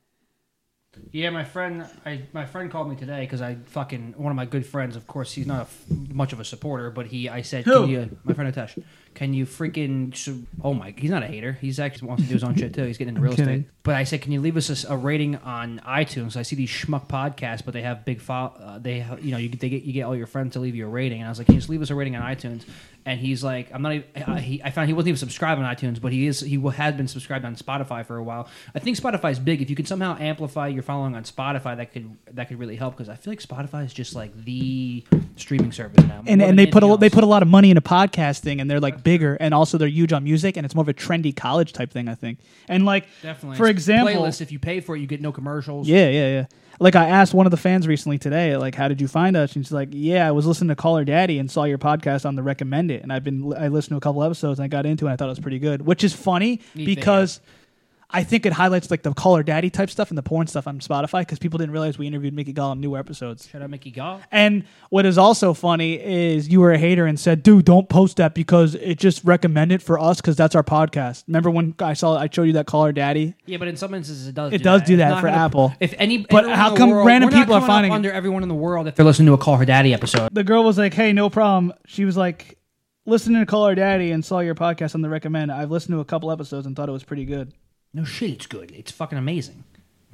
Speaker 12: Yeah, my friend, I my friend called me today because I fucking one of my good friends. Of course, he's not a f- much of a supporter, but he I said,
Speaker 4: Who?
Speaker 12: Can you, my friend Atesh, can you freaking? su- Oh my, he's not a hater. He's actually wants to do his own shit too. He's getting into
Speaker 4: I'm
Speaker 12: real
Speaker 4: kidding.
Speaker 12: estate. But I said, can you leave us a, s- a rating on iTunes? I see these schmuck podcasts, but they have big file. Uh, they ha- you know you get- they get you get all your friends to leave you a rating, and I was like, can you just leave us a rating on iTunes? And he's like, I'm not. Even, uh, he, I found he wasn't even subscribed on iTunes, but he is. He wa- had been subscribed on Spotify for a while. I think Spotify's big. If you can somehow amplify your following on Spotify, that could that could really help because I feel like Spotify is just like the streaming service now.
Speaker 4: And
Speaker 12: More
Speaker 4: and
Speaker 12: than
Speaker 4: they put a
Speaker 12: anything
Speaker 4: lo- they
Speaker 12: else.
Speaker 4: put a lot of money into podcasting, and they're like bigger, and also they're huge on music, and it's more of a trendy college type thing, I think. And like
Speaker 12: definitely
Speaker 4: for example,
Speaker 12: playlist. If you pay for it, you get no commercials.
Speaker 4: Yeah, yeah, yeah. Like I asked one of the fans recently today, like, "How did you find us?" And she's like, "Yeah, I was listening to Call Her Daddy and saw your podcast on the Recommend It, and I've been I listened to a couple episodes and I got into it. and I thought it was pretty good, which is funny
Speaker 12: Neat
Speaker 4: because I think it highlights like the Call Her Daddy type stuff and the porn stuff on Spotify because people didn't realize we interviewed Mickey Gall on newer episodes.
Speaker 12: Shout out Mickey Gall.
Speaker 4: And what is also funny is you were a hater and said, "Dude, don't post that because it just recommended for us because that's our podcast." Remember when I saw I showed you that Call Her Daddy?
Speaker 12: Yeah, but in some instances it does.
Speaker 4: It does do
Speaker 12: It's
Speaker 4: that
Speaker 12: not
Speaker 4: for
Speaker 12: gonna-
Speaker 4: Apple.
Speaker 12: If any,
Speaker 4: But
Speaker 12: everyone
Speaker 4: how
Speaker 12: in the
Speaker 4: come
Speaker 12: world-
Speaker 4: random
Speaker 12: we're not
Speaker 4: people are
Speaker 12: coming up
Speaker 4: finding it?
Speaker 12: under everyone in the world if they're listening to a Call Her Daddy episode?
Speaker 4: The girl was like, "Hey, no problem." She was like, listening to Call Our Daddy and saw your podcast on the recommend. I've listened to a couple episodes and thought it was pretty good.
Speaker 12: No shit, it's good. It's fucking amazing.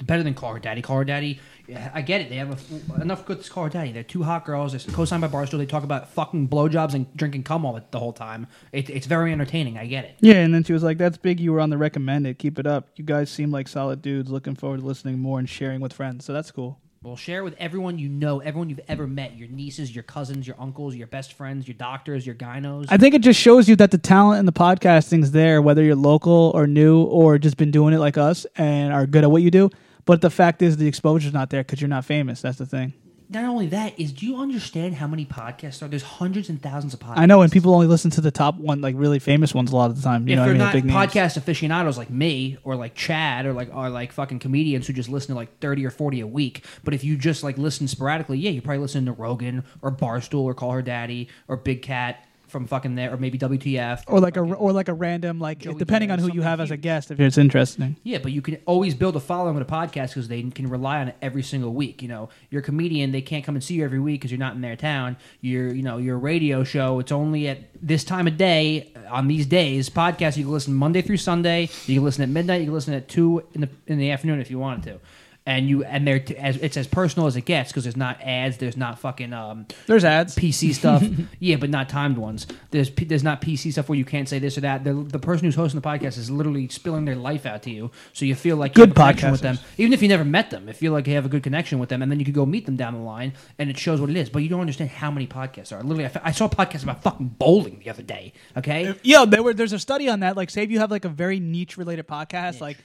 Speaker 12: Better than Call Her Daddy. Call Her Daddy. yeah, I get it. They have a, enough good to Call Her Daddy. They're two hot girls. They're co-signed by Barstool. They talk about fucking blowjobs and drinking cum all the, the whole time. It, it's very entertaining. I get it.
Speaker 4: Yeah, and then she was like, "That's big. You were on the recommended. Keep it up. You guys seem like solid dudes. Looking forward to listening more and sharing with friends. So that's cool."
Speaker 12: Well, share with everyone you know, everyone you've ever met, your nieces, your cousins, your uncles, your best friends, your doctors, your gynos.
Speaker 4: I think it just shows you that the talent in the podcasting's there, whether you're local or new or just been doing it like us and are good at what you do. But the fact is, the exposure's not there because you're not famous. That's the thing.
Speaker 12: Not only that is, do you understand how many podcasts are? There's hundreds and thousands of podcasts.
Speaker 4: I know, and people only listen to the top one, like really famous ones, a lot of the time. You
Speaker 12: if
Speaker 4: know, what
Speaker 12: they're
Speaker 4: I mean, The
Speaker 12: not
Speaker 4: big names.
Speaker 12: podcast aficionados like me or like Chad or like or like fucking comedians who just listen to like thirty or forty a week, but if you just like listen sporadically, yeah, you probably listen to Rogan or Barstool or Call Her Daddy or Big Cat from fucking there or maybe WTF
Speaker 4: or like a or like a random like depending on who you have as a guest. If it's interesting,
Speaker 12: Yeah, but you can always build a following with a podcast because they can rely on it every single week. You know, you're a comedian; they can't come and see you every week because you're not in their town. You're, you know, you're a radio show. It's only at this time of day uh, on these days. Podcasts you can listen Monday through Sunday. You can listen at midnight. You can listen at two in the in the afternoon if you wanted to. And you and they're t- as it's as personal as it gets because there's not ads. There's not fucking um.
Speaker 4: There's ads.
Speaker 12: PC stuff. yeah, but not timed ones. There's P- there's not PC stuff where you can't say this or that. The, the person who's hosting the podcast is literally spilling their life out to you, so you feel like you
Speaker 4: Good
Speaker 12: have a connection with
Speaker 4: podcasters.
Speaker 12: them, even if you never met them. It feel like you have a good connection with them, and then you could go meet them down the line, and it shows what it is. But you don't understand how many podcasts there are. Literally, I, f- I saw a podcast about fucking bowling the other day. Okay,
Speaker 4: Yo, there were there's a study on that. Like, say if you have like a very niche related podcast, like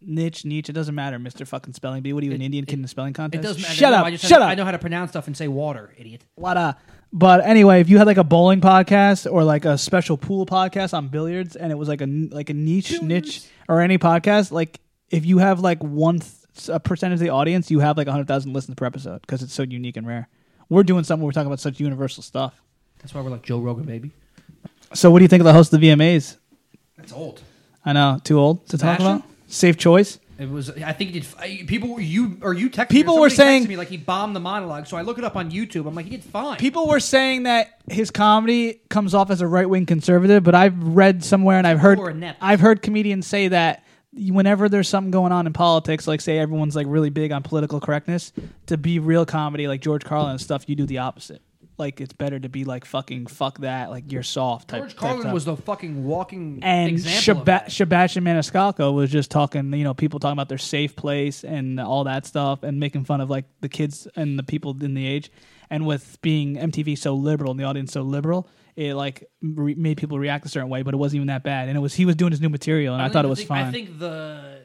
Speaker 4: niche niche, it doesn't matter, Mister Fucking Spelling Bee. What are you, an Indian kid in a spelling
Speaker 12: it
Speaker 4: contest?
Speaker 12: doesn't matter.
Speaker 4: Shut
Speaker 12: No,
Speaker 4: up!
Speaker 12: I just
Speaker 4: Shut
Speaker 12: I
Speaker 4: up!
Speaker 12: know how to pronounce stuff and say water, idiot.
Speaker 4: What uh But anyway, if you had like a bowling podcast or like a special pool podcast on billiards, and it was like a n- like a niche niche or any podcast, like if you have like one th- a percentage of the audience, you have like hundred thousand listens per episode because it's so unique and rare. We're doing something. where We're talking about such universal stuff.
Speaker 12: That's why we're like Joe Rogan, baby.
Speaker 4: So, what do you think of the host of the VMAs?
Speaker 12: That's old.
Speaker 4: I know, too old to talk
Speaker 12: Sebastian?
Speaker 4: about. Safe choice.
Speaker 12: It was. I think he did. I, people were you or you texted
Speaker 4: People
Speaker 12: me, or
Speaker 4: were
Speaker 12: somebody texted
Speaker 4: saying-
Speaker 12: me like he bombed the monologue. So I look it up on YouTube. I'm like, he did fine.
Speaker 4: People were saying that his comedy comes off as a right wing conservative, but I've read somewhere and I've heard
Speaker 12: Or inept.
Speaker 4: I've heard comedians say that whenever there's something going on in politics, like say everyone's like really big on political correctness, to be real comedy like George Carlin and stuff, you do the opposite. Like it's better to be like fucking fuck that, like you're soft. Type,
Speaker 12: George
Speaker 4: type
Speaker 12: Carlin
Speaker 4: stuff.
Speaker 12: was the fucking walking
Speaker 4: and
Speaker 12: example. of
Speaker 4: Sheba- Sebastian Maniscalco was just talking, you know, people talking about their safe place and all that stuff, and making fun of like the kids and the people in the age, and with being MTV so liberal and the audience so liberal, it like re- made people react a certain way, but it wasn't even that bad, and it was he was doing his new material, and I,
Speaker 12: don't
Speaker 4: thought it
Speaker 12: even
Speaker 4: was
Speaker 12: think-
Speaker 4: fine.
Speaker 12: I think the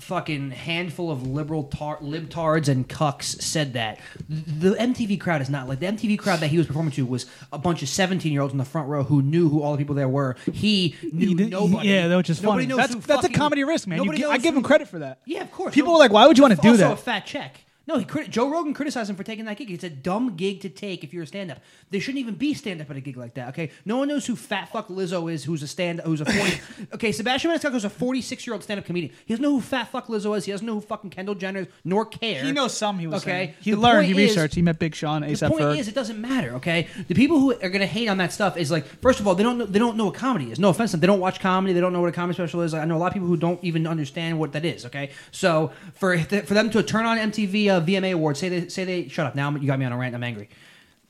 Speaker 12: fucking handful of liberal tar- libtards and cucks said that the MTV crowd is not like the MTV crowd that he was performing to was a bunch of 17 year olds in the front row who knew who all the people there were. He knew
Speaker 4: He did-
Speaker 12: nobody.
Speaker 4: yeah, that was just
Speaker 12: nobody
Speaker 4: funny.
Speaker 12: Knows
Speaker 4: That's-
Speaker 12: who
Speaker 4: that's a
Speaker 12: fucking-
Speaker 4: comedy risk, man. You
Speaker 12: Nobody
Speaker 4: gi- I
Speaker 12: knows
Speaker 4: give
Speaker 12: who-
Speaker 4: him credit for that.
Speaker 12: Yeah, of course.
Speaker 4: People were like, "Why would you wanna
Speaker 12: It's
Speaker 4: do
Speaker 12: also
Speaker 4: that?"
Speaker 12: a fat check. No, he crit- Joe Rogan criticized him for taking that gig. It's a dumb gig to take if you're a stand-up. There shouldn't even be stand-up at a gig like that. Okay, no one knows who fat fuck Lizzo is, who's a stand, who's a 40. okay, Sebastian Maniscalco is a 46 year old stand-up comedian. He doesn't know who fat fuck Lizzo is. He doesn't know who fucking Kendall Jenner is, nor care.
Speaker 4: he knows some. He was
Speaker 12: okay.
Speaker 4: saying. He
Speaker 12: The
Speaker 4: learned.
Speaker 12: point
Speaker 4: He
Speaker 12: is-
Speaker 4: researched. he met Big Sean.
Speaker 12: the
Speaker 4: ASAP
Speaker 12: point
Speaker 4: Ferg.
Speaker 12: is, it doesn't matter. Okay, the people who are gonna hate on that stuff is like, first of all, they don't know, they don't know what comedy is. No offense, to them. they don't watch comedy. They don't know what a comedy special is. I know a lot of people who don't even understand what that is. Okay, so for for them to turn on MTV uh, VMA awards, say they say they shut up. Now I'm- you got me on a rant. I'm angry.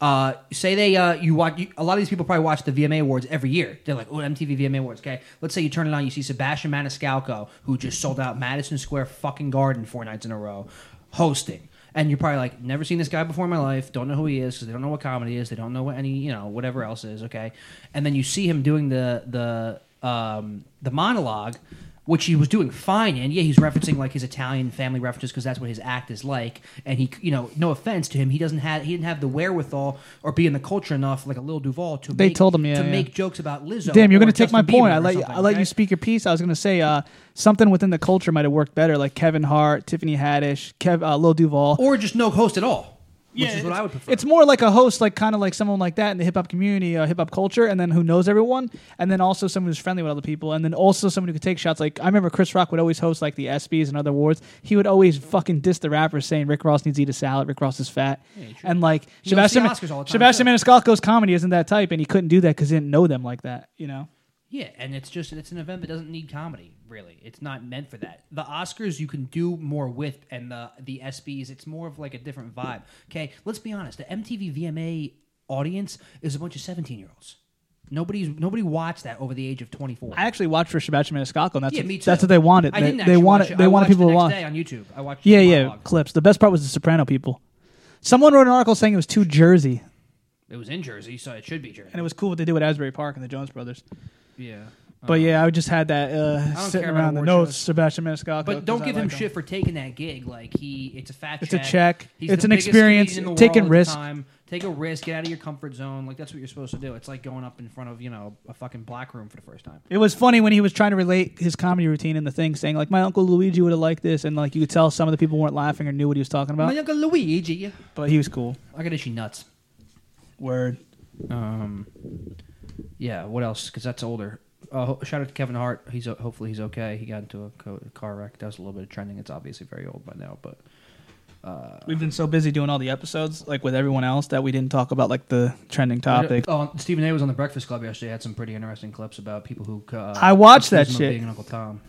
Speaker 12: Uh, say they uh, you watch you, a lot of these people probably watch the VMA awards every year. They're like, oh, MTV VMA awards. Okay, let's say you turn it on, you see Sebastian Maniscalco, who just sold out Madison Square fucking Garden four nights in a row, hosting. And you're probably like, never seen this guy before in my life. Don't know who he is because they don't know what comedy is. They don't know what any you know whatever else is. Okay, and then you see him doing the the um, the monologue, which he was doing fine in. Yeah, he's referencing like his Italian family references because that's what his act is like. And he, you know, no offense to him, he doesn't have he didn't have the wherewithal or be in the culture enough like a Lil Duval to
Speaker 4: They
Speaker 12: make,
Speaker 4: told him, yeah,
Speaker 12: to
Speaker 4: yeah.
Speaker 12: make jokes about Lizzo.
Speaker 4: Damn, you're
Speaker 12: going
Speaker 4: gonna
Speaker 12: to
Speaker 4: take my point. I let you, I let you speak your piece. I was gonna say uh, something within the culture might have worked better, like Kevin Hart, Tiffany Haddish, Kev, uh, Lil Duval,
Speaker 12: or just no host at all. which is what I would prefer.
Speaker 4: It's more like a host, like kind of like someone like that in the hip hop community, uh, hip hop culture, and then who knows everyone, and then also someone who's friendly with other people, and then also someone who could take shots. Like I remember Chris Rock would always host like the ESPYS and other awards. He would always fucking diss the rappers, saying Rick Ross needs to eat a salad, Rick Ross is fat,
Speaker 12: Yeah, true.
Speaker 4: and like
Speaker 12: He hosts the
Speaker 4: Sebastian
Speaker 12: Oscars all the time,
Speaker 4: Sebastian Maniscalco's comedy isn't that type, and he couldn't do that because he didn't know them like that, you know.
Speaker 12: Yeah, and it's just it's an event that doesn't need comedy. Really, it's not meant for that. The Oscars you can do more with, and the the ESPYS it's more of like a different vibe. Okay, let's be honest. The MTV VMA audience is a bunch of seventeen year olds. Nobody's nobody watched that over the age of twenty four.
Speaker 4: I actually watched for Sebastian Maniscalco, and that's
Speaker 12: Yeah,
Speaker 4: what,
Speaker 12: me too.
Speaker 4: that's what they wanted.
Speaker 12: I
Speaker 4: they,
Speaker 12: didn't
Speaker 4: they
Speaker 12: actually
Speaker 4: wanted
Speaker 12: watch it.
Speaker 4: they
Speaker 12: I
Speaker 4: wanted
Speaker 12: watched
Speaker 4: people
Speaker 12: the
Speaker 4: to
Speaker 12: next
Speaker 4: watch.
Speaker 12: day on YouTube. I watched
Speaker 4: Yeah,
Speaker 12: the
Speaker 4: yeah,
Speaker 12: monologue.
Speaker 4: clips. The best part was the Soprano people. Someone wrote an article saying it was too Jersey,
Speaker 12: It was in Jersey, so it should be Jersey.
Speaker 4: and it was cool what they did with Asbury Park and the Jones Brothers.
Speaker 12: Yeah.
Speaker 4: But yeah, I just had that uh,
Speaker 12: Uh-huh. don't
Speaker 4: sitting
Speaker 12: care about
Speaker 4: around the
Speaker 12: award
Speaker 4: notes,
Speaker 12: shows.
Speaker 4: Sebastian Maniscalco.
Speaker 12: But don't
Speaker 4: 'cause I
Speaker 12: give him
Speaker 4: like
Speaker 12: shit for taking that gig. Like he, it's a fat.
Speaker 4: It's a
Speaker 12: check.
Speaker 4: check.
Speaker 12: He's
Speaker 4: It's
Speaker 12: the
Speaker 4: an
Speaker 12: biggest
Speaker 4: experience.
Speaker 12: comedian In the
Speaker 4: Taking
Speaker 12: world at the
Speaker 4: risk.
Speaker 12: Time. Take a risk. Get out of your comfort zone. Like that's what you're supposed to do. It's like going up in front of you know a fucking black room for the first time.
Speaker 4: It was funny when he was trying to relate his comedy routine in the thing, saying like, "My uncle Luigi would have liked this," and like you could tell some of the people weren't laughing or knew what he was talking about.
Speaker 12: My uncle Luigi.
Speaker 4: But he was cool.
Speaker 12: I got itchy nuts.
Speaker 4: Word.
Speaker 12: Um. Yeah. What else? Because that's older. Uh, ho- shout out to Kevin Hart. He's uh, hopefully he's okay. He got into a co- car wreck. That was a little bit of trending. It's obviously very old by now, but uh,
Speaker 4: We've been so busy doing all the episodes, like with everyone else, that we didn't talk about like the trending topic.
Speaker 12: Oh, Stephen A. was on the Breakfast Club yesterday. Had some pretty interesting clips about people who. Uh,
Speaker 4: I watched that
Speaker 12: accuse him of
Speaker 4: shit.
Speaker 12: Being Uncle Tom.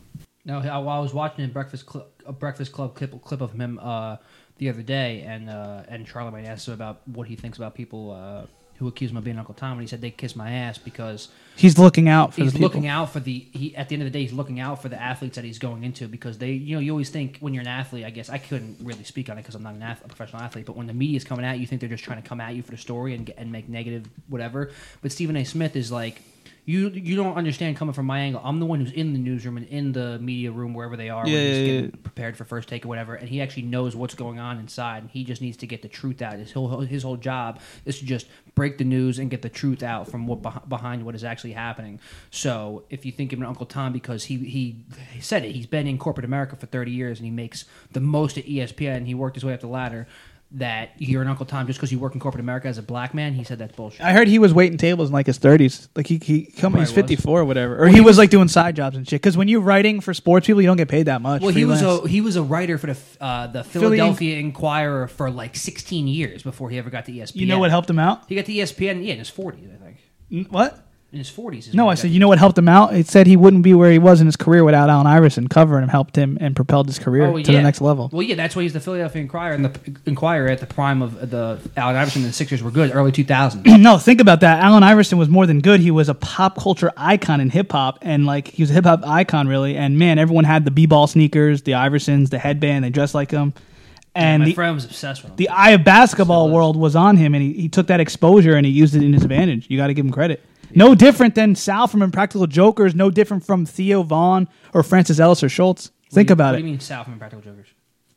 Speaker 12: No, I, I was watching a Breakfast Club, a Breakfast Club clip, clip of him uh, the other day, and uh, and Charlie might asked him about what he thinks about people uh, who accuse him of being Uncle Tom, and he said they kiss my ass because
Speaker 4: He's looking out for
Speaker 12: he's
Speaker 4: the people.
Speaker 12: looking out for the he at the end of the day he's looking out for the athletes that he's going into because they you know you always think when you're an athlete I guess I couldn't really speak on it because I'm not an ath- a professional athlete but when the media is coming at you you think they're just trying to come at you for the story and get, and make negative whatever but Stephen A Smith is like you you don't understand coming from my angle I'm the one who's in the newsroom and in the media room wherever they are when
Speaker 4: Yeah,
Speaker 12: he's
Speaker 4: yeah,
Speaker 12: getting
Speaker 4: yeah.
Speaker 12: prepared for first take or whatever and he actually knows what's going on inside and he just needs to get the truth out his whole his whole job is to just break the news and get the truth out from what beh- behind what is actually happening so if you think of an uncle tom because he he said it he's been in corporate america for 30 years and he makes the most at E espn and he worked his way up the ladder that you're an uncle tom just because you work in corporate america as a black man he said that's bullshit
Speaker 4: I heard he was waiting tables in like his thirties. Like he he come
Speaker 12: Probably
Speaker 4: he's fifty four or whatever, or
Speaker 12: Well,
Speaker 4: he,
Speaker 12: he
Speaker 4: was,
Speaker 12: was-
Speaker 4: like doing side jobs and shit. Because when you're writing for sports people, you don't get paid that much.
Speaker 12: Well, he was
Speaker 4: freelance.
Speaker 12: a he was a writer for the uh, the
Speaker 4: Philly
Speaker 12: Philadelphia Inquirer for like 16 years before he ever got to E ESPN.
Speaker 4: You know what helped him out?
Speaker 12: He got E to ESPN, yeah, in his 40s, I think.
Speaker 4: N- What?
Speaker 12: In his 40s. Is
Speaker 4: No,
Speaker 12: when
Speaker 4: I
Speaker 12: he got
Speaker 4: said you know what helped him out. It said he wouldn't be where he was in his career without Allen Iverson covering him, helped him and propelled his career
Speaker 12: Oh,
Speaker 4: to
Speaker 12: yeah.
Speaker 4: the next level.
Speaker 12: Well, yeah, that's why he's the Philadelphia Inquirer and the Inquirer at the prime of the Allen Iverson and the Sixers were good early 2000s.
Speaker 4: no, think about that. Allen Iverson was more than good. He was a pop culture icon in hip hop, and like he was a hip hop icon really. And man, everyone had the b ball sneakers, the Iversons, the headband. They dressed like him. And
Speaker 12: my
Speaker 4: the,
Speaker 12: friend was obsessed with him.
Speaker 4: the eye of basketball world was on him, and he, he took that exposure and he used it in his advantage. You got to give him credit. No different than Sal from Impractical Jokers. No different from Theo Vaughn or Francis Ellis or Schultz. Think
Speaker 12: what
Speaker 4: about
Speaker 12: do
Speaker 4: it.
Speaker 12: you mean South from Practical Jokers?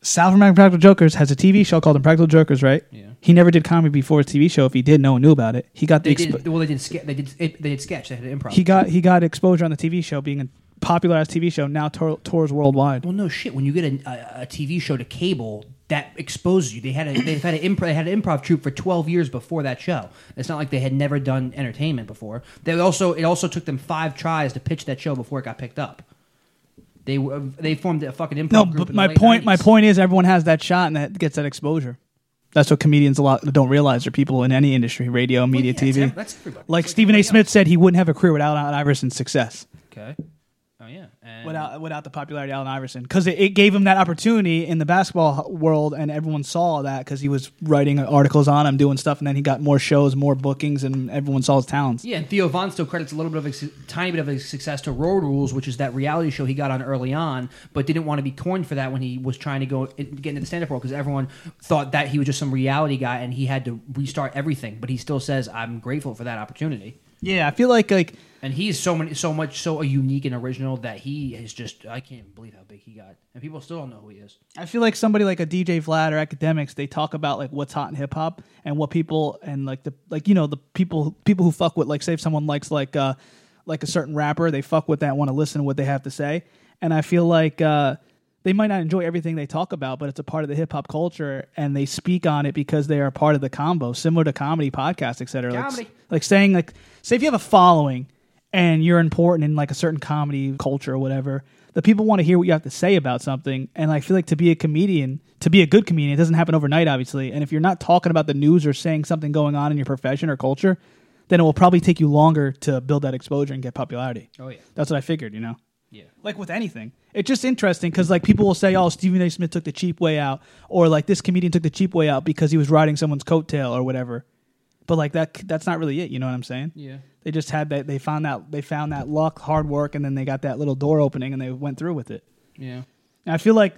Speaker 4: Sal from Impractical Jokers has a TV show called Impractical Jokers, right? Yeah. He never did comedy before his TV show. If he did, no one knew about it. He got the
Speaker 12: They
Speaker 4: expo-
Speaker 12: did, well, they did, ske- they, did, it, they did sketch. They had improv.
Speaker 4: he got he got exposure on the TV show, being a popularized TV show. Now tour, tours worldwide.
Speaker 12: Well, no shit. When you get a, a, a TV show to cable, that exposes you. They had a, they've had an improv they had an improv troupe for twelve years before that show. It's not like they had never done entertainment before. They also it also took them five tries to pitch that show before it got picked up. They were they formed a fucking improv
Speaker 4: No,
Speaker 12: group.
Speaker 4: but
Speaker 12: in the
Speaker 4: my
Speaker 12: late
Speaker 4: point
Speaker 12: 90s.
Speaker 4: my point is everyone has that shot and that gets that exposure. That's what comedians a lot don't realize are people in any industry, radio, media,
Speaker 12: yeah, it's
Speaker 4: TV.
Speaker 12: ev- that's everybody.
Speaker 4: Like Stephen A. Smith said, he wouldn't have a career without Allen Iverson's success,
Speaker 12: Okay. Oh yeah. And
Speaker 4: without without the popularity of Allen Iverson, because it, it gave him that opportunity in the basketball h- world, and everyone saw that because he was writing articles on him, doing stuff, and then he got more shows, more bookings, and everyone saw his talents.
Speaker 12: Yeah, and Theo Von still credits a little bit of a su- tiny bit of his success to Road Rules, which is that reality show he got on early on, but didn't want to be coined for that when he was trying to go in- get into the stand up world because everyone thought that he was just some reality guy and he had to restart everything. But he still says, "I'm grateful for that opportunity."
Speaker 4: Yeah, I feel like like
Speaker 12: And he's so many, so much, so unique and original that he is just I can't believe how big he got, and people still don't know who he is.
Speaker 4: I feel like somebody like a DJ Vlad or academics, they talk about like what's hot in hip hop and what people and like the like you know the people people who fuck with like say if someone likes like uh like a certain rapper, they fuck with that, want to listen to what they have to say, and I feel like uh they might not enjoy everything they talk about, but it's a part of the hip hop culture, and they speak on it because they are a part of the combo, similar to comedy podcasts, et cetera. Like,
Speaker 12: Comedy.
Speaker 4: like saying, like, say if you have a following and you're important in like a certain comedy culture or whatever, the people want to hear what you have to say about something. And I feel like to be a comedian, to be a good comedian, it doesn't happen overnight, obviously. And if you're not talking about the news or saying something going on in your profession or culture, then it will probably take you longer to build that exposure and get popularity.
Speaker 12: Oh, yeah.
Speaker 4: That's what I figured, you know?
Speaker 12: Yeah.
Speaker 4: Like with anything. It's just interesting because like people will say, "Oh, Stephen A. Smith took the cheap way out," or like this comedian took the cheap way out because he was riding someone's coattail or whatever. But like that, that's not really it. You know what I'm saying?
Speaker 12: Yeah.
Speaker 4: They just had that. They found that. They found that luck, hard work, and then they got that little door opening, and they went through with it.
Speaker 12: Yeah.
Speaker 4: And I feel like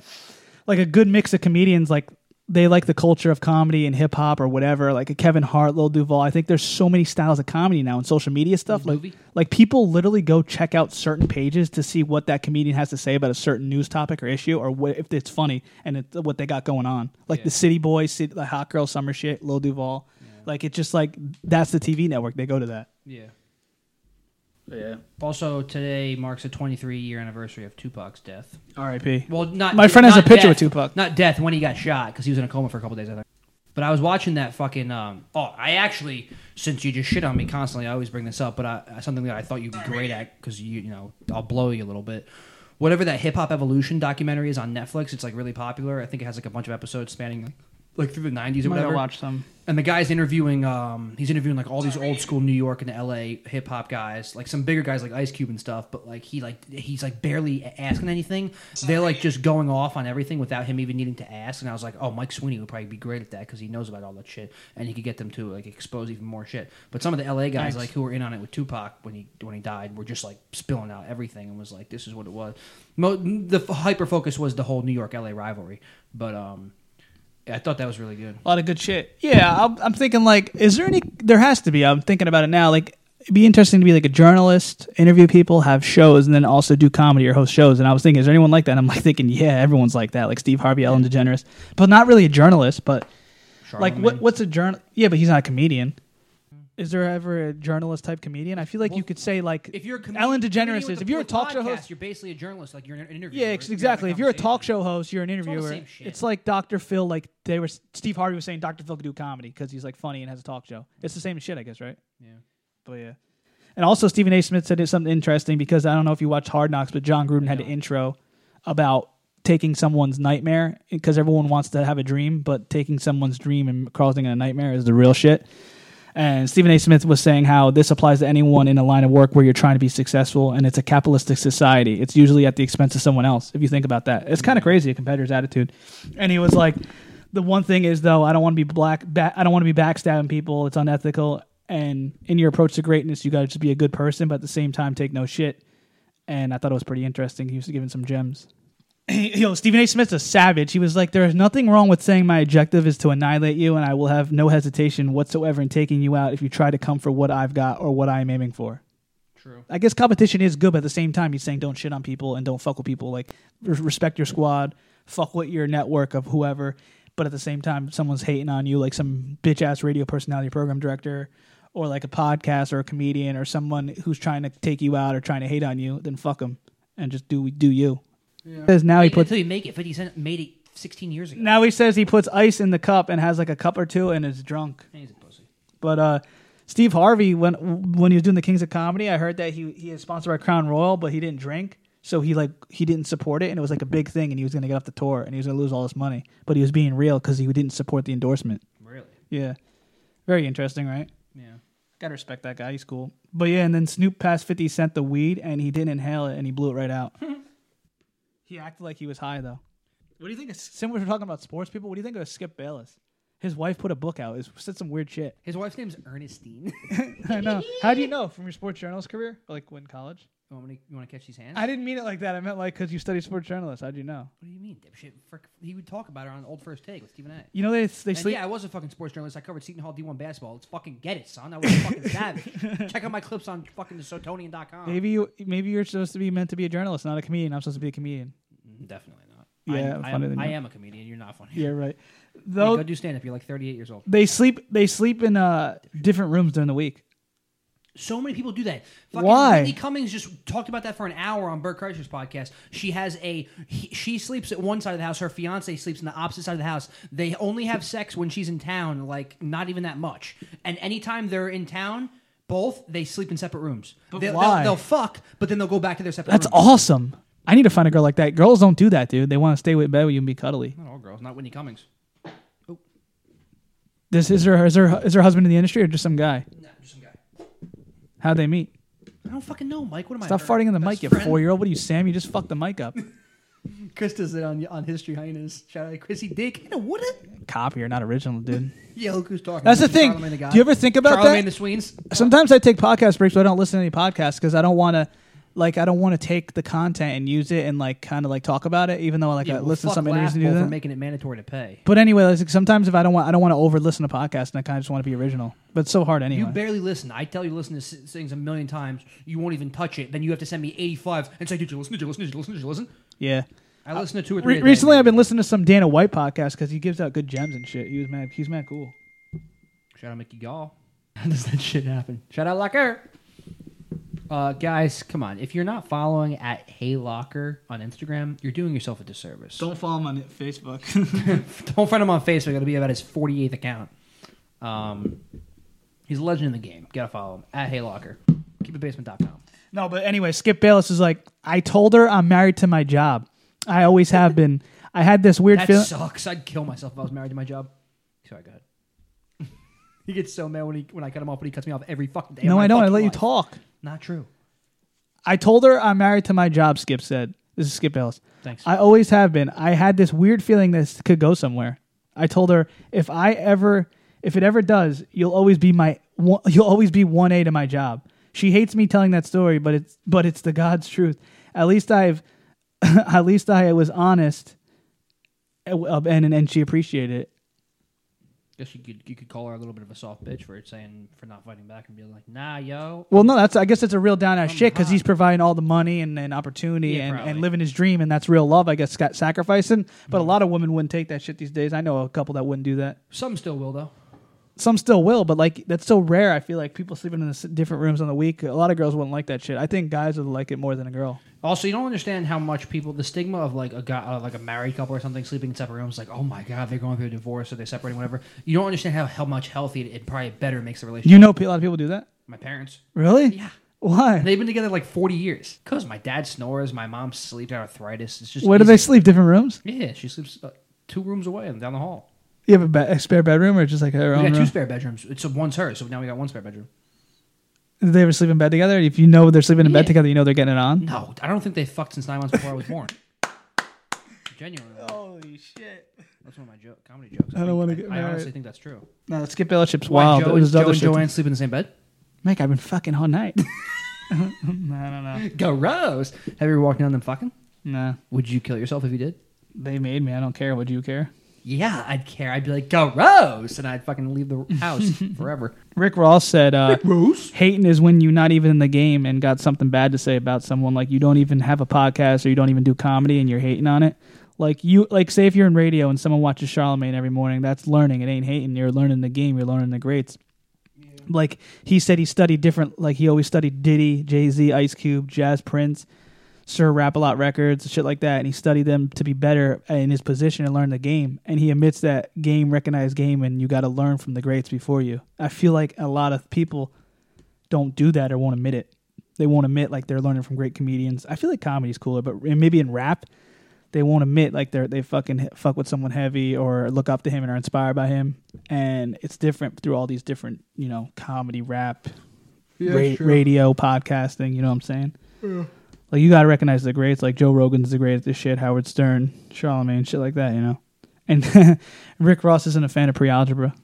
Speaker 4: like a good mix of comedians like they like the culture of comedy and hip hop or whatever, like a Kevin Hart, Lil Duval. I think there's so many styles of comedy now and social media stuff. Like, like people literally go check out certain pages to see what that comedian has to say about a certain news topic or issue, or wh- if it's funny and it's what they got going on. Like
Speaker 12: Yeah.
Speaker 4: the City Boys, City, the Hot Girl Summer shit, Lil Duval. Like it's just like that's the TV network. They go to that.
Speaker 12: Yeah. Yeah. Also, today marks the 23 year anniversary of Tupac's death.
Speaker 4: R.I.P.
Speaker 12: Well, not
Speaker 4: My friend has
Speaker 12: not
Speaker 4: a picture
Speaker 12: death-
Speaker 4: with Tupac.
Speaker 12: Not death when he got shot because he was in a coma for a couple days. I think. But I was watching that fucking. Um, oh, I actually, since you just shit on me constantly, I always bring this up. But I, something that I thought you'd be great at because you, you know, I'll blow you a little bit. Whatever that hip hop evolution documentary is on Netflix, it's like really popular. I think it has like a bunch of episodes spanning like, like through the '90s or
Speaker 4: Might have
Speaker 12: whatever.
Speaker 4: watched some.
Speaker 12: And the guy's interviewing, um, he's interviewing like all these old school New York and LA hip hop guys, like some bigger guys like Ice Cube and stuff. But like he like he's like barely asking anything. They're like just going off on everything without him even needing to ask. And I was like, oh, Mike Sweeney would probably be great at that because he knows about all that shit and he could get them to like expose even more shit. But some of the LA guys
Speaker 4: Thanks.
Speaker 12: like who were in on it with Tupac when he when he died were just like spilling out everything and was like, this is what it was. Mo- the hyper focus was the whole New York LA rivalry, but um. I thought that was really good.
Speaker 4: A lot of good shit. Yeah, I'm, I'm thinking like, is there any? There has to be. I'm thinking about it now. Like, it'd be interesting to be like a journalist, interview people, have shows, and then also do comedy or host shows. And I was thinking, is there anyone like that? And I'm like thinking, yeah, everyone's like that, like Steve Harvey, Ellen DeGeneres, but not really a journalist. But like, what what's a journal? Yeah, but he's not a comedian. Is there ever a journalist type comedian? I feel like you could say like
Speaker 12: if you're a comedian,
Speaker 4: Ellen
Speaker 12: comedian
Speaker 4: DeGeneres
Speaker 12: with
Speaker 4: is. If you're a talk show
Speaker 12: podcast,
Speaker 4: host,
Speaker 12: you're basically a journalist, like you're an interviewer.
Speaker 4: yeah, ex- exactly. If you're a talk show host, you're an
Speaker 12: all the
Speaker 4: interviewer. It's,
Speaker 12: same shit.
Speaker 4: like Dr. Phil. Like they were, Steve Harvey was saying Dr. Phil could do comedy because he's like funny and has a talk show. It's the same shit, I guess, right?
Speaker 12: Yeah.
Speaker 4: But yeah. And also, Stephen A. Smith said something interesting because I don't know if you watched Hard Knocks, but John Gruden had an intro about taking someone's nightmare because everyone wants to have a dream, but taking someone's dream and causing it a nightmare is the real shit. And Stephen A. Smith was saying how this applies to anyone in a line of work where you're trying to be successful, and it's a capitalistic society. It's usually at the expense of someone else. If you think about that, it's kind of crazy a competitor's attitude. And he was like, the one thing is though, I don't want to be black. Ba- I don't want to be backstabbing people. It's unethical. And in your approach to greatness, you got to just be a good person, but at the same time, take no shit. And I thought it was pretty interesting. He was giving some gems. Yo, Stephen A. Smith's a savage. He was like, "There is nothing wrong with saying my objective is to annihilate you, and I will have no hesitation whatsoever in taking you out if you try to come for what I've got or what I am aiming for."
Speaker 12: True.
Speaker 4: I guess competition is good, but at the same time, he's saying don't shit on people and don't fuck with people. Like re- respect your squad, fuck with your network of whoever. But at the same time, someone's hating on you, like some bitch ass radio personality program director, or like a podcast or a comedian or someone who's trying to take you out or trying to hate on you. Then fuck them and just do do you. Because now he
Speaker 12: Wait,
Speaker 4: puts
Speaker 12: until you make it. Fifty Cent made it sixteen years ago.
Speaker 4: now he says he puts ice in the cup and has like a cup or two and is drunk.
Speaker 12: He's a pussy.
Speaker 4: But uh, Steve Harvey, when when he was doing the Kings of Comedy, I heard that he he is sponsored by Crown Royal, but he didn't drink, so he like he didn't support it, and it was like a big thing, and he was gonna get off the tour, and he was gonna lose all his money, but he was being real because he didn't support the endorsement.
Speaker 12: Really?
Speaker 4: Yeah, very interesting, right?
Speaker 12: Yeah.
Speaker 4: Gotta respect that guy. He's cool. But yeah, and then Snoop passed Fifty Cent the weed, and he didn't inhale it, and he blew it right out. he acted like he was high though. Hmm. What do you think? Of, since we're talking about sports people, what do you think of Skip Bayless? His wife put a book out. It said some weird shit.
Speaker 12: His wife's name's Ernestine.
Speaker 4: I know. How do you know from your sports journalist career, or like when college?
Speaker 12: You want, me to, you want to catch these hands?
Speaker 4: I didn't mean it like that. I meant like because you study sports journalist. How do you know?
Speaker 12: What do you mean, dipshit? Frick, he would talk about her on Old First Take with Stephen A.
Speaker 4: You know they they
Speaker 12: And
Speaker 4: sleep.
Speaker 12: Yeah, I was a fucking sports journalist. I covered Seton Hall D1 basketball. Let's fucking get it, son. I was a fucking savage. Check out my clips on fucking Sotonian.com.
Speaker 4: Maybe you maybe you're supposed to be meant to be a journalist, not a comedian. I'm supposed to be a comedian.
Speaker 12: Definitely not.
Speaker 4: Yeah,
Speaker 12: I'm,
Speaker 4: funny
Speaker 12: I'm-
Speaker 4: than
Speaker 12: I
Speaker 4: you.
Speaker 12: am a comedian. You're not funny.
Speaker 4: Yeah, right.
Speaker 12: Though,
Speaker 4: Though
Speaker 12: go do stand up. You're like 38 years old.
Speaker 4: they sleep they sleep in uh different rooms during the week.
Speaker 12: So many people do that. Fucking
Speaker 4: Why?
Speaker 12: Whitney Cummings just talked about that for an hour on Bert Kreischer's podcast. She has a he, she sleeps at one side of the house. Her fiance sleeps on the opposite side of the house. They only have sex when she's in town, like not even that much. And anytime they're in town, both they sleep in separate rooms.
Speaker 4: But
Speaker 12: they'll,
Speaker 4: why?
Speaker 12: They'll, they'll fuck, but then they'll go back to their separate.
Speaker 4: That's
Speaker 12: rooms.
Speaker 4: awesome. I need to find a girl like that. Girls don't do that, dude. They want to stay with bed with you and be cuddly.
Speaker 12: Not all Oh, girls, not Whitney Cummings.
Speaker 4: This is her is her is her husband in the industry or just some guy? No, just some guy. How'd they meet?
Speaker 12: I don't fucking know, Mike. What am I?
Speaker 4: Stop
Speaker 12: her
Speaker 4: farting in the
Speaker 12: best
Speaker 4: mic, you
Speaker 12: friend?
Speaker 4: four year old. What are you, Sam? You just fucked the mic up.
Speaker 12: Chris does it on on History Hyenas. Shout out to Chrissy Dick. You know what? a-
Speaker 4: Copier, not original, dude.
Speaker 12: Yeah, look who's talking.
Speaker 4: That's the thing.
Speaker 12: Charlemagne God.
Speaker 4: Do you ever think about
Speaker 12: Charlemagne
Speaker 4: that?
Speaker 12: the Sweens.
Speaker 4: Sometimes I take podcast breaks, but I don't listen to any podcasts because I don't want to, like, I don't want to take the content and use it and like kind of like talk about it, even though like
Speaker 12: Yeah,
Speaker 4: I
Speaker 12: well,
Speaker 4: listen to
Speaker 12: fuck
Speaker 4: some interviews and do
Speaker 12: Laughable for
Speaker 4: that.
Speaker 12: making it mandatory to pay.
Speaker 4: but anyway, like, sometimes if I don't want, I don't want to over listen to podcasts, and I kind of just want to be original. But it's so hard anyway.
Speaker 12: You barely listen. I tell you to listen to s- things a million times. You won't even touch it. Then you have to send me 85 and say, did you listen? Did you listen? Did you listen? Did you listen?
Speaker 4: yeah.
Speaker 12: I listen to two or three.
Speaker 4: Uh, Re-
Speaker 12: a day.
Speaker 4: recently, I've been listening to some Dana White podcast because he gives out good gems and shit. He was mad. He's mad cool.
Speaker 12: Shout out Mickey Gall. How does that shit happen? Shout out Locker. Uh, guys, come on. If you're not following at Hey Locker on Instagram, you're doing yourself a disservice.
Speaker 4: Don't follow him on Facebook.
Speaker 12: Don't friend him on Facebook. It'll be about his 48th account. Um, he's a legend in the game. Gotta follow him at HeyLocker. KeepItBasement.com.
Speaker 4: No, but anyway, Skip Bayless is like, I told her I'm married to my job. I always have been. I had this weird
Speaker 12: That
Speaker 4: feeling.
Speaker 12: sucks. I'd kill myself if I was married to my job. Sorry, go ahead. he gets so mad when he when I cut him off, but he cuts me off every fucking day. of
Speaker 4: No,
Speaker 12: my
Speaker 4: I don't. I
Speaker 12: fucking
Speaker 4: let you
Speaker 12: life.
Speaker 4: talk.
Speaker 12: Not true.
Speaker 4: I told her I'm married to my job, Skip said. This is Skip Bayless.
Speaker 12: Thanks.
Speaker 4: I always have been. I had this weird feeling this could go somewhere. I told her if I ever, if it ever does, you'll always be my, one- you'll always be one A to my job. She hates me telling that story, but it's, but it's the God's truth. At least I've, at least I was honest, and and, and she appreciated it.
Speaker 12: Guess you could you could call her a little bit of a soft bitch for saying for not fighting back and being like, nah, yo.
Speaker 4: Well, no, that's I guess that's a real down ass shit because he's providing all the money and, and opportunity
Speaker 12: Yeah,
Speaker 4: and, and
Speaker 12: probably. Mm-hmm.
Speaker 4: living his dream, and that's real love. I guess got sacrificing, but a lot of women wouldn't take that shit these days. I know a couple that wouldn't do that.
Speaker 12: Some still will though.
Speaker 4: Some still will, but like that's so rare. I feel like people sleeping in the s- different rooms on the week. A lot of girls wouldn't like that shit. I think guys would like it more than a girl.
Speaker 12: Also, you don't understand how much people the stigma of like a guy, uh, like a married couple or something sleeping in separate rooms, like oh my god, they're going through a divorce or they're separating, whatever. You don't understand how, how much healthy it, it probably better makes the relationship.
Speaker 4: You know, pe- a lot of people do that.
Speaker 12: my parents,
Speaker 4: Really? Yeah. Why?
Speaker 12: they've been together like forty years. Cause my dad snores, my mom sleep arthritis. It's just
Speaker 4: Where do
Speaker 12: easy.
Speaker 4: they sleep? Different rooms?
Speaker 12: Yeah, she sleeps uh, two rooms away and down the hall.
Speaker 4: You have a, be- a spare bedroom or just like her
Speaker 12: we
Speaker 4: own
Speaker 12: got two
Speaker 4: room?
Speaker 12: spare bedrooms. It's one's hers, so now we got one spare bedroom.
Speaker 4: do they ever sleep in bed together? If you know they're sleeping in
Speaker 12: Yeah. Mm.
Speaker 4: bed together, you know they're getting it on.
Speaker 12: No, I don't think they fucked since nine months before I was born. Genuinely.
Speaker 4: Holy shit!
Speaker 12: That's one of my joke, comedy jokes.
Speaker 4: I don't
Speaker 12: think-
Speaker 4: wanna get
Speaker 12: I honestly
Speaker 4: married.
Speaker 12: think that's true.
Speaker 4: No, Skip Belichick's
Speaker 12: Why,
Speaker 4: wild.
Speaker 12: Joe
Speaker 4: It was
Speaker 12: and- Joe
Speaker 4: other
Speaker 12: and
Speaker 4: shit.
Speaker 12: Joanne sleep in the same bed?
Speaker 4: Mike, I've been fucking all night. I don't know.
Speaker 12: Gross. Have you ever walked in on them fucking?
Speaker 4: Nah.
Speaker 12: Would you kill yourself if you did?
Speaker 4: They made me. I don't care. Would you care?
Speaker 12: Yeah, I'd care. I'd be like, gross, and I'd fucking leave the house forever.
Speaker 4: Rick Ross said, uh, hating is when you're not even in the game and got something bad to say about someone. Like, you don't even have a podcast or you don't even do comedy and you're hating on it. Like, you, like, say if you're in radio and someone watches Charlemagne every morning, that's learning. It ain't hating. You're learning the game. You're learning the greats. Like, he said he studied different, like, he always studied Diddy, Jay Z, Ice Cube, Jazz Prince, Sir Rap a Lot Records, shit like that. And he studied them to be better in his position and learn the game. And he admits that game recognized game and you got to learn from the greats before you. I feel like a lot of people don't do that or won't admit it. They won't admit like they're learning from great comedians. I feel like comedy's cooler, but and maybe in rap, they won't admit like they're they fucking hit, fuck with someone heavy or look up to him and are inspired by him. And it's different through all these different you know comedy, rap,
Speaker 2: Yeah,
Speaker 4: ra-
Speaker 2: sure.
Speaker 4: radio, podcasting. You know what I'm saying?
Speaker 2: Yeah.
Speaker 4: Like you gotta recognize the greats, like Joe Rogan's the great at this shit, Howard Stern, Charlemagne, shit like that. You know. And Rick Ross isn't a fan of pre-algebra.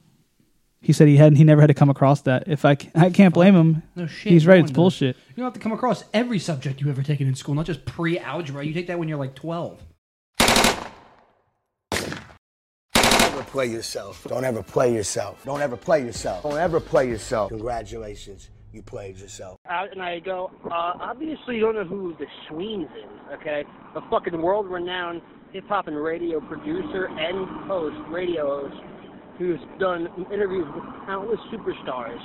Speaker 4: He said he hadn't. He never had to come across that. If I, c- I can't blame him.
Speaker 12: No shit.
Speaker 4: He's right.
Speaker 12: no
Speaker 4: It's
Speaker 12: one does.
Speaker 4: bullshit.
Speaker 12: You don't have to come across every subject you've ever taken in school, not just pre algebra. You take that when you're like 12.
Speaker 13: Don't ever play yourself. Don't ever play yourself. Don't ever play yourself. Don't ever play yourself. Congratulations, you played yourself.
Speaker 9: out and I go, uh, obviously you don't know who the Sweens is, okay? A fucking world renowned hip hop and radio producer and host, radio host, who's done interviews with countless superstars.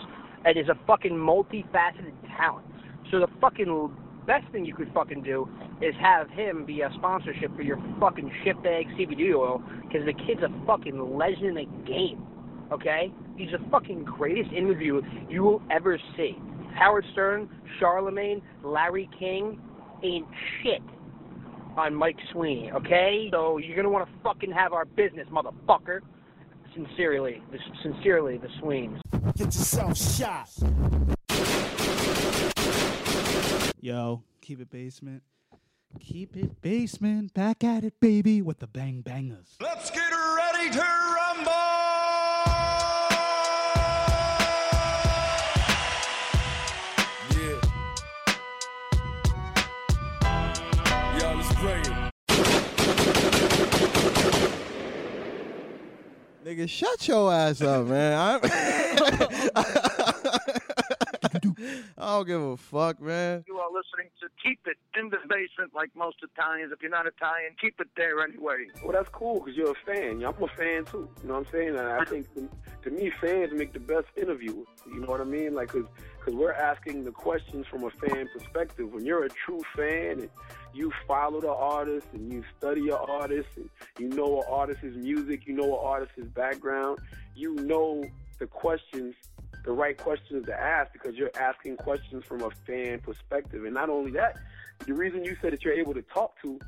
Speaker 9: and is a fucking multifaceted talent. So the fucking best thing you could fucking do is have him be a sponsorship for your fucking shitbag CBD oil because the kid's a fucking legend in the game. Okay, he's the fucking greatest interview you will ever see. Howard Stern, Charlemagne, Larry King, ain't shit on Mike Sweeney. Okay, so you're gonna want to fucking have our business, motherfucker. Sincerely, the, sincerely, the Sweens.
Speaker 13: Get yourself shot.
Speaker 4: Yo, keep it basement. Keep it basement. Back at it, baby, with the bang bangers.
Speaker 13: Let's get ready to rumble.
Speaker 14: Yeah. Y'all, let's bring it.
Speaker 10: Nigga, shut your ass up, man. I, I don't give a Oh, fuck, man.
Speaker 15: You are listening to Keep It in the Basement, like most Italians. If you're not Italian, keep it there anyway.
Speaker 5: Well, that's cool because you're a fan. Yeah, I'm a fan too. You know what I'm saying? And I think to, to me, fans make the best interviewers. You know what I mean? Like, because cause we're asking the questions from a fan perspective. When you're a true fan and you follow the artist and you study your artist and you know an artist's music, you know an artist's background, you know the questions the right questions to ask because you're asking questions from a fan perspective. And not only that, the reason you said that you're able to talk to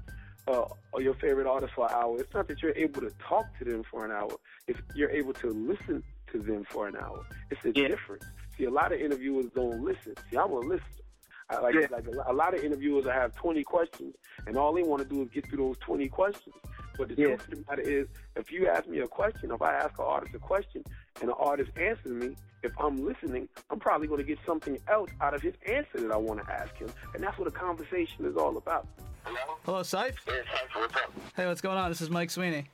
Speaker 5: uh, or your favorite artist for an hour, it's not that you're able to talk to them for an hour. It's you're able to listen to them for an hour. It's a difference. See, a lot of interviewers don't listen. See, I'm a listener. I like,
Speaker 15: Yeah.
Speaker 5: like a, lo- a lot of interviewers, I have 20 questions, and all they want to do is get through those 20 questions. But the
Speaker 15: Yeah.
Speaker 5: truth of the matter is, if you ask me a question, if I ask an artist a question, and the artist answers me, if I'm listening, I'm probably going to get something else out of his answer that I want to ask him. And that's what a conversation is all about.
Speaker 2: Hello, Syph.
Speaker 5: What's up?
Speaker 2: Hey, what's going on? This is Mike Sweeney.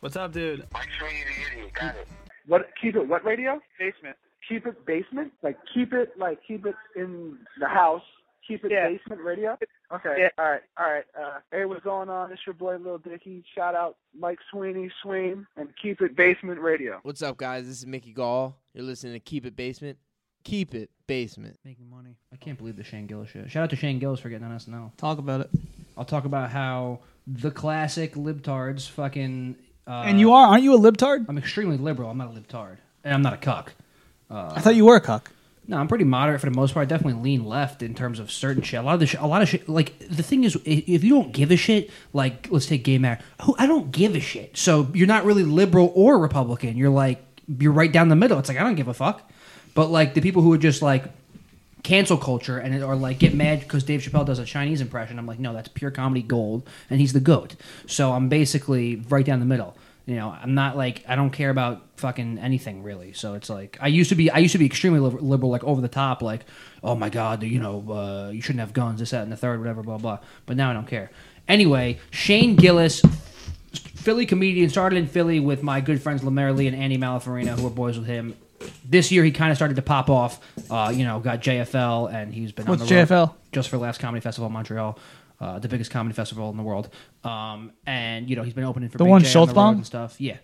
Speaker 2: What's up, dude?
Speaker 6: What keep it? What radio? Basement. Keep it basement. Like keep it. Like keep it in the house. Keep it
Speaker 7: Yeah.
Speaker 6: basement radio. Okay. All right. All right. Uh, hey, what's going on? It's your boy Lil Dicky. Shout out Mike Sweeney, Sween, and keep it basement radio.
Speaker 16: What's up, guys? This is Mickey Gall. You're listening to Keep It Basement. Keep It Basement.
Speaker 12: Making money. I can't believe the Shane Gillis shit. Shout out to Shane Gillis for getting on SNL.
Speaker 4: Talk about it.
Speaker 12: I'll talk about how the classic libtards fucking. Uh,
Speaker 4: And you are, aren't you a libtard?
Speaker 12: I'm extremely liberal. I'm not a libtard, and I'm not a cuck. Uh,
Speaker 4: I thought you were a cuck.
Speaker 12: No, I'm pretty moderate for the most part. I definitely lean left in terms of certain shit. A lot of the shit, a lot of shit. Like the thing is, i- if you don't give a shit, like let's take gay marriage. Who I don't give a shit. So you're not really liberal or Republican. You're like you're right down the middle. It's like I don't give a fuck. But like the people who are just like cancel culture and or like get mad because Dave Chappelle does a Chinese impression. I'm like, no, that's pure comedy gold, and he's the goat. So I'm basically right down the middle. You know, I'm not like I don't care about fucking anything really. So it's like I used to be. I used to be extremely liber- liberal, like over the top, like oh my god, you know, uh, you shouldn't have guns, this, that, and the third, whatever, blah blah. But now I don't care. Anyway, Shane Gillis, Philly comedian, started in Philly with my good friends Lemaire Lee and Andy Malafarina, who were boys with him. This year, he kind of started to pop off. Uh, you know, got JFL, and he's been
Speaker 4: What's
Speaker 12: on the road
Speaker 4: JFL?
Speaker 12: just for Last Comedy Festival in Montreal, uh, the biggest comedy festival in the world. Um, and you know, he's been opening for
Speaker 4: The
Speaker 12: Big
Speaker 4: one
Speaker 12: J on the road
Speaker 4: Schultzbaum?
Speaker 12: and stuff. Yeah.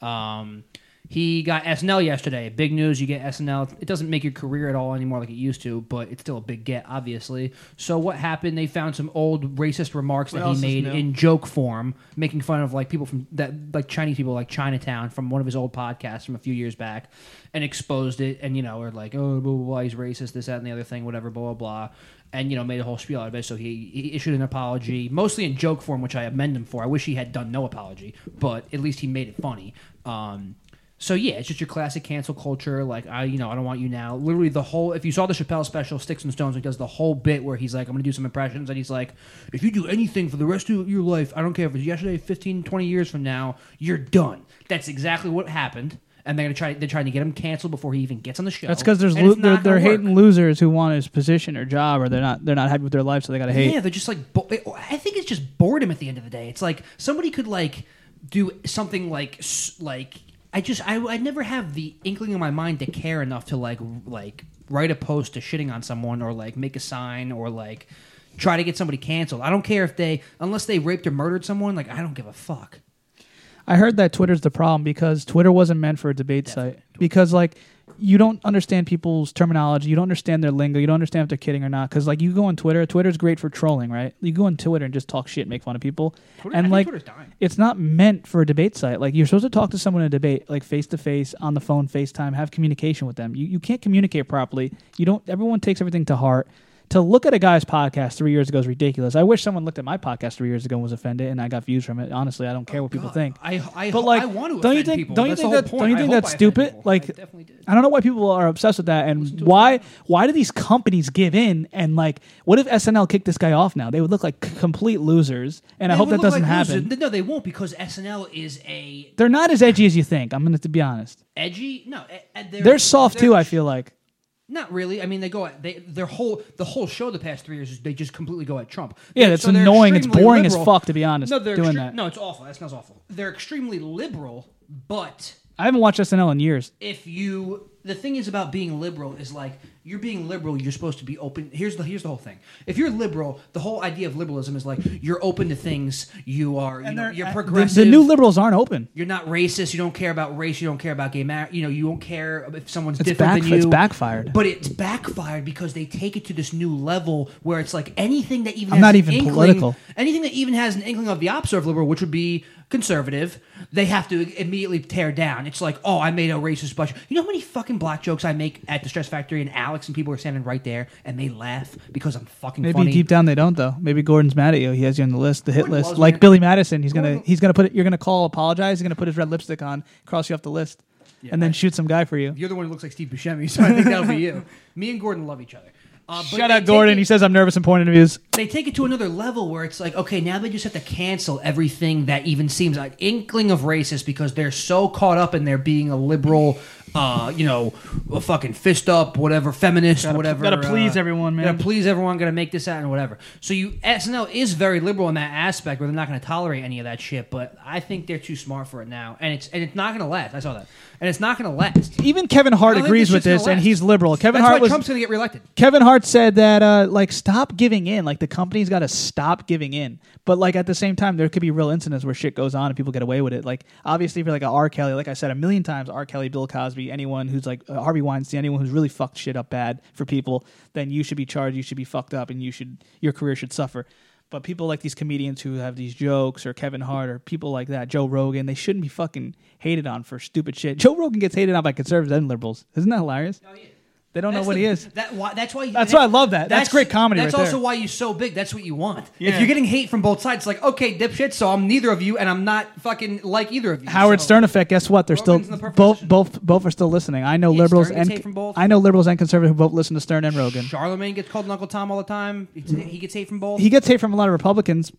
Speaker 12: Um, he got SNL yesterday. Big news. You get SNL. It doesn't make your career at all anymore like it used to, but it's still a big get, obviously. So what happened? They found some old racist remarks
Speaker 4: What
Speaker 12: that
Speaker 4: else
Speaker 12: he
Speaker 4: is
Speaker 12: made
Speaker 4: new?
Speaker 12: in joke form, making fun of like people from that like Chinese people like Chinatown from one of his old podcasts from a few years back, and exposed it. And you know, or like oh blah blah, blah he's racist, this that and the other thing, whatever, blah blah blah. And you know, made a whole spiel out of it. So he, he issued an apology, mostly in joke form, which I amend him for. I wish he had done no apology, but at least he made it funny. Um, so yeah, it's just your classic cancel culture. Like I, you know, I don't want you now. Literally the whole. If you saw the Chappelle special, Sticks and Stones, he does the whole bit where he's like, I'm gonna do some impressions, and he's like, if you do anything for the rest of your life, I don't care if it's yesterday, 15, 20 years from now, you're done. That's exactly what happened, and they're gonna try. They're trying to get him canceled before he even gets on the show.
Speaker 4: That's because there's
Speaker 12: And
Speaker 4: lo-
Speaker 12: it's
Speaker 4: they're,
Speaker 12: not
Speaker 4: they're
Speaker 12: gonna work.
Speaker 4: hating losers who want his position or job, or they're not they're not happy with their life, so they gotta hate.
Speaker 12: Yeah, they're just like. Bo- I think it's just boredom at the end of the day. It's like somebody could like do something like s- like I just I I never have the inkling in my mind to care enough to like like write a post to shitting on someone or like make a sign or like try to get somebody canceled. I don't care if they unless they raped or murdered someone. Like I don't give a fuck.
Speaker 4: I heard that Twitter's the problem because Twitter wasn't meant for a debate site. Because like you don't understand people's terminology, you don't understand their lingo, you don't understand if they're kidding or not. Because like you go on Twitter, Twitter's great for trolling, right? You go on Twitter and just talk shit, make fun of people,
Speaker 12: Twitter- I
Speaker 4: and
Speaker 12: think
Speaker 4: like
Speaker 12: Twitter's dying.
Speaker 4: it's not meant for a debate site. Like you're supposed to talk to someone in a debate, like face to face, on the phone, FaceTime, have communication with them. You you can't communicate properly. You don't. Everyone takes everything to heart. To look at a guy's podcast three years ago is ridiculous. I wish someone looked at my podcast three years ago and was offended, and I got views from it. Honestly, I don't care what people think.
Speaker 12: Oh, I, I,
Speaker 4: but like,
Speaker 12: I want to
Speaker 4: don't you
Speaker 12: offend
Speaker 4: think?
Speaker 12: people.
Speaker 4: Don't you
Speaker 12: That's
Speaker 4: think
Speaker 12: the whole
Speaker 4: that?
Speaker 12: point.
Speaker 4: Don't you
Speaker 12: I
Speaker 4: think
Speaker 12: hope
Speaker 4: that's
Speaker 12: I offend
Speaker 4: stupid?
Speaker 12: people.
Speaker 4: Like, I, don't know why people are obsessed with that, and why why do these companies give in? And like, what if SNL kicked this guy off now? They would look like c- complete losers, and I
Speaker 12: They
Speaker 4: hope
Speaker 12: would
Speaker 4: that
Speaker 12: look
Speaker 4: doesn't
Speaker 12: like losers.
Speaker 4: happen.
Speaker 12: No, they won't because SNL is a
Speaker 4: They're not as edgy as you think. I'm gonna to be honest.
Speaker 12: edgy. No, e- e- they're,
Speaker 4: They're, soft too. I feel like.
Speaker 12: Not really. I mean, they go at they their whole the whole show the past three years is they just completely go at Trump.
Speaker 4: Yeah,
Speaker 12: They-
Speaker 4: that's
Speaker 12: they're
Speaker 4: annoying. It's
Speaker 12: extremely
Speaker 4: boring as fuck, to be honest,
Speaker 12: No, they're
Speaker 4: doing
Speaker 12: extre-
Speaker 4: that.
Speaker 12: No, it's awful. That smells awful. They're extremely liberal, but
Speaker 4: I haven't watched SNL in years.
Speaker 12: if you the thing is about being liberal is like you're being liberal you're supposed to be open here's the here's the whole thing if you're liberal the whole idea of liberalism is like you're open to things you are you know, you're
Speaker 4: The,
Speaker 12: progressive
Speaker 4: the new liberals aren't open.
Speaker 12: you're not racist you don't care about race you don't care about gay marriage you know you don't care if someone's
Speaker 4: It's
Speaker 12: different
Speaker 4: back.
Speaker 12: than you
Speaker 4: It's backfired.
Speaker 12: but it's backfired because they take it to this new level where it's like anything that even
Speaker 4: I'm
Speaker 12: has
Speaker 4: not
Speaker 12: an
Speaker 4: even
Speaker 12: inkling-
Speaker 4: political.
Speaker 12: anything that even has an inkling of the opposite of liberal, which would be conservative, they have to immediately tear down. It's like, oh, I made a racist bunch. You know how many fucking black jokes I make at the Stress Factory, and Alex and people are standing right there, and they laugh because I'm fucking
Speaker 4: Maybe
Speaker 12: funny.
Speaker 4: deep down they don't though. Maybe Gordon's mad at you. He has you on the list, the hit
Speaker 12: Gordon
Speaker 4: list.
Speaker 12: loves
Speaker 4: Like
Speaker 12: me.
Speaker 4: Billy Madison, he's gonna he's gonna put it. You're gonna call, apologize. He's gonna put his red lipstick on, cross you off the list,
Speaker 12: Yeah,
Speaker 4: and then shoot some guy for you.
Speaker 12: You're the one who looks like Steve Buscemi, so I think that'll be you. Me and Gordon love each other. Uh, but
Speaker 4: Shout
Speaker 12: they
Speaker 4: out
Speaker 12: take
Speaker 4: Gordon.
Speaker 12: it-
Speaker 4: He says I'm nervous in porn interviews.
Speaker 12: they take it to another level where it's like, okay, now they just have to cancel everything that even seems like inkling of racist because they're so caught up in there being a liberal, uh, you know, a fucking fist up, whatever, feminist, whatever.
Speaker 4: gotta please
Speaker 12: uh,
Speaker 4: everyone, man.
Speaker 12: Gotta please everyone. Gotta make this out and whatever. So you SNL is very liberal in that aspect where they're not gonna tolerate any of that shit. But I think they're too smart for it now, and it's and it's not gonna last. I saw that, and it's not gonna last.
Speaker 4: Even Kevin Hart
Speaker 12: I don't think
Speaker 4: agrees
Speaker 12: this
Speaker 4: with
Speaker 12: shit's gonna
Speaker 4: this, and
Speaker 12: last.
Speaker 4: he's liberal. Kevin
Speaker 12: That's
Speaker 4: Hart
Speaker 12: why
Speaker 4: was
Speaker 12: Trump's gonna get reelected.
Speaker 4: Kevin Hart said that uh, like stop giving in. Like the company's got to stop giving in. But like at the same time, there could be real incidents where shit goes on and people get away with it. Like obviously, if you're like a R. Kelly, like I said a million times, R. Kelly, Bill Cosby, anyone who's like uh, Harvey Weinstein, anyone who's really fucked shit up bad for people, then you should be charged. You should be fucked up, and you should your career should suffer. But people like these comedians who have these jokes, or Kevin Hart, or people like that, Joe Rogan, they shouldn't be fucking hated on for stupid shit. Joe Rogan gets hated on by conservatives and liberals. Isn't that hilarious? They don't know
Speaker 12: That's
Speaker 4: what
Speaker 12: the-
Speaker 4: he is.
Speaker 12: That, why, that's why.
Speaker 4: That's why I love that. That's great comedy
Speaker 12: That's
Speaker 4: right
Speaker 12: also
Speaker 4: there.
Speaker 12: why you're so big. That's what you want.
Speaker 4: Yeah.
Speaker 12: If you're getting hate from both sides, it's like okay, dipshit. So I'm neither of you, and I'm not fucking like either of you.
Speaker 4: Howard
Speaker 12: so.
Speaker 4: Stern effect. Guess what? They're
Speaker 12: Rogan's in
Speaker 4: still
Speaker 12: the perfect
Speaker 4: both both both are still listening. I know liberals
Speaker 12: Stern gets hate from
Speaker 4: and
Speaker 12: both.
Speaker 4: I know liberals and conservatives who both listen to Stern and Rogan.
Speaker 12: Charlemagne gets called an Uncle Tom all the time. He, he gets hate from both.
Speaker 4: He gets hate from a lot of Republicans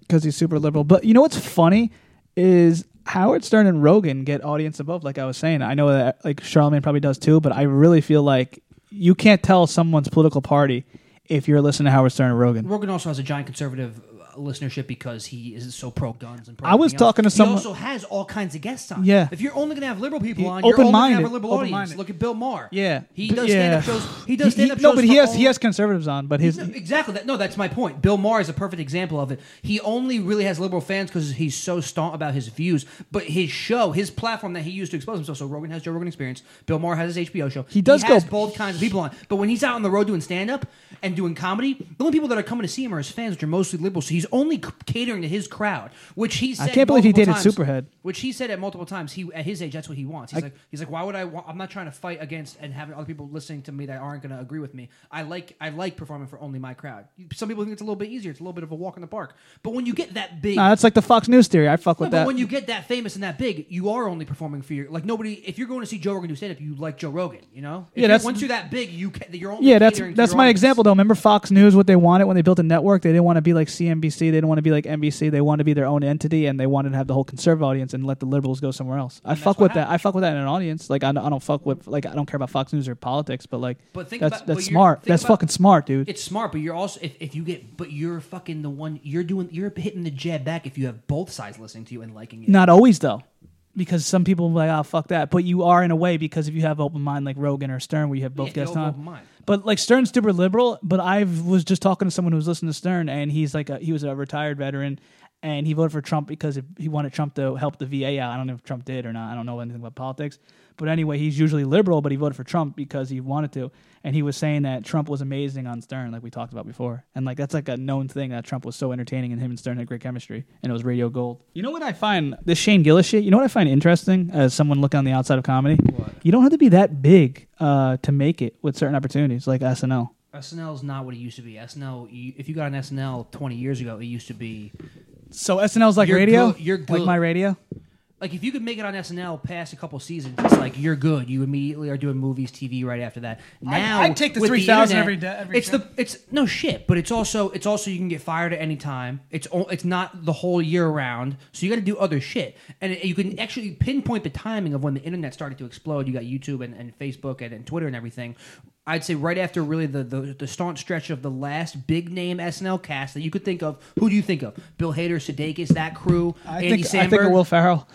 Speaker 4: because he's super liberal. But you know what's funny is Howard Stern and Rogan get audience above. Like I was saying, I know that like Charlemagne probably does too. But I really feel like you can't tell someone's political party if you're listening to Howard Stern and Rogan.
Speaker 12: Rogan also has a giant conservative uh, listenership because he is so pro guns and pro.
Speaker 4: I was
Speaker 12: everything else.
Speaker 4: talking to someone-
Speaker 12: He also has all kinds of guests on.
Speaker 4: Yeah.
Speaker 12: If you're only gonna have liberal people
Speaker 4: He-
Speaker 12: on, you're only gonna have a
Speaker 4: open-minded,
Speaker 12: liberal audience.
Speaker 4: open-minded.
Speaker 12: Look at Bill Maher.
Speaker 4: Yeah,
Speaker 12: He
Speaker 4: But-
Speaker 12: does
Speaker 4: yeah.
Speaker 12: stand up shows. He does stand up shows.
Speaker 4: No, but he
Speaker 12: for
Speaker 4: has
Speaker 12: all
Speaker 4: he has conservatives on, but his
Speaker 12: No, exactly. That, no, that's my point. Bill Maher is a perfect example of it. He only really has liberal fans because he's so staunch about his views. But his show, his platform that he used to expose himself. So Rogan has Joe Rogan Experience. Bill Maher has his HBO show. He
Speaker 4: does
Speaker 12: has
Speaker 4: go-
Speaker 12: both kinds of people on. But when he's out on the road doing stand up and doing comedy, the only people that are coming to see him are his fans, which are mostly liberal. So he's only c- catering to his crowd, which he
Speaker 4: I
Speaker 12: said
Speaker 4: can't believe he
Speaker 12: multiple
Speaker 4: dated
Speaker 12: times-
Speaker 4: Superhead.
Speaker 12: Which he said at multiple times. He at his age, that's what he wants. He's
Speaker 4: I-
Speaker 12: like he's like, why would I? Want, I'm not trying to fight against and having other people listening to me that aren't going to agree with me. I like I like performing for only my crowd. Some people think it's a little bit easier. It's a little bit of a walk in the park. But when you get that big,
Speaker 4: Nah, that's like the Fox News theory. I fuck
Speaker 12: no,
Speaker 4: with
Speaker 12: but
Speaker 4: that.
Speaker 12: when you get that famous and that big, you are only performing for your like nobody. If you're going to see Joe Rogan do stand up, you like Joe Rogan. You know, If
Speaker 4: Yeah,
Speaker 12: you're-
Speaker 4: that's-
Speaker 12: once you're that big, you can, you're only
Speaker 4: Yeah, that's
Speaker 12: catering to
Speaker 4: that's
Speaker 12: your
Speaker 4: my
Speaker 12: audience.
Speaker 4: example though. Remember Fox News? What they wanted when they built a network, they didn't want to be like CNBC, they didn't want to be like NBC. They wanted to be their own entity, and they wanted to have the whole conservative audience and let the liberals go somewhere else. I fuck with that. I fuck with that in an audience. Like I don't, I don't fuck with like I don't care about Fox News or politics, but like
Speaker 12: But think
Speaker 4: that's
Speaker 12: about-
Speaker 4: that's
Speaker 12: but you're-
Speaker 4: smart.
Speaker 12: think
Speaker 4: That's
Speaker 12: about-
Speaker 4: fucking smart, dude.
Speaker 12: It's smart, but you're also if, if you get but you're fucking the one you're doing you're hitting the jab back if you have both sides listening to you and liking it.
Speaker 4: Not always though, because some people will be like, oh fuck that. But you are in a way because if you have open mind like Rogan or Stern, where you have both
Speaker 12: if you
Speaker 4: guests
Speaker 12: have
Speaker 4: on.
Speaker 12: open mind.
Speaker 4: But like Stern's super liberal. But I was just talking to someone who was listening to Stern, and he's like a, he was a retired veteran, and he voted for Trump because if he wanted Trump to help the VA out. I don't know if Trump did or not. I don't know anything about politics. But anyway, he's usually liberal, but he voted for Trump because he wanted to. And he was saying that Trump was amazing on Stern, like we talked about before. And like that's like a known thing that Trump was so entertaining, and him and Stern had great chemistry, and it was radio gold. You know what I find this Shane Gillis shit. You know what I find interesting as someone looking on the outside of comedy. You don't have to be that big uh, to make it with certain opportunities like SNL.
Speaker 12: SNL is not what it used to be. SNL, you, if you got an SNL 20 years ago, it used to be
Speaker 4: So SNL's like
Speaker 12: You're
Speaker 4: radio.
Speaker 12: good- you're
Speaker 4: like
Speaker 12: good.
Speaker 4: my radio.
Speaker 12: like if you could make it on SNL past a couple seasons, it's like you're good. You immediately are doing movies, TV right after that.
Speaker 2: I'd-
Speaker 12: Now
Speaker 2: I'd take the
Speaker 12: with
Speaker 2: 3,000
Speaker 12: internet,
Speaker 2: every day- every
Speaker 12: it's the it's no shit, but it's also it's also you can get fired at any time. It's o- it's not the whole year round, so you got to do other shit, and it- you can actually pinpoint the timing of when the internet started to explode. You got YouTube and, and Facebook and, and Twitter and everything. I'd say right after really the, the the staunch stretch of the last big name SNL cast that you could think of. Who do you think of? Bill Hader, Sudeikis, that crew,
Speaker 4: I
Speaker 12: Andy
Speaker 4: think
Speaker 12: Samberg.
Speaker 4: I think of Will Ferrell.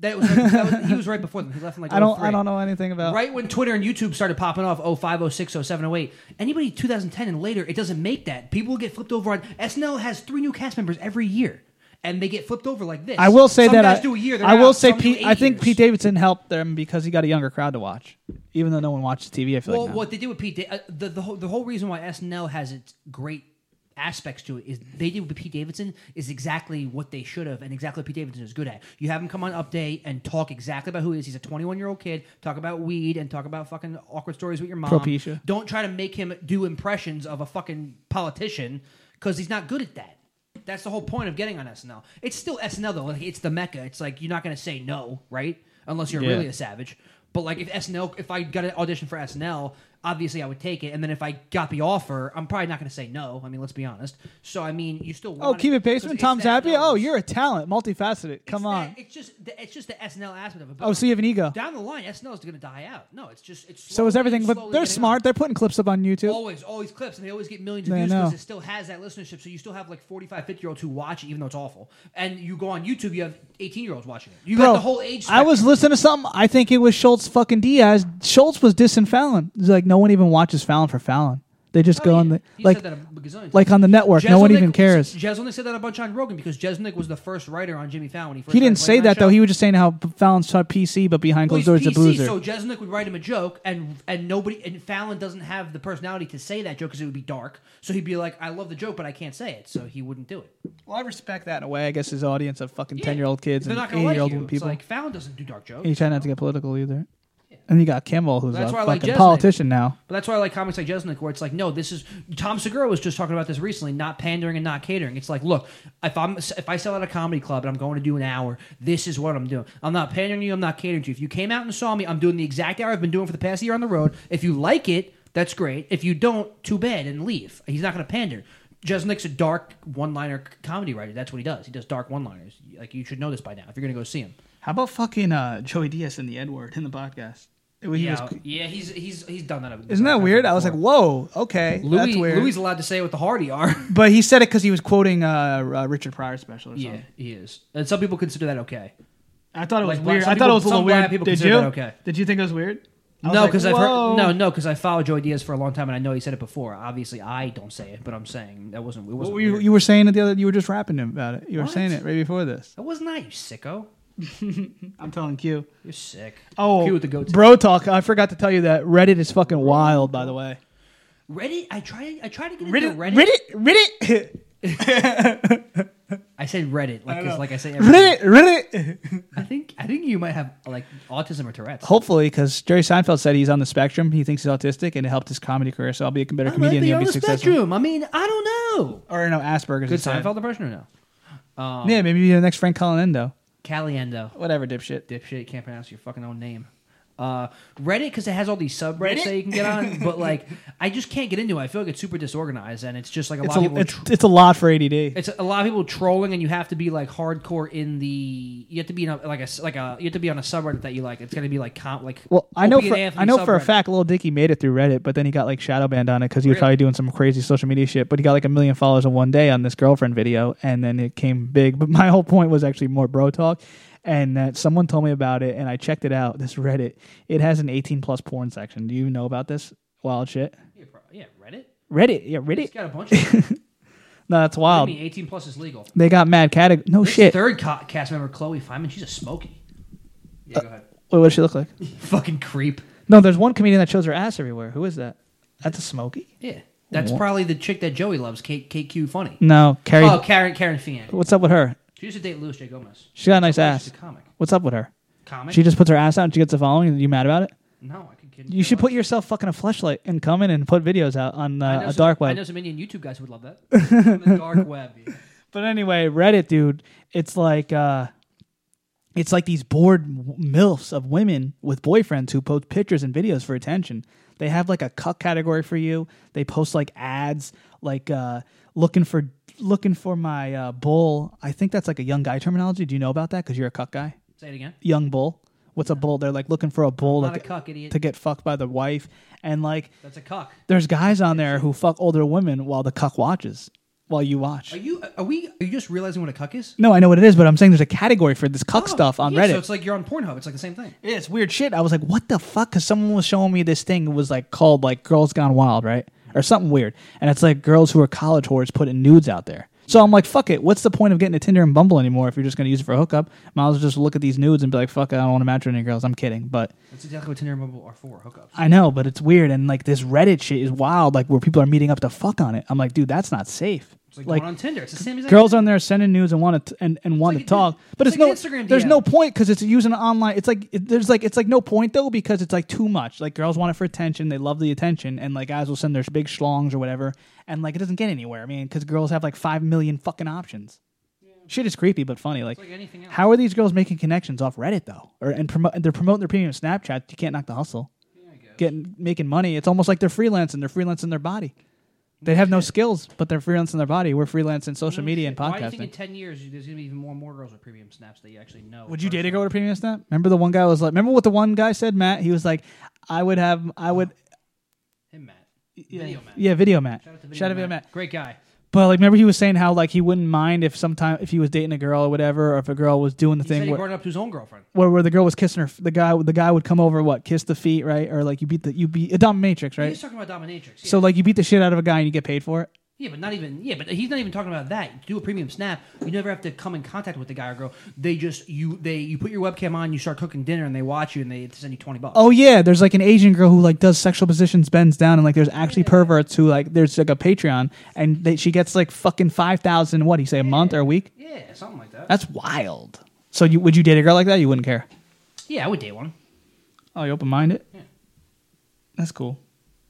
Speaker 12: That was, that was- he was right before them. He left in like
Speaker 4: I don't
Speaker 12: 03.
Speaker 4: I don't know anything about.
Speaker 12: Right when Twitter and YouTube started popping off, 05, 06, 07, 08. Anybody 2010 and later, it doesn't make that. People get flipped over on SNL has three new cast members every year, and they get flipped over like this.
Speaker 4: I will say
Speaker 12: Some
Speaker 4: that
Speaker 12: guys
Speaker 4: I,
Speaker 12: do a year. they're
Speaker 4: I will
Speaker 12: out.
Speaker 4: say
Speaker 12: Some do
Speaker 4: Pete. I
Speaker 12: eight
Speaker 4: think
Speaker 12: years.
Speaker 4: Pete Davidson helped them because he got a younger crowd to watch, even though no one watches TV. I feel
Speaker 12: Well,
Speaker 4: like now.
Speaker 12: what they did with Pete, Da- uh, the the whole, the whole reason why SNL has its great aspects to it is they did with Pete Davidson is exactly what they should have and exactly what Pete Davidson is good at. You have him come on update and talk exactly about who he is. He's a 21 year old kid. Talk about weed and talk about fucking awkward stories with your mom.
Speaker 4: Propecia.
Speaker 12: Don't try to make him do impressions of a fucking politician because he's not good at that. That's the whole point of getting on SNL. It's still SNL though. Like, it's the mecca. It's like you're not going to say no, right? Unless you're
Speaker 4: Yeah.
Speaker 12: really a savage. But like if SNL, if I got an audition for SNL, obviously I would take it. And then if I got the offer, I'm probably not going to say no. I mean, let's be honest. So I mean, you still
Speaker 4: oh,
Speaker 12: want
Speaker 4: keep it
Speaker 12: because
Speaker 4: basement.
Speaker 12: it's
Speaker 4: Tom
Speaker 12: that-
Speaker 4: Zappia. Oh, you're a talent, multifaceted. Come on.
Speaker 12: It's just the, it's just the SNL aspect of it.
Speaker 4: Oh, so you have an ego.
Speaker 12: Down the line, SNL is going to die out. No, it's just it's
Speaker 4: so is
Speaker 12: slowly-
Speaker 4: everything, but
Speaker 12: slowly
Speaker 4: they're
Speaker 12: getting
Speaker 4: smart. They're putting clips up on YouTube.
Speaker 12: Always, always clips, and they always get millions of
Speaker 4: They
Speaker 12: views because
Speaker 4: know.
Speaker 12: it still has that listenership. So you still have like 45, 50 year olds who watch it, even though it's awful. And you go on YouTube, you have 18 year olds watching it. You
Speaker 4: Bro,
Speaker 12: got the whole age.
Speaker 4: I was
Speaker 12: spectrum.
Speaker 4: listening to something. I think it was Schultz fucking Diaz. Schultz was dissing Fallon. He's like, no one even watches Fallon for Fallon. They just go on the
Speaker 12: Oh, He
Speaker 4: like,
Speaker 12: said that a gazillion times.
Speaker 4: like on the network. no one
Speaker 12: Jeselnik-
Speaker 4: even cares.
Speaker 12: Jeselnik said that a bunch on Rogan because Jeselnik was the first writer on Jimmy Fallon. When he first
Speaker 4: He didn't
Speaker 12: started playing
Speaker 4: say that
Speaker 12: show.
Speaker 4: though. He was just saying how Fallon's so PC, but behind
Speaker 12: Well,
Speaker 4: closed doors,
Speaker 12: he's
Speaker 4: he's a
Speaker 12: PC,
Speaker 4: boozer.
Speaker 12: So Jeselnik would write him a joke, and and nobody and Fallon doesn't have the personality to say that joke because it would be dark. So he'd be like, "I love the joke, but I can't say it," so he wouldn't do it.
Speaker 4: Well, I respect that in a way. I guess his audience of fucking
Speaker 12: Yeah.
Speaker 4: ten year old kids
Speaker 12: They're
Speaker 4: and
Speaker 12: not
Speaker 4: eight
Speaker 12: gonna like
Speaker 4: year
Speaker 12: you.
Speaker 4: old
Speaker 12: It's
Speaker 4: people.
Speaker 12: like Fallon doesn't do dark jokes.
Speaker 4: He tried not to get political either. And you got Kimmel, who's
Speaker 12: That's
Speaker 4: a
Speaker 12: why I like
Speaker 4: fucking
Speaker 12: Jeselnik.
Speaker 4: politician now.
Speaker 12: But that's why I like comics like Jeselnik, where it's like, no, this is Tom Segura was just talking about this recently, not pandering and not catering. It's like, look, if I'm if I sell out a comedy club and I'm going to do an hour, this is what I'm doing. I'm not pandering to you. I'm not catering to you. If you came out and saw me, I'm doing the exact hour I've been doing for the past year on the road. If you like it, that's great. If you don't, too bad, and leave. He's not going to pander. Jeselnik's a dark one-liner c- comedy writer. That's what he does. He does dark one-liners. Like you should know this by now if you're going to go see him.
Speaker 4: How about fucking uh, Joey Diaz and the N word in the podcast? He
Speaker 12: yeah,
Speaker 4: was-
Speaker 12: yeah, he's he's he's done that.
Speaker 4: isn't that weird? I was like, whoa, okay, that's
Speaker 12: Louis,
Speaker 4: weird.
Speaker 12: Louis allowed to say what the Hardy are.
Speaker 4: but he said it because he was quoting uh, uh, Richard Pryor special or something.
Speaker 12: yeah, he is, and some people consider that okay.
Speaker 4: I thought it was
Speaker 12: Like,
Speaker 4: weird.
Speaker 12: some
Speaker 4: I thought it
Speaker 12: people-
Speaker 4: was a little
Speaker 12: some black
Speaker 4: weird.
Speaker 12: people
Speaker 4: Did
Speaker 12: consider
Speaker 4: you?
Speaker 12: that okay.
Speaker 4: Did you think it was weird? I was
Speaker 12: No,
Speaker 4: like,
Speaker 12: because I've heard
Speaker 4: whoa.
Speaker 12: no, no, because I followed Joey Diaz for a long time, and I know he said it before. Obviously, I don't say it, but I'm saying that wasn't. It
Speaker 4: What
Speaker 12: wasn't
Speaker 4: were you,
Speaker 12: weird.
Speaker 4: you were saying it the other. You were just rapping him about it. You were
Speaker 12: What?
Speaker 4: saying it right before this.
Speaker 12: That was not you, sicko.
Speaker 4: I'm telling Q.
Speaker 12: You're sick.
Speaker 4: Oh,
Speaker 12: Q with the goatee.
Speaker 4: bro, talk. I forgot to tell you that Reddit is fucking wild. By the way,
Speaker 12: Reddit. I try. I try to get
Speaker 4: Reddit,
Speaker 12: into Reddit.
Speaker 4: Reddit, Reddit,
Speaker 12: I said Reddit, like 'cause like I say. everything.
Speaker 4: Reddit, Reddit.
Speaker 12: I think I think you might have like autism or Tourette's.
Speaker 4: Hopefully, because Jerry Seinfeld said he's on the spectrum. He thinks he's autistic, and it helped his comedy career. So I'll be a better comedian. and
Speaker 12: be
Speaker 4: You'll
Speaker 12: on
Speaker 4: be
Speaker 12: the
Speaker 4: successful.
Speaker 12: spectrum. I mean, I don't know.
Speaker 4: Or no, Asperger's.
Speaker 12: Good
Speaker 4: instead.
Speaker 12: Seinfeld impression or no? Um,
Speaker 4: yeah, maybe you're the next Frank Caliendo.
Speaker 12: Caliendo.
Speaker 4: Whatever, dipshit.
Speaker 12: Dipshit can't pronounce your fucking own name. Uh, Reddit because it has all these subreddits that you can get on, but like I just can't get into it. I feel like it's super disorganized, and it's just like a
Speaker 4: It's
Speaker 12: lot
Speaker 4: a,
Speaker 12: of people.
Speaker 4: it's, it's a lot for ADD.
Speaker 12: It's a lot of people trolling, and you have to be like hardcore in the. You have to be in a, like a s- like a you have to be on a subreddit that you like. It's gonna be like comp like.
Speaker 4: Well, I know
Speaker 12: Opie and
Speaker 4: for
Speaker 12: Anthony
Speaker 4: I know for a
Speaker 12: E subreddit.
Speaker 4: fact, Lil Dicky made it through Reddit, but then he got like shadow banned on it because he was
Speaker 12: Really?
Speaker 4: probably doing some crazy social media shit. But he got like a million followers in one day on this girlfriend video, and then it came big. But my whole point was actually more bro talk, and that someone told me about it, and I checked it out. This Reddit, it has an eighteen plus porn section. Do you know about this wild shit?
Speaker 12: Yeah, Reddit.
Speaker 4: Reddit, yeah, Reddit.
Speaker 12: It's got a bunch. of
Speaker 4: No, that's
Speaker 12: What
Speaker 4: wild.
Speaker 12: do you mean, 18 plus is legal.
Speaker 4: They got mad category. No
Speaker 12: This
Speaker 4: Oh. shit.
Speaker 12: Third co- cast member, Chloe Feynman, she's a smoky. Yeah,
Speaker 4: Uh.
Speaker 12: go ahead.
Speaker 4: Wait, what does she look like?
Speaker 12: Fucking creep.
Speaker 4: No, there's one comedian that shows her ass everywhere. Who is that? That's a Smokey.
Speaker 12: Yeah, that's
Speaker 4: Wha-
Speaker 12: probably the chick that Joey loves, Kate, Kate Q. Funny.
Speaker 4: No, Carrie-
Speaker 12: Oh, Karen Karen Fian.
Speaker 4: What's up with her?
Speaker 12: She used to date Luis J Gomez.
Speaker 4: She got a nice ass.
Speaker 12: She's a comic.
Speaker 4: What's up with her?
Speaker 12: Comic?
Speaker 4: She just puts her ass out and she gets a following. And you mad about it?
Speaker 12: No, I could kid
Speaker 4: You should put yourself fucking a flashlight and come in and put videos out on
Speaker 12: I
Speaker 4: uh,
Speaker 12: know
Speaker 4: a
Speaker 12: some-
Speaker 4: dark
Speaker 12: I
Speaker 4: web.
Speaker 12: know some Indian YouTube guys who would love that. On the dark web. yeah.
Speaker 4: But anyway, Reddit, dude, it's like uh it's like these bored milfs of women with boyfriends who post pictures and videos for attention. They have like a cuck category for you. They post like ads, like uh looking for looking for my uh, bull. I think that's like a young guy terminology. Do you know about that? Because you're a cuck guy.
Speaker 12: Say it again.
Speaker 4: Young bull. What's a bull? They're like looking for a bull
Speaker 12: not
Speaker 4: to
Speaker 12: a cuck, idiot.
Speaker 4: to get fucked by the wife, and like
Speaker 12: That's a cuck.
Speaker 4: there's guys on there who fuck older women while the cuck watches, while you watch.
Speaker 12: Are you? Are we? Are you just realizing what a cuck is?
Speaker 4: No, I know what it is, but I'm saying there's a category for this cuck stuff on
Speaker 12: Oh, Yeah,
Speaker 4: Reddit.
Speaker 12: So it's like you're on Pornhub. It's like the same thing.
Speaker 4: yeah, it's weird shit. I was like, what the fuck? Because someone was showing me this thing. It was like called like Girls Gone Wild, right? Or something weird. And it's like girls who are college whores putting nudes out there. So I'm like, fuck it. What's the point of getting a Tinder and Bumble anymore if you're just going to use it for a hookup? Might as well just look at these nudes and be like, fuck it, I don't want to match with any girls. I'm kidding. But
Speaker 12: That's exactly what Tinder and Bumble are for. Hookups.
Speaker 4: I know, but it's weird. And like this Reddit shit is wild, like where people are meeting up to fuck on it. I'm like, dude, that's not safe.
Speaker 12: It's like, going on Tinder. It's the same exact.
Speaker 4: girls on there sending news and want to and, and want to talk, but
Speaker 12: it's
Speaker 4: it's,
Speaker 12: like
Speaker 4: no
Speaker 12: an Instagram
Speaker 4: there's
Speaker 12: DM.
Speaker 4: no point because it's using online. It's like it, there's like it's like no point though because it's like too much. Like girls want it for attention, they love the attention, and like guys will send their big schlongs or whatever, and like it doesn't get anywhere. I mean, because girls have like five million fucking options. Shit is creepy but funny. Like, how are these girls making connections off Reddit though, or and promote they're promoting their premium Snapchat? You can't knock the hustle. Getting making money. It's almost like they're freelancing. They're freelancing their body. They have no skills, but they're freelancing their body. We're freelancing social media and podcasting.
Speaker 12: Why do you think in ten years there's going to be even more and more girls with premium snaps that you actually know?
Speaker 4: Would you date a girl with a premium snap? Remember the one guy was like, remember what the one guy said, Matt? He was like, I would have, I would,
Speaker 12: Him, Matt. Video Matt.
Speaker 4: yeah, video Matt.
Speaker 12: Shout out to
Speaker 4: Shout out
Speaker 12: Video Matt. Great guy.
Speaker 4: But like, remember he was saying how like he wouldn't mind if sometime if he was dating a girl or whatever, or if a girl was doing the
Speaker 12: He said
Speaker 4: thing
Speaker 12: he
Speaker 4: where,
Speaker 12: brought it up to his own girlfriend.
Speaker 4: where where the girl was kissing her, the guy the guy would come over, what kiss the feet, right? Or like you beat the you beat a dominatrix, right?
Speaker 12: He's talking about dominatrix. Yeah.
Speaker 4: So like you beat the shit out of a guy and you get paid for it.
Speaker 12: yeah, but not even. Yeah, but he's not even talking about that. Do a premium snap. You never have to come in contact with the guy or girl. They just you they you put your webcam on. You start cooking dinner and they watch you and they send you twenty bucks.
Speaker 4: Oh yeah, there's like an Asian girl who like does sexual positions, bends down, and like there's actually perverts who like there's like a Patreon, and they, she gets like fucking five thousand. What do you say, a month or a week?
Speaker 12: Yeah, something like that.
Speaker 4: That's wild. So you would you date a girl like that? You wouldn't care.
Speaker 12: yeah, I would date one.
Speaker 4: Oh, you open minded. That's cool.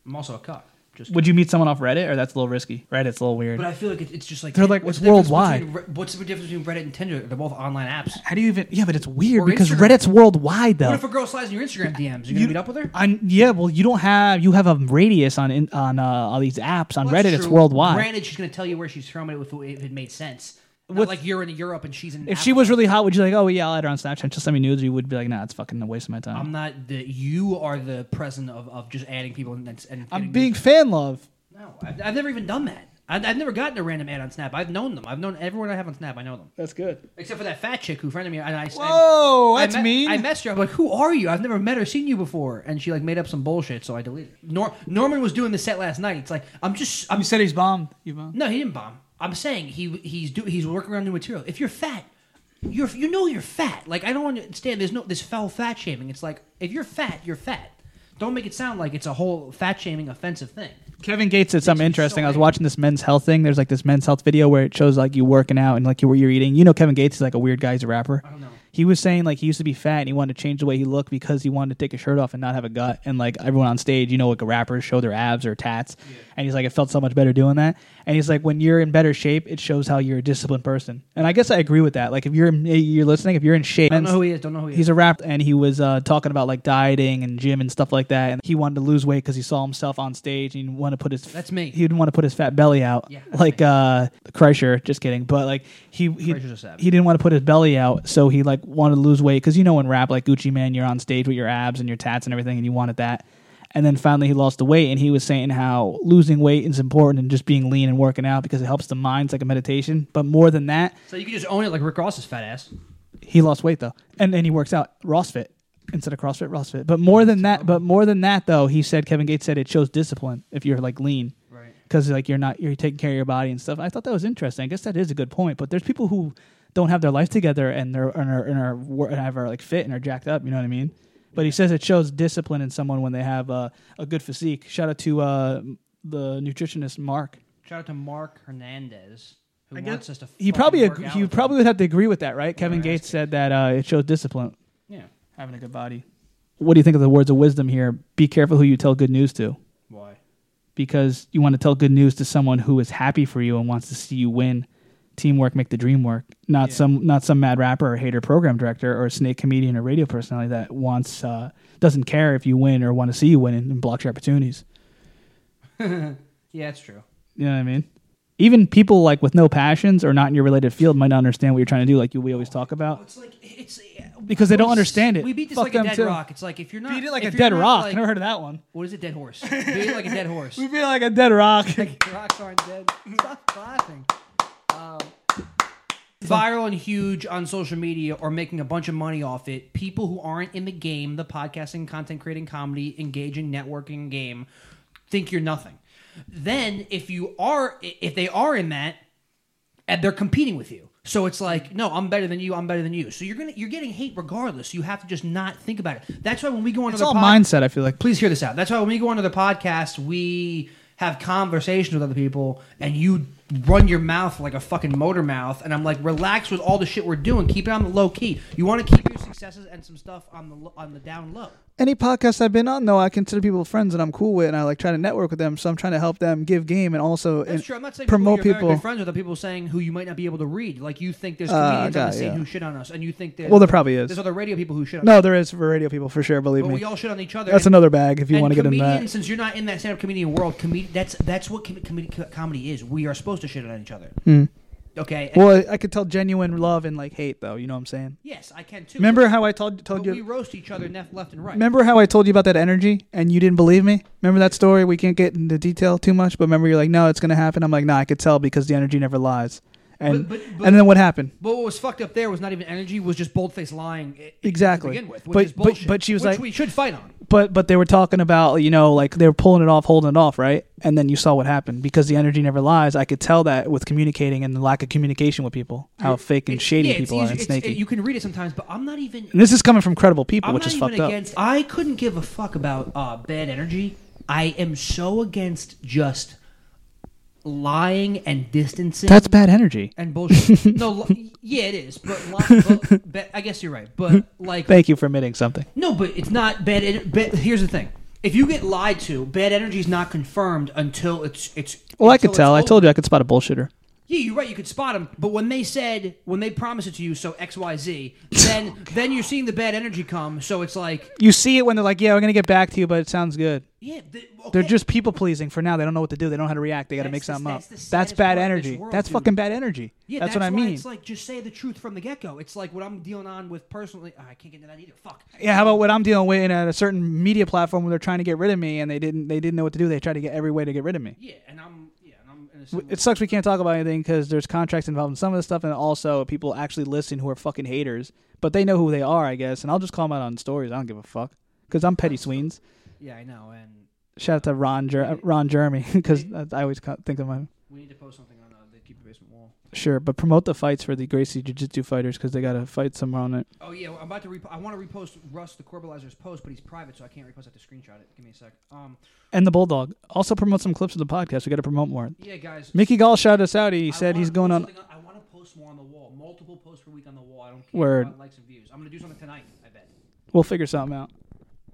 Speaker 12: I'm also a cock. Just
Speaker 4: Would you meet someone off Reddit, or that's a little risky? Reddit's a little weird.
Speaker 12: But uh, I feel like it, it's just like
Speaker 4: They're like,
Speaker 12: what's
Speaker 4: it's
Speaker 12: the difference
Speaker 4: worldwide.
Speaker 12: between Re- What's the difference between Reddit and Tinder? They're both online apps.
Speaker 4: How do you even? Yeah, but it's weird
Speaker 12: Or
Speaker 4: because
Speaker 12: Instagram.
Speaker 4: Reddit's worldwide though.
Speaker 12: What if a girl slides in your Instagram DMs? You gonna meet up with her?
Speaker 4: I, yeah, well, you don't have you have a radius on in, on uh, all these apps on
Speaker 12: Well,
Speaker 4: Reddit.
Speaker 12: that's
Speaker 4: It's
Speaker 12: true.
Speaker 4: worldwide.
Speaker 12: Granted, she's gonna tell you where she's from and if if it made sense. Not like you're in Europe and she's in.
Speaker 4: if she was really hot, would you like? Oh yeah, I'll add her on Snapchat. She'll send me nudes. Or you would be like, nah, it's fucking a waste of my time.
Speaker 12: I'm not the. You are the present of, of just adding people and that's- and.
Speaker 4: I'm
Speaker 12: getting-
Speaker 4: being fan love.
Speaker 12: no, I've, I've never even done that. I've, I've never gotten a random ad on Snap. I've known them. I've known everyone I have on Snap. I know them.
Speaker 4: That's good.
Speaker 12: Except for that fat chick who friended me. And I,
Speaker 4: Whoa,
Speaker 12: I,
Speaker 4: that's
Speaker 12: I met,
Speaker 4: mean.
Speaker 12: I messaged her. I'm like, who are you? I've never met or seen you before. And she like made up some bullshit, so I deleted. it. Nor- Norman was doing the set last night. It's like I'm just. I'm,
Speaker 4: You said he's bombed. You bombed.
Speaker 12: No, he didn't bomb. I'm saying he he's do he's working around new material. If you're fat, you're you know you're fat. Like I don't understand. There's no this foul fat shaming. It's like if you're fat, you're fat. Don't make it sound like it's a whole fat shaming offensive thing.
Speaker 4: Kevin Gates said something interesting. I was watching this men's health thing. There's like this men's health video where it shows like you working out and like you, what you're eating. You know, Kevin Gates is like a weird guy. He's a rapper. I don't know. He was saying like he used to be fat and he wanted to change the way he looked because he wanted to take his shirt off and not have a gut. And like everyone on stage, you know, like rappers show their abs or tats. And he's like, it felt so much better doing that. And he's like, when you're in better shape, it shows how you're a disciplined person. And I guess I agree with that. Like if you're in, you're listening, if you're in shape,
Speaker 12: I don't know
Speaker 4: men's-
Speaker 12: who he is. Don't know who he is.
Speaker 4: He's a rapper, and he was uh, talking about like dieting and gym and stuff like that. And he wanted to lose weight because he saw himself on stage and he wanted to put his
Speaker 12: That's me.
Speaker 4: He didn't want to put his fat belly out,
Speaker 12: Yeah,
Speaker 4: like uh, Kreischer. Just kidding, but like he he,
Speaker 12: Kreischer's a savage.
Speaker 4: he didn't want to put his belly out, so he like wanted to lose weight because you know in rap, like Gucci Man, you're on stage with your abs and your tats and everything, and you wanted that. And then finally, he lost the weight, and he was saying how losing weight is important and just being lean and working out because it helps the mind. It's like a meditation. But more than that,
Speaker 12: So you can just own it like Rick Ross's fat ass.
Speaker 4: he lost weight though, and then he works out ROSFit instead of CrossFit, ROSFit. But more than that, but more than that though, he said Kevin Gates said it shows discipline if you're like lean, right? because like you're not you're taking care of your body and stuff. I thought that was interesting. I guess that is a good point. But there's people who don't have their life together and they're and are and are, wor- and have are like fit and are jacked up. You know what I mean? But he says it shows discipline in someone when they have uh, a good physique. Shout out to uh, the nutritionist Mark.
Speaker 12: Shout out to Mark Hernandez who
Speaker 4: I guess-
Speaker 12: wants us to.
Speaker 4: He
Speaker 12: fucking
Speaker 4: probably
Speaker 12: work
Speaker 4: ag-
Speaker 12: out
Speaker 4: he
Speaker 12: with
Speaker 4: probably would have to agree with that, right? Kevin Gates said that uh, it shows discipline.
Speaker 12: him. yeah having a good body.
Speaker 4: What do you think of the words of wisdom here? Be careful who you tell good news to.
Speaker 12: Why?
Speaker 4: because you want to tell good news to someone who is happy for you and wants to see you win. Teamwork make the dream work. Not some not some mad rapper or hater program director or snake comedian or radio personality that wants uh, doesn't care if you win or want to see you win and, and blocks your opportunities.
Speaker 12: yeah, it's true.
Speaker 4: You know what I mean? Even people like with no passions or not in your related field might not understand what you're trying to do. Like you, we always talk about.
Speaker 12: It's like it's
Speaker 4: Because they don't understand it.
Speaker 12: We beat this
Speaker 4: Fuck
Speaker 12: like a
Speaker 4: them
Speaker 12: dead
Speaker 4: too.
Speaker 12: rock. It's like if you're not
Speaker 4: Beat it like
Speaker 12: if
Speaker 4: a
Speaker 12: you're
Speaker 4: dead
Speaker 12: not,
Speaker 4: rock.
Speaker 12: like-
Speaker 4: Never heard of that one.
Speaker 12: What is it? Dead horse. beat it like a dead horse.
Speaker 4: We feel like a dead rock.
Speaker 12: Rocks aren't dead. Stop laughing. Um, viral and huge on social media or making a bunch of money off it. People who aren't in the game, the podcasting, content creating, comedy, engaging, networking game, think you're nothing. Then if you are, if they are in that, and they're competing with you. So it's like, no, I'm better than you. I'm better than you. So you're gonna you're getting hate regardless. You have to just not think about it. That's why when we go on
Speaker 4: It's
Speaker 12: other
Speaker 4: all
Speaker 12: pod-
Speaker 4: mindset. I feel like.
Speaker 12: Please hear this out. That's why when we go on to the podcast, we have conversations with other people, and you run your mouth like a fucking motor mouth. And I'm like, relax with all the shit we're doing. Keep it on the low key. You want to keep your successes and some stuff on the lo- on the down low.
Speaker 4: any podcast I've been on, though, I consider people friends and I'm cool with, and I like try to network with them. So I'm trying to help them give game and also
Speaker 12: That's
Speaker 4: and
Speaker 12: true. I'm not saying
Speaker 4: promote
Speaker 12: people. You're very
Speaker 4: people.
Speaker 12: good friends with other people saying who you might not be able to read. Like you think there's
Speaker 4: Uh,
Speaker 12: comedians on
Speaker 4: God,
Speaker 12: the scene
Speaker 4: yeah.
Speaker 12: who shit on us, and you think there's
Speaker 4: Well, there probably is.
Speaker 12: There's other radio people who shit on us.
Speaker 4: No, there is for radio people for sure. Believe
Speaker 12: But
Speaker 4: me,
Speaker 12: we all shit on each other.
Speaker 4: That's
Speaker 12: And-
Speaker 4: another bag if you
Speaker 12: and
Speaker 4: want to get into
Speaker 12: comedians,
Speaker 4: that.
Speaker 12: Since you're not in that stand-up comedian world, comed- that's that's what com- com- com- comedy is. We are supposed to shit on each other.
Speaker 4: Hmm.
Speaker 12: Okay. and-
Speaker 4: Well, I could tell genuine love and like hate, though. You know what I'm saying?
Speaker 12: yes, I can too.
Speaker 4: Remember how I told told
Speaker 12: But
Speaker 4: you?
Speaker 12: we roast each other nef- left and right.
Speaker 4: Remember how I told you about that energy and you didn't believe me? Remember that story? We can't get into detail too much, but remember you're like, no, it's gonna happen. I'm like, nah, I could tell because the energy never lies. And
Speaker 12: But- but- but-
Speaker 4: and then what happened?
Speaker 12: But what was fucked up there was not even energy; was just boldface lying. i-
Speaker 4: Exactly.
Speaker 12: To begin with, which
Speaker 4: But-
Speaker 12: is
Speaker 4: but-
Speaker 12: bullshit,
Speaker 4: but she was
Speaker 12: which
Speaker 4: like-
Speaker 12: "We should fight on."
Speaker 4: But but they were talking about you know like they were pulling it off, holding it off, right? And then you saw what happened because the energy never lies. I could tell that with communicating and the lack of communication with people, how fake and shady
Speaker 12: yeah,
Speaker 4: people
Speaker 12: it's
Speaker 4: are
Speaker 12: easy,
Speaker 4: and
Speaker 12: it's-
Speaker 4: snaky.
Speaker 12: it- you can read it sometimes, but I'm not even.
Speaker 4: and this is coming from credible people,
Speaker 12: I'm
Speaker 4: which
Speaker 12: not
Speaker 4: is
Speaker 12: even
Speaker 4: fucked up.
Speaker 12: against, I couldn't give a fuck about uh, bad energy. I am so against just lying and distancing.
Speaker 4: That's bad energy.
Speaker 12: and bullshit. no, li- yeah, it is. But, li- but, but I guess you're right. But like,
Speaker 4: Thank you for admitting something.
Speaker 12: no, but it's not bad. en- bad here's the thing: if you get lied to, bad energy is not confirmed until it's it's.
Speaker 4: Well, I
Speaker 12: until
Speaker 4: could
Speaker 12: it's
Speaker 4: tell. I
Speaker 12: over.
Speaker 4: told you I could spot a bullshitter.
Speaker 12: Yeah, you're right. You could spot them, but when they said when they promised it to you, so X Y Z, then then you're seeing the bad energy come. So it's like.
Speaker 4: You see it when they're like, "Yeah, we're gonna get back to you," but it sounds good.
Speaker 12: Yeah, th-
Speaker 4: They're just people pleasing for now. They don't know what to do. They don't know how to react. They got to
Speaker 12: That's
Speaker 4: make
Speaker 12: the-
Speaker 4: something
Speaker 12: that's
Speaker 4: up.
Speaker 12: the
Speaker 4: That's
Speaker 12: saddest
Speaker 4: bad
Speaker 12: part of this
Speaker 4: energy.
Speaker 12: world,
Speaker 4: that's
Speaker 12: dude.
Speaker 4: fucking bad energy.
Speaker 12: Yeah,
Speaker 4: that's,
Speaker 12: that's,
Speaker 4: what I
Speaker 12: why
Speaker 4: mean.
Speaker 12: It's like just say the truth from the get go. It's like what I'm dealing on with personally. "Ah, I can't get into that either. Fuck.
Speaker 4: Yeah, how about what I'm dealing with in at a certain media platform where they're trying to get rid of me and they didn't they didn't know what to do. They tried to get every way to get rid of me.
Speaker 12: Yeah, and I'm yeah, and I'm in a
Speaker 4: W- It sucks we can't talk about anything because there's contracts involved in some of the stuff, and also people actually listen who are fucking haters, but they know who they are, I guess. And I'll just call them out on stories. I don't give a fuck because I'm petty Sweens.
Speaker 12: Yeah, I know, and
Speaker 4: Shout out to Ron Jer- Ron Jeremy because I always ca- think of him.
Speaker 12: we need to post something on uh, the keep your basement wall.
Speaker 4: Sure, but promote the fights for the Gracie Jiu Jitsu fighters because they got to fight somewhere on it.
Speaker 12: Oh yeah, well, I'm about to. Rep- I want to repost Russ the Corbelizer's post, but he's private, so I can't repost. I have to screenshot it. Give me a sec. Um,
Speaker 4: And the Bulldog. Also promote some clips of the podcast. We got to promote more.
Speaker 12: Yeah, guys.
Speaker 4: Mickey Gall shouted us out. He said he's going on.
Speaker 12: I want to post more on the wall. Multiple posts per week on the wall. I don't care
Speaker 4: Word.
Speaker 12: about likes and views. I'm gonna do something tonight. I bet.
Speaker 4: We'll figure something out.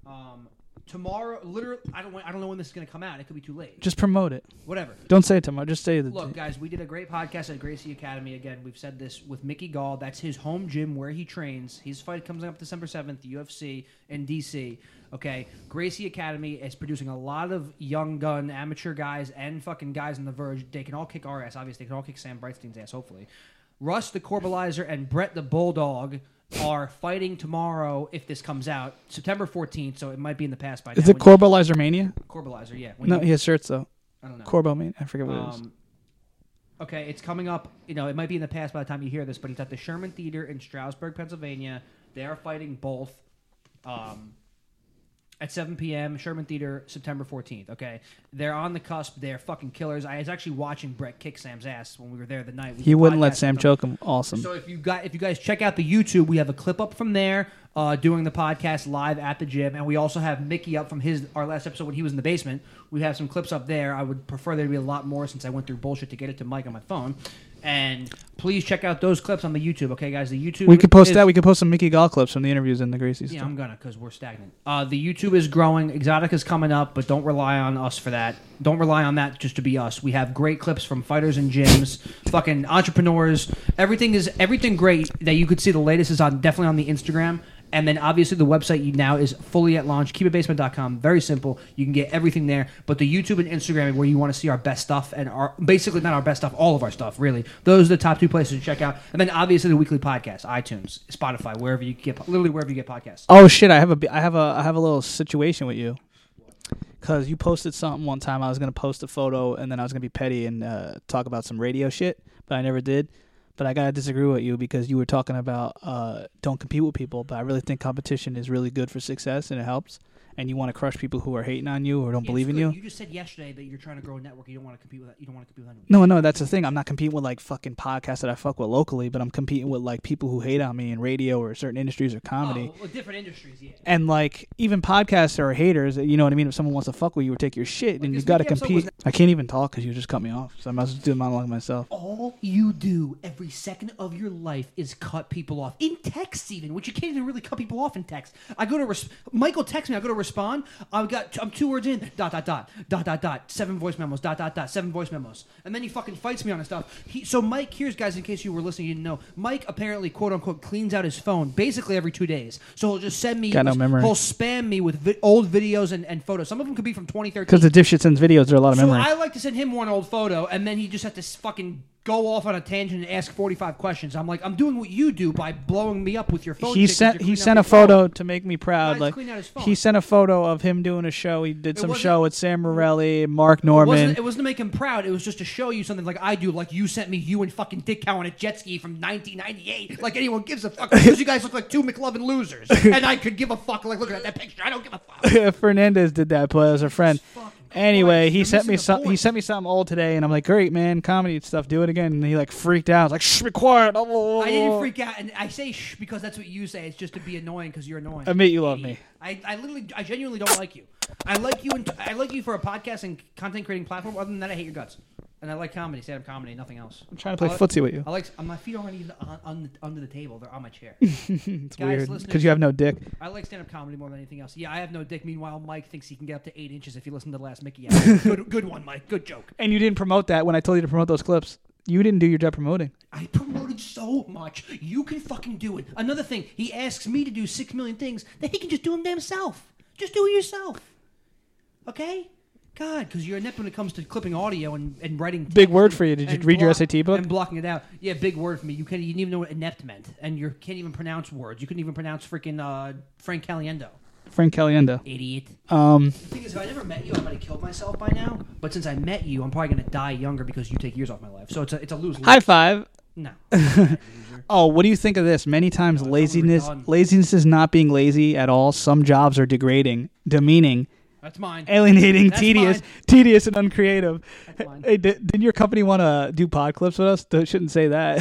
Speaker 12: Um, tomorrow, literally, I don't. wa- I don't know when this is gonna come out. It could be too late.
Speaker 4: Just promote it.
Speaker 12: Whatever.
Speaker 4: Don't say it tomorrow. Just say the.
Speaker 12: Look, guys, we did a great podcast at Gracie Academy. Again, we've said this with Mickey Gall. That's his home gym where he trains. His fight comes up December 7th, UFC in DC. Okay, Gracie Academy is producing a lot of young gun amateur guys and fucking guys on the verge. They can all kick our ass, obviously. They can all kick Sam Brightstein's ass, hopefully. Russ the Corbelizer and Brett the Bulldog are fighting tomorrow if this comes out, September 14th, so it might be in the past by now.
Speaker 4: Is it
Speaker 12: When you-
Speaker 4: Corbelizer Mania?
Speaker 12: Corbelizer, yeah. When
Speaker 4: No,
Speaker 12: you-
Speaker 4: he has shirts though.
Speaker 12: I don't know.
Speaker 4: Corbo Mania. I forget what it is.
Speaker 12: Um, Okay, it's coming up. You know, it might be in the past by the time you hear this, but it's at the Sherman Theater in Stroudsburg, Pennsylvania. They are fighting both. Um, at 7 p.m. Sherman Theater, September 14th. Okay, they're on the cusp. They're fucking killers. I was actually watching Brett kick Sam's ass when we were there the night. We
Speaker 4: He wouldn't let
Speaker 12: podcasted
Speaker 4: Sam
Speaker 12: them.
Speaker 4: choke him. Awesome.
Speaker 12: So if you got if you guys check out the YouTube, we have a clip up from there uh, doing the podcast live at the gym, and we also have Mickey up from his our last episode when he was in the basement. We have some clips up there. I would prefer there to be a lot more since I went through bullshit to get it to Mike on my phone. And please check out those clips on the YouTube, okay, guys. The YouTube
Speaker 4: We could post
Speaker 12: is-
Speaker 4: that. We could post some Mickey Gall clips from the interviews in the Gracies.
Speaker 12: yeah, I'm gonna because we're stagnant. Uh, the YouTube is growing. Exotica's coming up, but don't rely on us for that. Don't rely on that just to be us. We have great clips from fighters and gyms, fucking entrepreneurs. Everything is everything great that you could see. The latest is on definitely on the Instagram. And then obviously the website you now is fully at launch, keepitbasement.com. Very simple. You can get everything there. But the YouTube and Instagram are where you want to see our best stuff and our basically not our best stuff, all of our stuff, really. Those are the top two places to check out. And then obviously the weekly podcast, iTunes, Spotify, wherever you get literally wherever you get podcasts.
Speaker 4: Oh shit! I have a b- I have a I have a little situation with you. Cause you posted something one time. I was gonna post a photo and then I was gonna be petty and uh, talk about some radio shit, but I never did. But I gotta disagree with you because you were talking about uh, don't compete with people. But I really think competition is really good for success and it helps. And you want to crush people who are hating on you or don't
Speaker 12: Yeah,
Speaker 4: believe in
Speaker 12: screw it.
Speaker 4: you.
Speaker 12: You just said yesterday that you're trying to grow a network. You don't want to compete with you don't want to compete with anyone.
Speaker 4: No, no, that's the thing. I'm not competing with like fucking podcasts that I fuck with locally, but I'm competing with like people who hate on me in radio or certain industries or comedy.
Speaker 12: well, different industries, yeah.
Speaker 4: And like even podcasts are haters. You know what I mean? If someone wants to fuck with you or take your shit, then you got to
Speaker 12: weekend episode
Speaker 4: compete.
Speaker 12: was-
Speaker 4: I can't even talk because you just cut me off, so I might as well do the monologue myself.
Speaker 12: All you do every second of your life is cut people off in text, even which you can't even really cut people off in text. I go to res- Michael texts me. I go to respond. I've got I'm two words in dot dot dot dot dot dot seven voice memos dot dot dot seven voice memos, and then he fucking fights me on his stuff. He, so Mike, here's guys, in case you were listening, you didn't know. Mike apparently quote unquote cleans out his phone basically every two days. So he'll just send me.
Speaker 4: Got no memory.
Speaker 12: He'll spam me with vi- old videos and, and photos. Some of them could be from 2013.
Speaker 4: Because the dipshit sends videos, there are a lot of
Speaker 12: So
Speaker 4: memory.
Speaker 12: I like to send him one old photo, and then he just had to s- fucking go off on a tangent and ask forty five questions. I'm like, I'm doing what you do by blowing me up with your phone.
Speaker 4: He
Speaker 12: shit 'cause
Speaker 4: sent
Speaker 12: you're
Speaker 4: he
Speaker 12: cleaning
Speaker 4: sent a
Speaker 12: up your phone.
Speaker 4: photo to make me proud.
Speaker 12: Guys,
Speaker 4: like
Speaker 12: clean out his phone.
Speaker 4: he sent a photo of him doing a show. He did some
Speaker 12: wasn't-
Speaker 4: show with Sam Morelli,
Speaker 12: It
Speaker 4: Mark Norman.
Speaker 12: wasn't, it wasn't to make him proud. It was just to show you something like I do. Like you sent me you and fucking Dick Cow on a jet ski from 1998. Like anyone gives a fuck. Because you guys look like two McLovin losers, and I could give a fuck. Like looking at that picture, I don't give a fuck.
Speaker 4: Fernandez did that, but as a friend. Anyway, he sent me some. He sent me something old today, and I'm like, "Great, man, comedy stuff. Do it again." And he like freaked out. I was like, "Shh, be quiet." Oh,
Speaker 12: I didn't freak out, and I say shh because that's what you say. It's just to be annoying because you're annoying.
Speaker 4: Admit you love me.
Speaker 12: I, I literally, I genuinely don't like you. I like you, and I like you for a podcast and content creating platform. Other than that, I hate your guts. And I like comedy, stand-up comedy, nothing else. I'm
Speaker 4: trying to play footsie with you.
Speaker 12: I like uh, my feet aren't even on, on the, under the table; they're on my chair.
Speaker 4: It's weird,
Speaker 12: listeners,
Speaker 4: 'cause you have no dick.
Speaker 12: I like stand-up comedy more than anything else. Yeah, I have no dick. Meanwhile, Mike thinks he can get up to eight inches if you listen to the last Mickey. episode. good, good one, Mike. Good joke.
Speaker 4: And you didn't promote that when I told you to promote those clips. You didn't do your job promoting.
Speaker 12: I promoted so much. You can fucking do it. Another thing, he asks me to do six million things that he can just do them himself. Just do it yourself. Okay? God, because you're inept when it comes to clipping audio and, and writing.
Speaker 4: Big word for you. Did you
Speaker 12: and
Speaker 4: read your
Speaker 12: block-
Speaker 4: SAT book?
Speaker 12: And blocking it out. Yeah, big word for me. You can't you didn't even know what inept meant. And you can't even pronounce words. You couldn't even pronounce freaking uh, Frank Caliendo.
Speaker 4: Frank Caliendo.
Speaker 12: Idiot.
Speaker 4: Um,
Speaker 12: The thing is, if I never met you, I might have killed myself by now. But since I met you, I'm probably going to die younger because you take years off my life. So it's a, it's a lose lose.
Speaker 4: high five.
Speaker 12: No.
Speaker 4: oh, what do you think of this? Many times, laziness laziness is not being lazy at all. Some jobs are degrading, demeaning.
Speaker 12: That's mine.
Speaker 4: Alienating,
Speaker 12: That's
Speaker 4: tedious,
Speaker 12: mine.
Speaker 4: tedious, and uncreative. Hey, did, did your company want to do pod clips with us? Th- Shouldn't say that.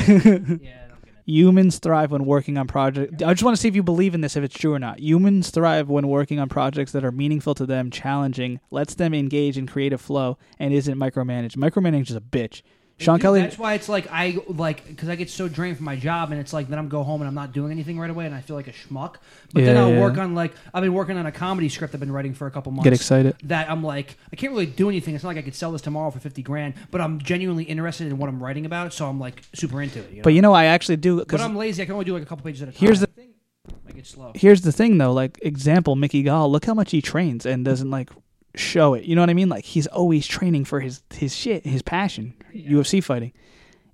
Speaker 4: Humans thrive when working on projects. I just want to see if you believe in this, if it's true or not. Humans thrive when working on projects that are meaningful to them, challenging, lets them engage in creative flow, and isn't micromanaged. Micromanaged is a bitch. Sean
Speaker 12: Dude,
Speaker 4: Kelly.
Speaker 12: That's why it's like I like because I get so drained from my job, and it's like then I'm go home and I'm not doing anything right away, and I feel like a schmuck. But then
Speaker 4: Yeah,
Speaker 12: I'll
Speaker 4: yeah.
Speaker 12: work on like I've been working on a comedy script I've been writing for a couple months.
Speaker 4: excited.
Speaker 12: that I'm like I can't really do anything. It's not like I could sell this tomorrow for fifty grand, but I'm genuinely interested in what I'm writing about, so I'm like super into it. You know?
Speaker 4: But you know, I actually do.
Speaker 12: but
Speaker 4: Cause
Speaker 12: I'm lazy. I can only do like a couple pages at a time.
Speaker 4: Here's the-
Speaker 12: thing. Like it's slow.
Speaker 4: here's the thing though like example mickey gall look how much he trains and doesn't like show it you know what i mean like he's always training for his his shit his passion ufc fighting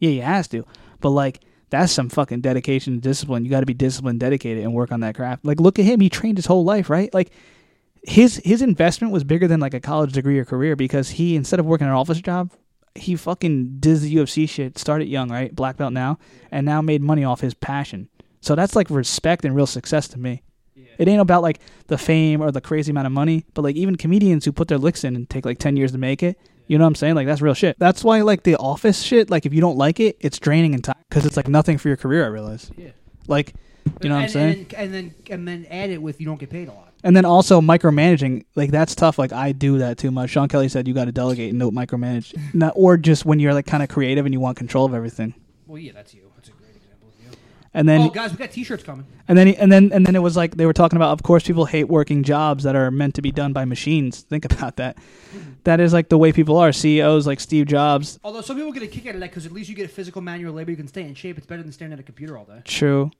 Speaker 4: yeah he has to but like that's some fucking dedication and discipline you got to be disciplined dedicated and work on that craft like look at him he trained his whole life right like his his investment was bigger than like a college degree or career because he instead of working an office job he fucking did the UFC shit, started young, right? Black belt now, and now made money off his passion. So that's like respect and real success to me.
Speaker 12: Yeah.
Speaker 4: It ain't about like the fame or the crazy amount of money, but like even comedians who put their licks in and take like 10 years to make it. You know what I'm saying? Like that's real shit. That's why like the office shit, like if you don't like it, it's draining and time cuz it's like nothing for your career, I realize.
Speaker 12: Yeah.
Speaker 4: Like you know what I'm
Speaker 12: and,
Speaker 4: saying?
Speaker 12: And then, and then and then add it with you don't get paid a lot.
Speaker 4: And then also micromanaging, like that's tough. Like I do that too much. Sean Kelly said you got to delegate and don't micromanage, Not, or just when you're like kind of creative and you want control of everything.
Speaker 12: Well, yeah, that's you. That's a great example of you.
Speaker 4: And then
Speaker 12: oh, guys, we got T-shirts coming.
Speaker 4: And then and then and then it was like they were talking about. Of course, people hate working jobs that are meant to be done by machines. Think about that. That is like the way people are. CEOs like Steve Jobs.
Speaker 12: Although some people get a kick out of that because at least you get physical manual labor. You can stay in shape. It's better than staring at a computer all day.
Speaker 4: True,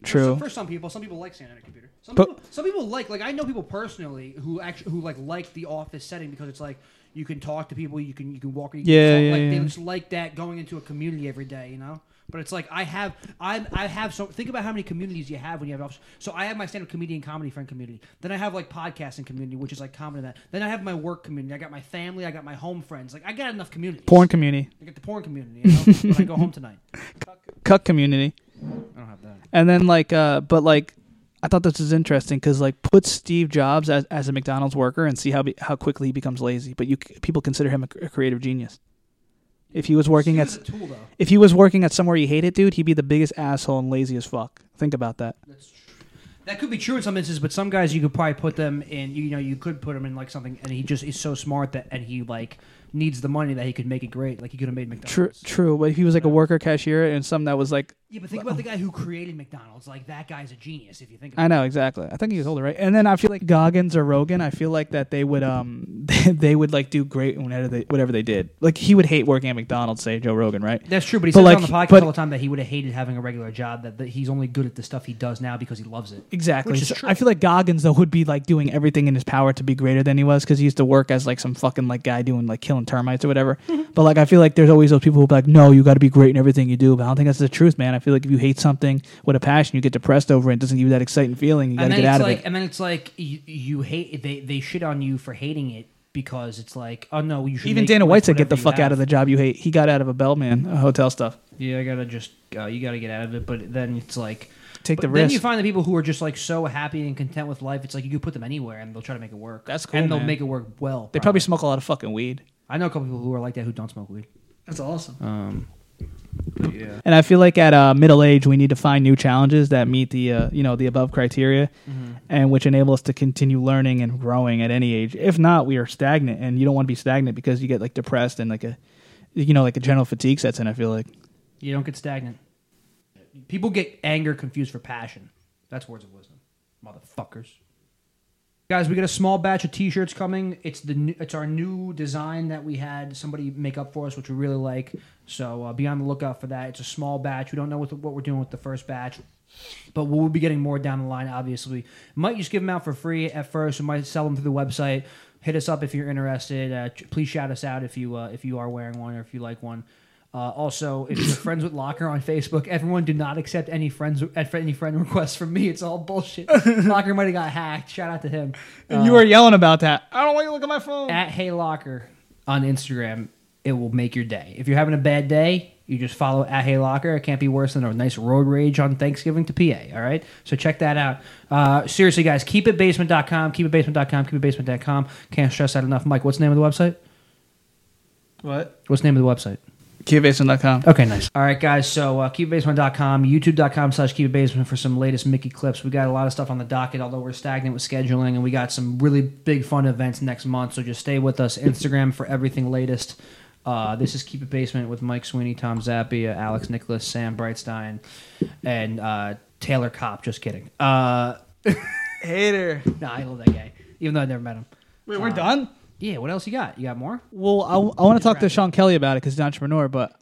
Speaker 12: For some-
Speaker 4: true.
Speaker 12: For, some people, some people like staring at a computer. Some
Speaker 4: But-
Speaker 12: people, some people like like I know people personally who actually who like like the office setting because it's like you can talk to people, you can you can walk, you can
Speaker 4: Yeah,
Speaker 12: talk,
Speaker 4: yeah,
Speaker 12: like
Speaker 4: yeah.
Speaker 12: they just like that going into a community every day, you know. But it's like I have I I have so think about how many communities you have when you have an office. So I have my stand up comedian comedy friend community. Then I have like podcasting community, which is like comedy and that. Then I have my work community. I got my family. I got my home friends. Like I got enough community.
Speaker 4: Porn community.
Speaker 12: I got the porn community. You know, when I go home tonight.
Speaker 4: Cuck community.
Speaker 12: I don't have that.
Speaker 4: And then like, uh, but like, I thought this was interesting because like, put Steve Jobs as, as a McDonald's worker and see how be, how quickly he becomes lazy. But you c- people consider him a, c- a creative genius. If he was working
Speaker 12: Steve
Speaker 4: at
Speaker 12: is a tool, though.
Speaker 4: if he was working at somewhere he hated, dude, he'd be the biggest asshole and lazy as fuck. Think about that.
Speaker 12: That could be true in some instances, but some guys you could probably put them in. You know, you could put him in like something, and he just is so smart that, and he like needs the money that he could make it great. Like he could have made McDonald's.
Speaker 4: True, true. But if he was like a worker cashier and something that was like,
Speaker 12: Yeah, but think about the guy who created McDonald's. Like that guy's a genius. If you think about
Speaker 4: I know exactly. I think he was older, right? And then I feel like Goggins or Rogan. I feel like that they would um they, they would like do great whenever they whatever they did. Like he would hate working at McDonald's, say Joe Rogan, right?
Speaker 12: it. That's true, but he says on the podcast
Speaker 4: but-
Speaker 12: all the time that he would have hated having a regular job. That, that he's only good at the stuff he does now because he loves it.
Speaker 4: Exactly.
Speaker 12: which is
Speaker 4: So
Speaker 12: true.
Speaker 4: I feel like Goggins though would be like doing everything in his power to be greater than he was because he used to work as like some fucking like guy doing like killing termites or whatever. but like I feel like there's always those people who be like, no, you got to be great in everything you do. But I don't think that's the truth, man. I feel like if you hate something with a passion, you get depressed over it. It doesn't give you that exciting feeling. You got
Speaker 12: and
Speaker 4: to
Speaker 12: then
Speaker 4: get
Speaker 12: it's
Speaker 4: out
Speaker 12: like,
Speaker 4: of it.
Speaker 12: And then it's like you, you hate they they shit on you for hating it because it's like oh no you should
Speaker 4: Even
Speaker 12: make-
Speaker 4: Dana White said, get the
Speaker 12: whatever you
Speaker 4: fuck
Speaker 12: have."
Speaker 4: out of the job you hate. He got out of a bellman uh, hotel stuff.
Speaker 12: Yeah, I gotta just uh, you gotta get out of it. But then it's like
Speaker 4: Take
Speaker 12: but
Speaker 4: the
Speaker 12: Then
Speaker 4: risk.
Speaker 12: you find the people who are just like so happy and content with life. It's like you can put them anywhere and they'll try to make it work. That's
Speaker 4: cool,
Speaker 12: And they'll
Speaker 4: man.
Speaker 12: make it work well.
Speaker 4: They probably smoke a lot of fucking weed.
Speaker 12: I know a couple people who are like that who don't smoke weed. That's awesome. Um, but yeah.
Speaker 4: And I feel like at uh, middle age, we need to find new challenges that meet the uh, you know the above criteria,
Speaker 12: Mm-hmm.
Speaker 4: and which enable us to continue learning and growing at any age. If not, we are stagnant, and you don't want to be stagnant because you get like depressed and like a you know like a general fatigue sets in. I feel like
Speaker 12: You don't get stagnant. People get anger confused for passion. That's words of wisdom, motherfuckers. Guys, we got a small batch of T-shirts coming. It's the new, it's our new design that we had somebody make up for us, which we really like. So uh, be on the lookout for that. It's a small batch. We don't know what the, what we're doing with the first batch, but we'll be getting more down the line. Obviously, might just give them out for free at first. We might sell them through the website. Hit us up if you're interested. Uh, ch- please shout us out if you uh, if you are wearing one or if you like one. Uh, also, if you're friends with Locker on Facebook, everyone do not accept any friends any friend requests from me. It's all bullshit. Locker might have got hacked. Shout out to him.
Speaker 4: And
Speaker 12: Uh.
Speaker 4: you were yelling about that. I don't want
Speaker 12: you
Speaker 4: to look at my phone.
Speaker 12: At Hey Locker on Instagram, it will make your day. If you're having a bad day, you just follow at Hey Locker. It can't be worse than a nice road rage on Thanksgiving to PA. All right, so check that out. Uh, seriously, guys, keep it basement.com, keep it basement.com, keep it basement.com. Can't stress that enough. Mike, what's the name of the website?
Speaker 4: what
Speaker 12: What's the name of the website?
Speaker 4: QBasin.com.
Speaker 12: Okay, nice. All right, guys. So uh, keepitbasement.com, youtube.com slash keepitbasement for some latest Mickey clips. We got a lot of stuff on the docket, although we're stagnant with scheduling, and we got some really big fun events next month. So just stay with us. Instagram for everything latest. Uh, this is Keep It Basement with Mike Sweeney, Tom Zappia, Alex Nicholas, Sam Brightstein, and uh, Taylor Kopp. Just kidding. Uh,
Speaker 4: Hater.
Speaker 12: No, I love that guy, even though I never met him.
Speaker 4: Wait, we're done?
Speaker 12: Yeah, what else you got? You got more?
Speaker 4: Well, I, I want to talk to Sean Kelly about it because he's an entrepreneur. But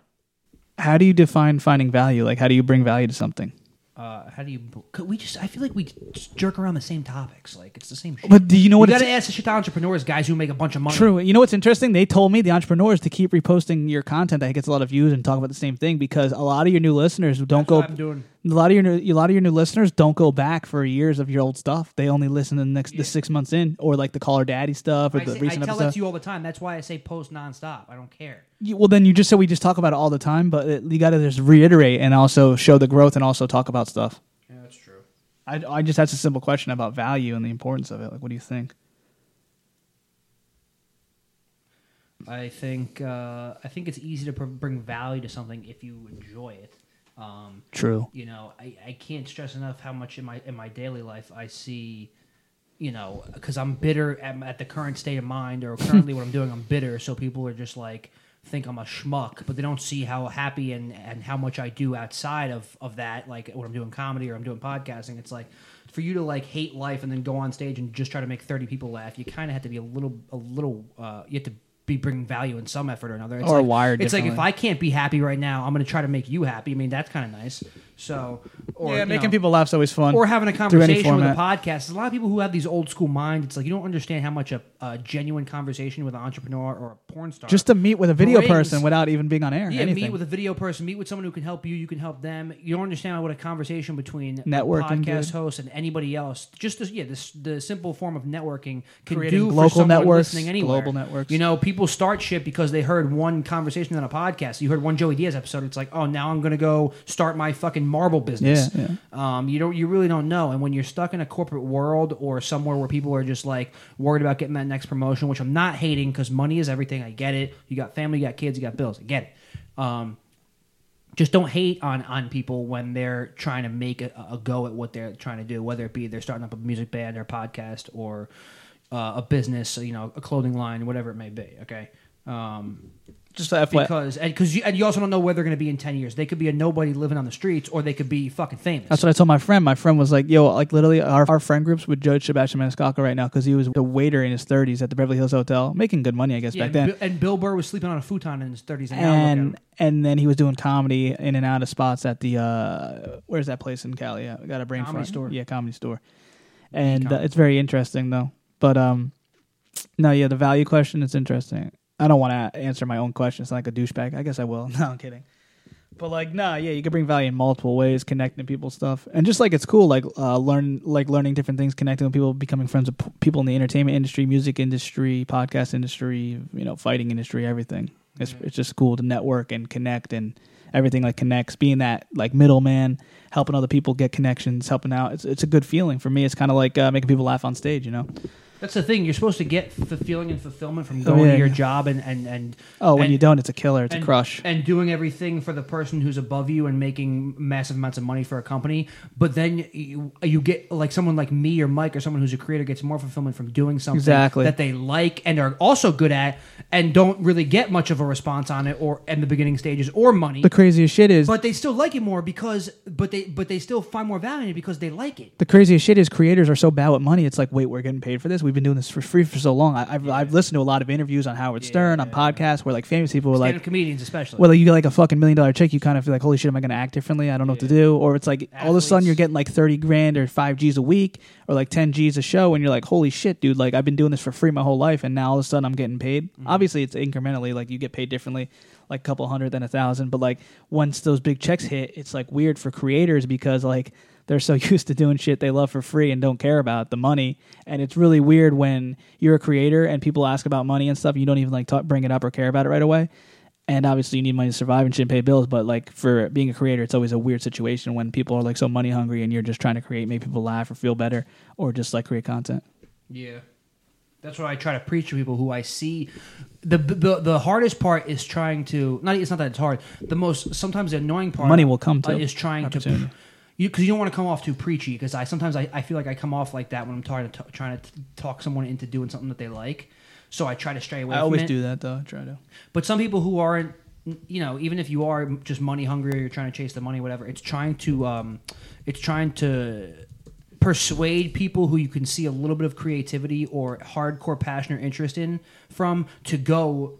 Speaker 4: how do you define finding value? Like how do you bring value to something?
Speaker 12: uh, how do you? Could we just? I feel like we just jerk around the same topics. Like it's the same shit.
Speaker 4: But do you know what
Speaker 12: You
Speaker 4: it's-
Speaker 12: gotta ask the shit to entrepreneurs, guys who make a bunch of money.
Speaker 4: True. You know what's interesting? They told me the entrepreneurs to keep reposting your content that gets a lot of views and talk about the same thing because a lot of your new listeners don't go.
Speaker 12: what I'm doing.
Speaker 4: A lot of your new, a lot of your new listeners don't go back for years of your old stuff. They only listen to the next the six months in or like the caller daddy stuff or
Speaker 12: I,
Speaker 4: the
Speaker 12: say- I
Speaker 4: recent
Speaker 12: tell
Speaker 4: episode.
Speaker 12: that to you all the time. That's why I say post nonstop. I don't care.
Speaker 4: You- well, then you just said we just talk about it all the time, but it, you got to just reiterate and also show the growth and also talk about stuff.
Speaker 12: Yeah, that's true.
Speaker 4: I, I just asked a simple question about value and the importance of it. Like, what do you think?
Speaker 12: I think uh, I think it's easy to pr- bring value to something if you enjoy it. Um,
Speaker 4: True.
Speaker 12: You know, I, I can't stress enough how much in my in my daily life I see, you know, because I'm bitter at, m- at the current state of mind or currently what I'm doing. I'm bitter, so people are just like think I'm a schmuck, but they don't see how happy and and how much I do outside of of that. Like when I'm doing comedy or I'm doing podcasting, it's like for you to like hate life and then go on stage and just try to make 30 people laugh you kind of have to be a little a little uh, you have to be bringing value in some effort or another it's
Speaker 4: Or
Speaker 12: like,
Speaker 4: wired
Speaker 12: it's like if
Speaker 4: differently.
Speaker 12: i can't be happy right now i'm going to try to make you happy i mean that's kind of nice so or
Speaker 4: yeah,
Speaker 12: you
Speaker 4: making
Speaker 12: know,
Speaker 4: people laugh is always fun.
Speaker 12: or having a
Speaker 4: Through any
Speaker 12: conversation with a
Speaker 4: format.
Speaker 12: podcast. There's a lot of people who have these old school minds. It's like you don't understand how much a, a genuine conversation with an entrepreneur or a porn star
Speaker 4: Just to meet with a video
Speaker 12: brings-
Speaker 4: person without even being on air.
Speaker 12: Yeah,
Speaker 4: anything.
Speaker 12: meet with a video person. Meet with someone who can help you. You can help them. You don't understand what a conversation between a
Speaker 4: Networking,
Speaker 12: podcast
Speaker 4: dude.
Speaker 12: host and anybody else. Just this, yeah, this the simple form of networking can
Speaker 4: Creating
Speaker 12: do
Speaker 4: local
Speaker 12: for someone
Speaker 4: networks,
Speaker 12: listening anywhere.
Speaker 4: global networks.
Speaker 12: You know, people start shit because they heard one conversation on a podcast. You heard one Joey Diaz episode. It's like, oh, now I'm gonna go start my fucking marble business.
Speaker 4: Yeah, yeah.
Speaker 12: Um, you don't, you really don't know. And when you're stuck in a corporate world or somewhere where people are just like worried about getting that next promotion, which I'm not hating because money is everything. I get it. You got family, you got kids, you got bills. I get it. Um, just don't hate on on people when they're trying to make a, a go at what they're trying to do, whether it be they're starting up a music band or a podcast or uh, a business, you know, a clothing line, whatever it may be. Okay. Um,
Speaker 4: Just a FYI.
Speaker 12: because and because you, and you also don't know where they're going to be in ten years. They could be a nobody living on the streets, or they could be fucking famous.
Speaker 4: That's what I told my friend. My friend was like, "Yo, like literally, our, our friend groups would judge Sebastian Maniscalco right now because he was a waiter in his 30s at the Beverly Hills Hotel, making good money, I guess,
Speaker 12: Yeah,
Speaker 4: back
Speaker 12: and,
Speaker 4: then.
Speaker 12: Bill, and Bill Burr was sleeping on a futon in his thirties, and, now look at him.
Speaker 4: and and then he was doing comedy in and out of spots at the uh, where's that place in Cali? Yeah, I got a brain
Speaker 12: Comedy
Speaker 4: fart.
Speaker 12: Store.
Speaker 4: Yeah, comedy store. And uh,
Speaker 12: Comedy
Speaker 4: it's very interesting though. But um, no, yeah, the value question is interesting. I don't want to answer my own question. It's like a douchebag. I guess I will. No, I'm kidding. But like, nah, yeah, you could bring value in multiple ways, connecting to people, stuff, and just like it's cool, like uh, learn, like learning different things, connecting with people, becoming friends with p- people in the entertainment industry, music industry, podcast industry, you know, fighting industry, everything. It's it's just cool to network and connect and everything like connects, being that like middleman, helping other people get connections, helping out. It's it's a good feeling for me. It's kind of like uh, making people laugh on stage, you know.
Speaker 12: That's the thing. You're supposed to get fulfilling and fulfillment from
Speaker 4: Oh,
Speaker 12: going
Speaker 4: yeah,
Speaker 12: to your
Speaker 4: yeah.
Speaker 12: job and and and
Speaker 4: Oh, when
Speaker 12: and-
Speaker 4: you don't, it's a killer. It's a
Speaker 12: and-
Speaker 4: crush.
Speaker 12: and doing everything for the person who's above you and making massive amounts of money for a company. But then you, you get like someone like me or Mike or someone who's a creator gets more fulfillment from doing something
Speaker 4: Exactly.
Speaker 12: that they like and are also good at and don't really get much of a response on it or in the beginning stages or money.
Speaker 4: The craziest shit is
Speaker 12: but they still like it more because but they but they still find more value in it because they like it.
Speaker 4: The craziest shit is creators are so bad with money. It's like, wait, we're getting paid for this. We've been doing this for free for so long. I, I've, I've listened to a lot of interviews on Howard Stern, on podcasts where like famous people were
Speaker 12: Stand-up
Speaker 4: like,
Speaker 12: comedians especially.
Speaker 4: Well, you get like a fucking million dollar check, you kind of feel like, holy shit, am I going to act differently? I don't know what to do. Or it's like all of a sudden you're getting like thirty grand or five G's a week or like ten G's a show, and you're like, holy shit, dude! Like I've been doing this for free my whole life, and now all of a sudden I'm getting paid. Obviously, it's incrementally. Like you get paid differently, like a couple hundred then a thousand. But like once those big checks hit, it's like weird for creators because like they're so used to doing shit they love for free and don't care about the money. And it's really weird when you're a creator and people ask about money and stuff, and you don't even like talk, bring it up or care about it right away and obviously you need money to survive and shit and pay bills but like for being a creator it's always a weird situation when people are like so money hungry and you're just trying to create make people laugh or feel better or just like create content
Speaker 12: Yeah. That's what I try to preach to people who I see. The, the the hardest part is trying to not it's not that it's hard. The most sometimes the annoying part
Speaker 4: Money will come to
Speaker 12: uh, is trying
Speaker 4: opportunity.
Speaker 12: to you because you don't want to come off too preachy because I sometimes I, I feel like I come off like that when I'm trying to t- trying to t- talk someone into doing something that they like. So I try to stray away.
Speaker 4: i
Speaker 12: from
Speaker 4: always
Speaker 12: it.
Speaker 4: do that though i try to
Speaker 12: But some people who aren't, you know, even if you are just money hungry or you're trying to chase the money, whatever, it's trying to, um, it's trying to persuade people who you can see a little bit of creativity or hardcore passion or interest in from to go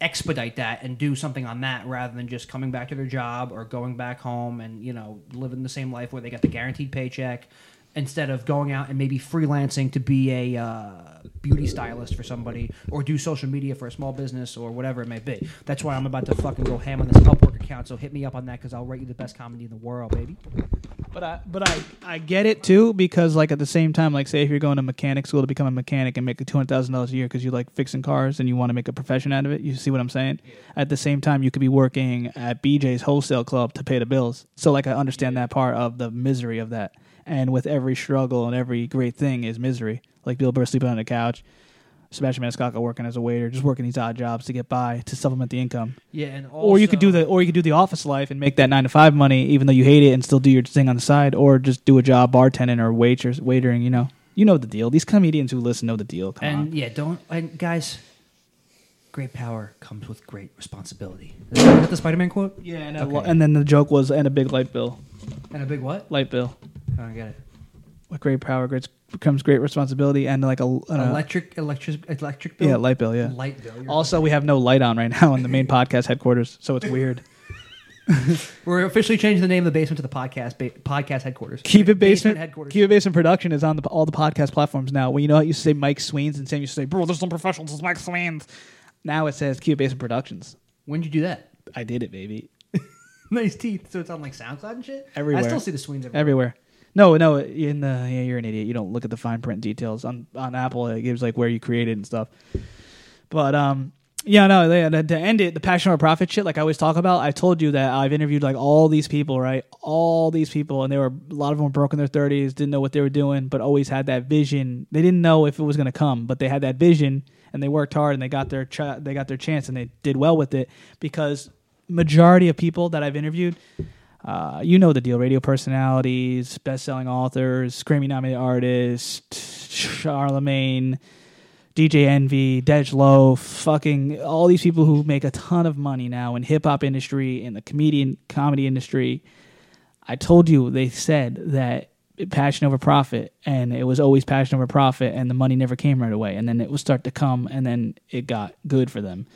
Speaker 12: expedite that and do something on that rather than just coming back to their job or going back home and you know living the same life where they got the guaranteed paycheck instead of going out and maybe freelancing to be a uh, beauty stylist for somebody or do social media for a small business or whatever it may be that's why i'm about to fucking go ham on this upwork account so hit me up on that because i'll write you the best comedy in the world baby
Speaker 4: but i but i i get it too because like at the same time like say if you're going to mechanic school to become a mechanic and make $200000 a year because you like fixing cars and you want to make a profession out of it you see what i'm saying at the same time you could be working at bj's wholesale club to pay the bills so like i understand that part of the misery of that And with every struggle and every great thing is misery. Like Bill Burr sleeping on the couch, Sebastian Maniscalco working as a waiter, just working these odd jobs to get by to supplement the income.
Speaker 12: Yeah, and
Speaker 4: or you could do the or you could do the office life and make that nine to five money, even though you hate it, and still do your thing on the side, or just do a job bartending or waitress waitering. You know, you know the deal. These comedians who listen know the deal. Come
Speaker 12: and
Speaker 4: on.
Speaker 12: yeah, don't and guys. Great power comes with great responsibility. Is that the Spider-Man quote?
Speaker 4: Yeah,
Speaker 12: and
Speaker 4: And, uh, and then the joke was and a big light bill.
Speaker 12: and a big what?
Speaker 4: Light bill.
Speaker 12: I don't get it.
Speaker 4: With great power great, becomes great responsibility, and like a an uh,
Speaker 12: Electric, electric, electric bill.
Speaker 4: Yeah, light bill. Yeah,
Speaker 12: light bill. You're-
Speaker 4: Also, we have no light on right now in the main podcast headquarters, so it's weird.
Speaker 12: We're officially changing the name of the basement to the podcast ba- podcast headquarters.
Speaker 4: Keep it basement.
Speaker 12: headquarters.
Speaker 4: Keep it basement production is on the, all the podcast platforms now. Well, you know, how it used to say Mike Sweens, and Sam used to say, "Bro, there's some professionals, it's Mike Sweens." Now it says Keep it basement productions.
Speaker 12: When did you do that?
Speaker 4: I did it, baby.
Speaker 12: nice teeth. So it's on like SoundCloud and shit.
Speaker 4: Everywhere.
Speaker 12: I still see the Sweens everywhere.
Speaker 4: everywhere. No, no, in the yeah, you're an idiot. You don't look at the fine print details on on Apple. It gives like where you created and stuff. But um, yeah, no, they, to- to end it, the passion or profit shit. Like I always talk about. I told you that I've interviewed like all these people, right? All these people, and they were a lot of them were broke in their thirties, didn't know what they were doing, but always had that vision. They didn't know if it was going to come, but they had that vision, and they worked hard, and they got their ch- they got their chance, and they did well with it because majority of people that I've interviewed uh, you know the deal radio personalities, best selling authors, Grammy nominated artists, Charlemagne, DJ Envy, Dej Loaf, fucking all these people who make a ton of money now in hip hop industry, in the comedian comedy industry. I told you they said that passion over profit and it was always passion over profit and the money never came right away and then it would start to come and then it got good for them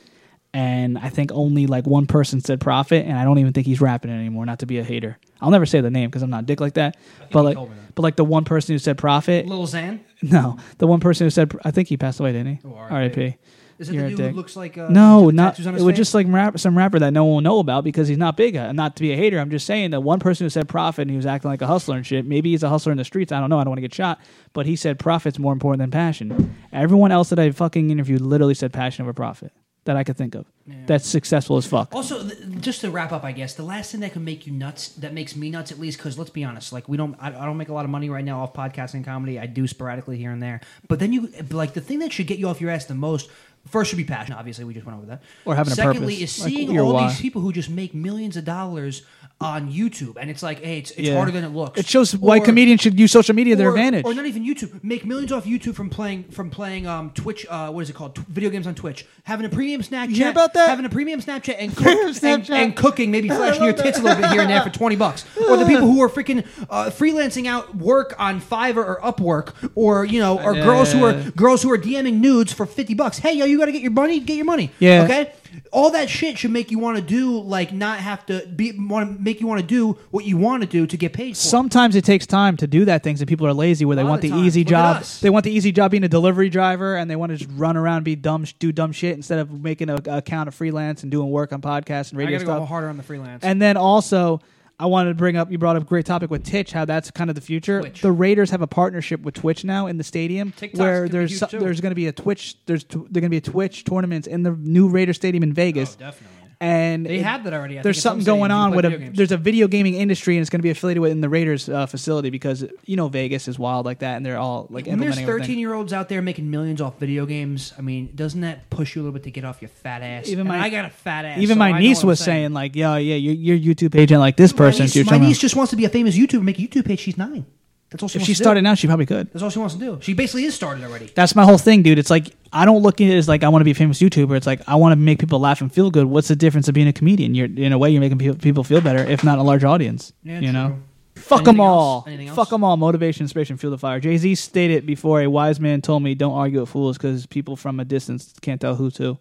Speaker 4: and I think only like one person said profit, and I don't even think he's rapping it anymore. Not to be a hater, I'll never say the name because I'm not a dick like that. But like, but like the one person who said profit,
Speaker 12: Lil Xan?
Speaker 4: No, the one person who said, pr- I think he passed away, didn't he?
Speaker 12: Oh,
Speaker 4: R.I.P.
Speaker 12: Is it the
Speaker 4: You're a
Speaker 12: dude who
Speaker 4: dick.
Speaker 12: looks like, uh,
Speaker 4: no,
Speaker 12: with
Speaker 4: not
Speaker 12: tattoos on
Speaker 4: it
Speaker 12: his
Speaker 4: was
Speaker 12: face?
Speaker 4: just like rap, some rapper that no one will know about because he's not big. Uh, not to be a hater, I'm just saying that one person who said profit and he was acting like a hustler and shit. Maybe he's a hustler in the streets. I don't know. I don't want to get shot. But he said profit's more important than passion. Everyone else that I fucking interviewed literally said passion over profit that I could think of. That's successful as fuck.
Speaker 12: Also, th- just to wrap up, I guess the last thing that can make you nuts, that makes me nuts at least, because let's be honest, like we don't, I, I don't make a lot of money right now off podcasting and comedy. I do sporadically here and there, but then you like the thing that should get you off your ass the most. First should be passion. Obviously, we just went over that.
Speaker 4: Or having a
Speaker 12: Secondly,
Speaker 4: purpose.
Speaker 12: is
Speaker 4: Like,
Speaker 12: seeing
Speaker 4: your
Speaker 12: all
Speaker 4: why.
Speaker 12: these people who just make millions of dollars on YouTube, and it's like, hey, it's, it's
Speaker 4: Yeah.
Speaker 12: harder than it looks.
Speaker 4: It shows why
Speaker 12: Or-
Speaker 4: comedians should use social media to their
Speaker 12: or-
Speaker 4: advantage.
Speaker 12: or not even YouTube. Make millions off YouTube from playing from playing um Twitch. Uh, what is it called? Tw- video games on Twitch. Having a premium Snapchat.
Speaker 4: hear about that?
Speaker 12: Having a premium Snapchat and cook, And, and cooking, maybe flashing your
Speaker 4: love
Speaker 12: tits a
Speaker 4: that.
Speaker 12: little bit here and there for twenty bucks. Or the people who are freaking uh, freelancing out work on Fiverr or Upwork, or you know, or
Speaker 4: Yeah,
Speaker 12: girls who
Speaker 4: yeah, yeah.
Speaker 12: are girls who are DMing nudes for fifty bucks. Hey yo, you got to get your money. Get your money.
Speaker 4: Yeah.
Speaker 12: Okay. All that shit should make you want to do like not have to be want to make you want to do what you want to do to get paid.
Speaker 4: Sometimes it takes time to do that things, and people are lazy where they want the,
Speaker 12: of times.
Speaker 4: easy
Speaker 12: Look at
Speaker 4: job.
Speaker 12: us.
Speaker 4: They want the easy job being a delivery driver, and they want to just run around, be dumb, sh- do dumb shit instead of making an account of freelance and doing work on podcasts and
Speaker 12: I
Speaker 4: radio
Speaker 12: gotta
Speaker 4: stuff.
Speaker 12: go harder on the freelance.
Speaker 4: And then also, I wanted to bring up you brought up a great topic with Twitch, how that's kind of the future. The Raiders have a partnership with Twitch now in the stadium,
Speaker 12: TikTok's gonna
Speaker 4: where
Speaker 12: be
Speaker 4: there's
Speaker 12: huge,
Speaker 4: so-
Speaker 12: too.
Speaker 4: there's going to be a Twitch there's t- there going to be a Twitch tournaments in the new Raider Stadium
Speaker 12: Oh,
Speaker 4: in Vegas.
Speaker 12: definitely.
Speaker 4: And
Speaker 12: They
Speaker 4: it-
Speaker 12: have that already, I think,
Speaker 4: there's
Speaker 12: at some
Speaker 4: something going
Speaker 12: stadiums, you
Speaker 4: on
Speaker 12: play
Speaker 4: with
Speaker 12: video
Speaker 4: a
Speaker 12: games.
Speaker 4: there's a video gaming industry, and it's going to be affiliated with in the Raiders uh, facility because you know Vegas is wild like that, and they're all like
Speaker 12: when there's
Speaker 4: implementing everything.
Speaker 12: 13 year olds out there making millions off video games, I mean, doesn't that push you a little bit to get off your fat ass?
Speaker 4: Even
Speaker 12: And
Speaker 4: my-
Speaker 12: I got a fat ass.
Speaker 4: Even
Speaker 12: so I
Speaker 4: my
Speaker 12: know
Speaker 4: niece
Speaker 12: what I'm
Speaker 4: was saying, like, "Yeah, yeah, your, your YouTube page ain't like this
Speaker 12: My
Speaker 4: person's."
Speaker 12: niece,
Speaker 4: You're
Speaker 12: my
Speaker 4: talking
Speaker 12: niece
Speaker 4: about-
Speaker 12: just wants to be a famous YouTuber, make a YouTube page. She's nine. That's all she
Speaker 4: if
Speaker 12: wants
Speaker 4: she
Speaker 12: to do.
Speaker 4: started now, she probably could.
Speaker 12: That's all she wants to do. She basically is started already.
Speaker 4: That's my whole thing, dude. It's like I don't look at it as like I want to be a famous YouTuber. It's like I want to make people laugh and feel good. What's the difference of being a comedian? You're in a way you're making peo- people feel better, if not a large audience.
Speaker 12: Yeah,
Speaker 4: you know,
Speaker 12: true.
Speaker 4: fuck
Speaker 12: Anything
Speaker 4: them all.
Speaker 12: else? Anything else?
Speaker 4: Fuck them all. Motivation, inspiration, fuel the fire. Jay Z stated before a wise man told me, "Don't argue with fools because people from a distance can't tell who's who."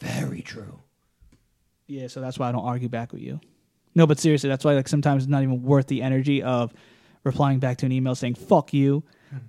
Speaker 12: Very true.
Speaker 4: Yeah, so that's why I don't argue back with you. No, but seriously, that's why like sometimes it's not even worth the energy of replying back to an email saying "fuck you"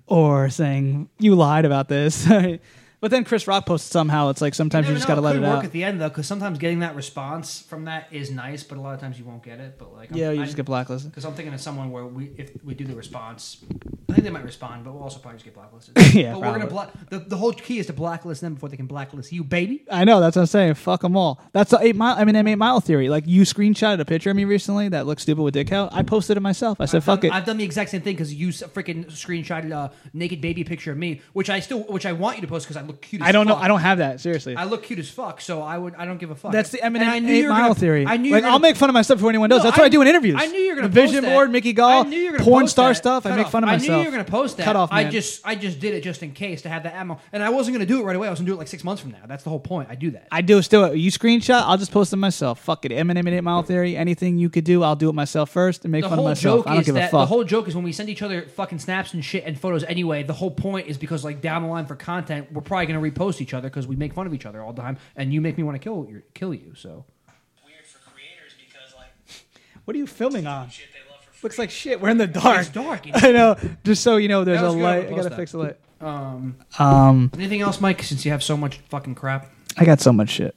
Speaker 4: or saying "you lied about this." But then Chris Rock posted somehow. It's like sometimes you,
Speaker 12: never
Speaker 4: just
Speaker 12: know,
Speaker 4: got to let
Speaker 12: could
Speaker 4: it
Speaker 12: work
Speaker 4: out.
Speaker 12: at the end though, because sometimes getting that response from that is nice, but a lot of times you won't get it. But like,
Speaker 4: Yeah, you just get blacklisted.
Speaker 12: Because I'm thinking of someone where we, if we do the response, I think they might respond, but we'll also probably just get blacklisted.
Speaker 4: Yeah,
Speaker 12: but we're gonna block. The, the whole key is to blacklist them before they can blacklist you, baby.
Speaker 4: I know that's what I'm saying. Fuck them all. That's the eight mile. I mean, I'm eight mile theory. Like you screenshotted a picture of me recently that looked stupid with dick out. I posted it myself. I said, "Fuck it."
Speaker 12: I've done the exact same thing because you s- freaking screenshotted a naked baby picture of me, which I still, which I want you to post because I look cute. As
Speaker 4: I don't know.
Speaker 12: fuck.
Speaker 4: I don't have that. Seriously.
Speaker 12: I look cute as fuck, so I would. I don't give a fuck.
Speaker 4: That's the
Speaker 12: And
Speaker 4: Eminem
Speaker 12: I knew you
Speaker 4: eight
Speaker 12: were gonna-
Speaker 4: mile theory.
Speaker 12: I knew you
Speaker 4: like,
Speaker 12: were
Speaker 4: I'll
Speaker 12: gonna-
Speaker 4: make fun of myself before anyone knows.
Speaker 12: No,
Speaker 4: That's what I do in interviews.
Speaker 12: I knew you were gonna
Speaker 4: The vision
Speaker 12: post that.
Speaker 4: board, Mickey Gall,
Speaker 12: I knew you were gonna
Speaker 4: porn
Speaker 12: post
Speaker 4: star
Speaker 12: that.
Speaker 4: stuff. I
Speaker 12: Cut
Speaker 4: make
Speaker 12: off.
Speaker 4: fun of myself.
Speaker 12: I knew you were gonna post that.
Speaker 4: Cut off, man.
Speaker 12: I just, I just did it just in case to have that ammo, and I wasn't gonna do it right away. I was gonna do it like six months from now. That's the whole point. I do that.
Speaker 4: I do still. You screenshot. I'll just post it myself. Fuck it. Eminem and eight mile theory. Anything you could do, I'll do it myself first and make
Speaker 12: the
Speaker 4: fun of
Speaker 12: whole
Speaker 4: myself.
Speaker 12: joke
Speaker 4: I don't
Speaker 12: is
Speaker 4: give
Speaker 12: that
Speaker 4: a fuck.
Speaker 12: the whole joke is when we send each other fucking snaps and shit and photos anyway. The whole point is because like down the line for content, we're probably gonna repost each other because we make fun of each other all the time, and you make me want to kill you, kill you. So
Speaker 4: what are you filming on? Looks like shit. We're in the dark.
Speaker 12: It's dark, you know?
Speaker 4: I know. Just so you know, there's
Speaker 12: That
Speaker 4: a
Speaker 12: was good. I'm
Speaker 4: light. I
Speaker 12: gonna
Speaker 4: gotta
Speaker 12: post
Speaker 4: fix the
Speaker 12: that.
Speaker 4: light.
Speaker 12: Um,
Speaker 4: Um,
Speaker 12: anything else, Mike? Since you have so much fucking crap,
Speaker 4: I got so much shit.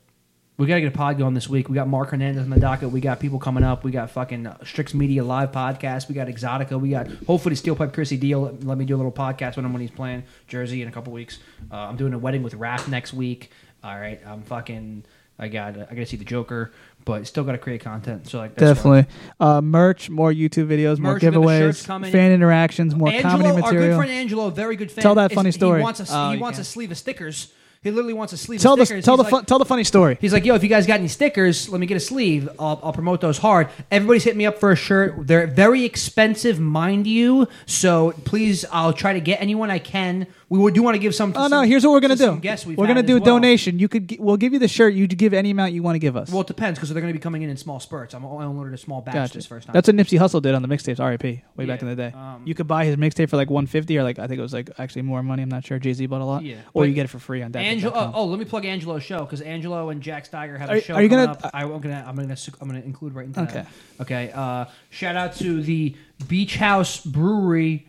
Speaker 12: we gotta get a pod going this week. We got Mark Hernandez on the docket. We got people coming up. We got fucking uh, Strix Media live podcast. We got Exotica. We got hopefully Steel Pipe Chrissy deal. Let, let me do a little podcast with him when he's playing Jersey in a couple weeks. Uh, I'm doing a wedding with Raph next week. All right, I'm fucking. I got. uh, I gotta see the Joker, but still gotta create content. So like that's
Speaker 4: Definitely. Uh, merch, more YouTube videos, more
Speaker 12: Merch, we got the shirts
Speaker 4: giveaways,
Speaker 12: coming.
Speaker 4: fan interactions, more
Speaker 12: Angelo,
Speaker 4: comedy
Speaker 12: Our good
Speaker 4: material.
Speaker 12: friend Angelo, very good fan.
Speaker 4: Tell that
Speaker 12: is-
Speaker 4: funny story.
Speaker 12: He wants a,
Speaker 4: Oh,
Speaker 12: he
Speaker 4: you
Speaker 12: wants a sleeve of stickers. He literally wants a sleeve
Speaker 4: Tell
Speaker 12: of
Speaker 4: the
Speaker 12: stickers.
Speaker 4: tell the
Speaker 12: He's
Speaker 4: fun,
Speaker 12: like,
Speaker 4: tell the funny story.
Speaker 12: He's like, yo, if you guys got any stickers, let me get a sleeve. I'll, I'll promote those hard. Everybody's hitting me up for a shirt. They're very expensive, mind you. So please, I'll try to get anyone I can. We would- do want to give some. To
Speaker 4: Oh
Speaker 12: some,
Speaker 4: no! Here's what we're gonna
Speaker 12: to some
Speaker 4: do.
Speaker 12: guests we've
Speaker 4: We're
Speaker 12: had
Speaker 4: gonna
Speaker 12: as
Speaker 4: do a
Speaker 12: well.
Speaker 4: donation. You could gi- we'll give you the shirt. You give any amount you want to give us.
Speaker 12: Well, it depends because they're going to be coming in in small spurts. I'm only ordered a small batch
Speaker 4: Gotcha.
Speaker 12: this first time.
Speaker 4: That's what Nipsey Hussle did on the mixtapes. R.I.P. Way back in the day.
Speaker 12: um,
Speaker 4: you could buy his mixtape for like 150 or like I think it was like actually more money. I'm not sure. Jay Z bought a lot.
Speaker 12: Yeah.
Speaker 4: Or
Speaker 12: But
Speaker 4: you get it for free on that.
Speaker 12: Angelo, oh, oh, let me plug Angelo's show because Angelo and Jack Steiger have
Speaker 4: Are-
Speaker 12: a show.
Speaker 4: are you
Speaker 12: coming
Speaker 4: gonna-
Speaker 12: Up. I, am gonna. I'm gonna. su- I'm gonna include right into
Speaker 4: Okay.
Speaker 12: that. Okay. Uh, shout out to the Beach House Brewery.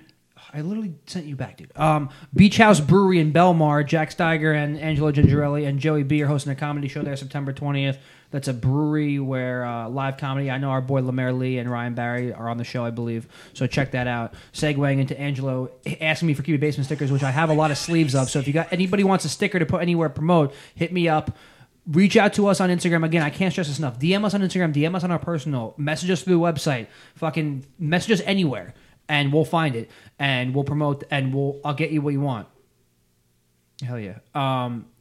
Speaker 12: I literally sent you back, dude. Um, Beach House Brewery in Belmar. Jack Steiger and Angelo Gingerelli and Joey B are hosting a comedy show there September 20th. That's a brewery where uh, live comedy. I know our boy Lemaire Lee and Ryan Barry are on the show, I believe. So check that out. Segueing into Angelo asking me for Cuba Basement stickers, which I have a lot of sleeves of. So if you got anybody wants a sticker to put anywhere, promote, hit me up. Reach out to us on Instagram. Again, I can't stress this enough. DM us on Instagram. DM us on our personal. Message us through the website. Fucking message us anywhere, and we'll find it, and we'll promote, and we'll I'll get you what you want. Hell yeah. Um,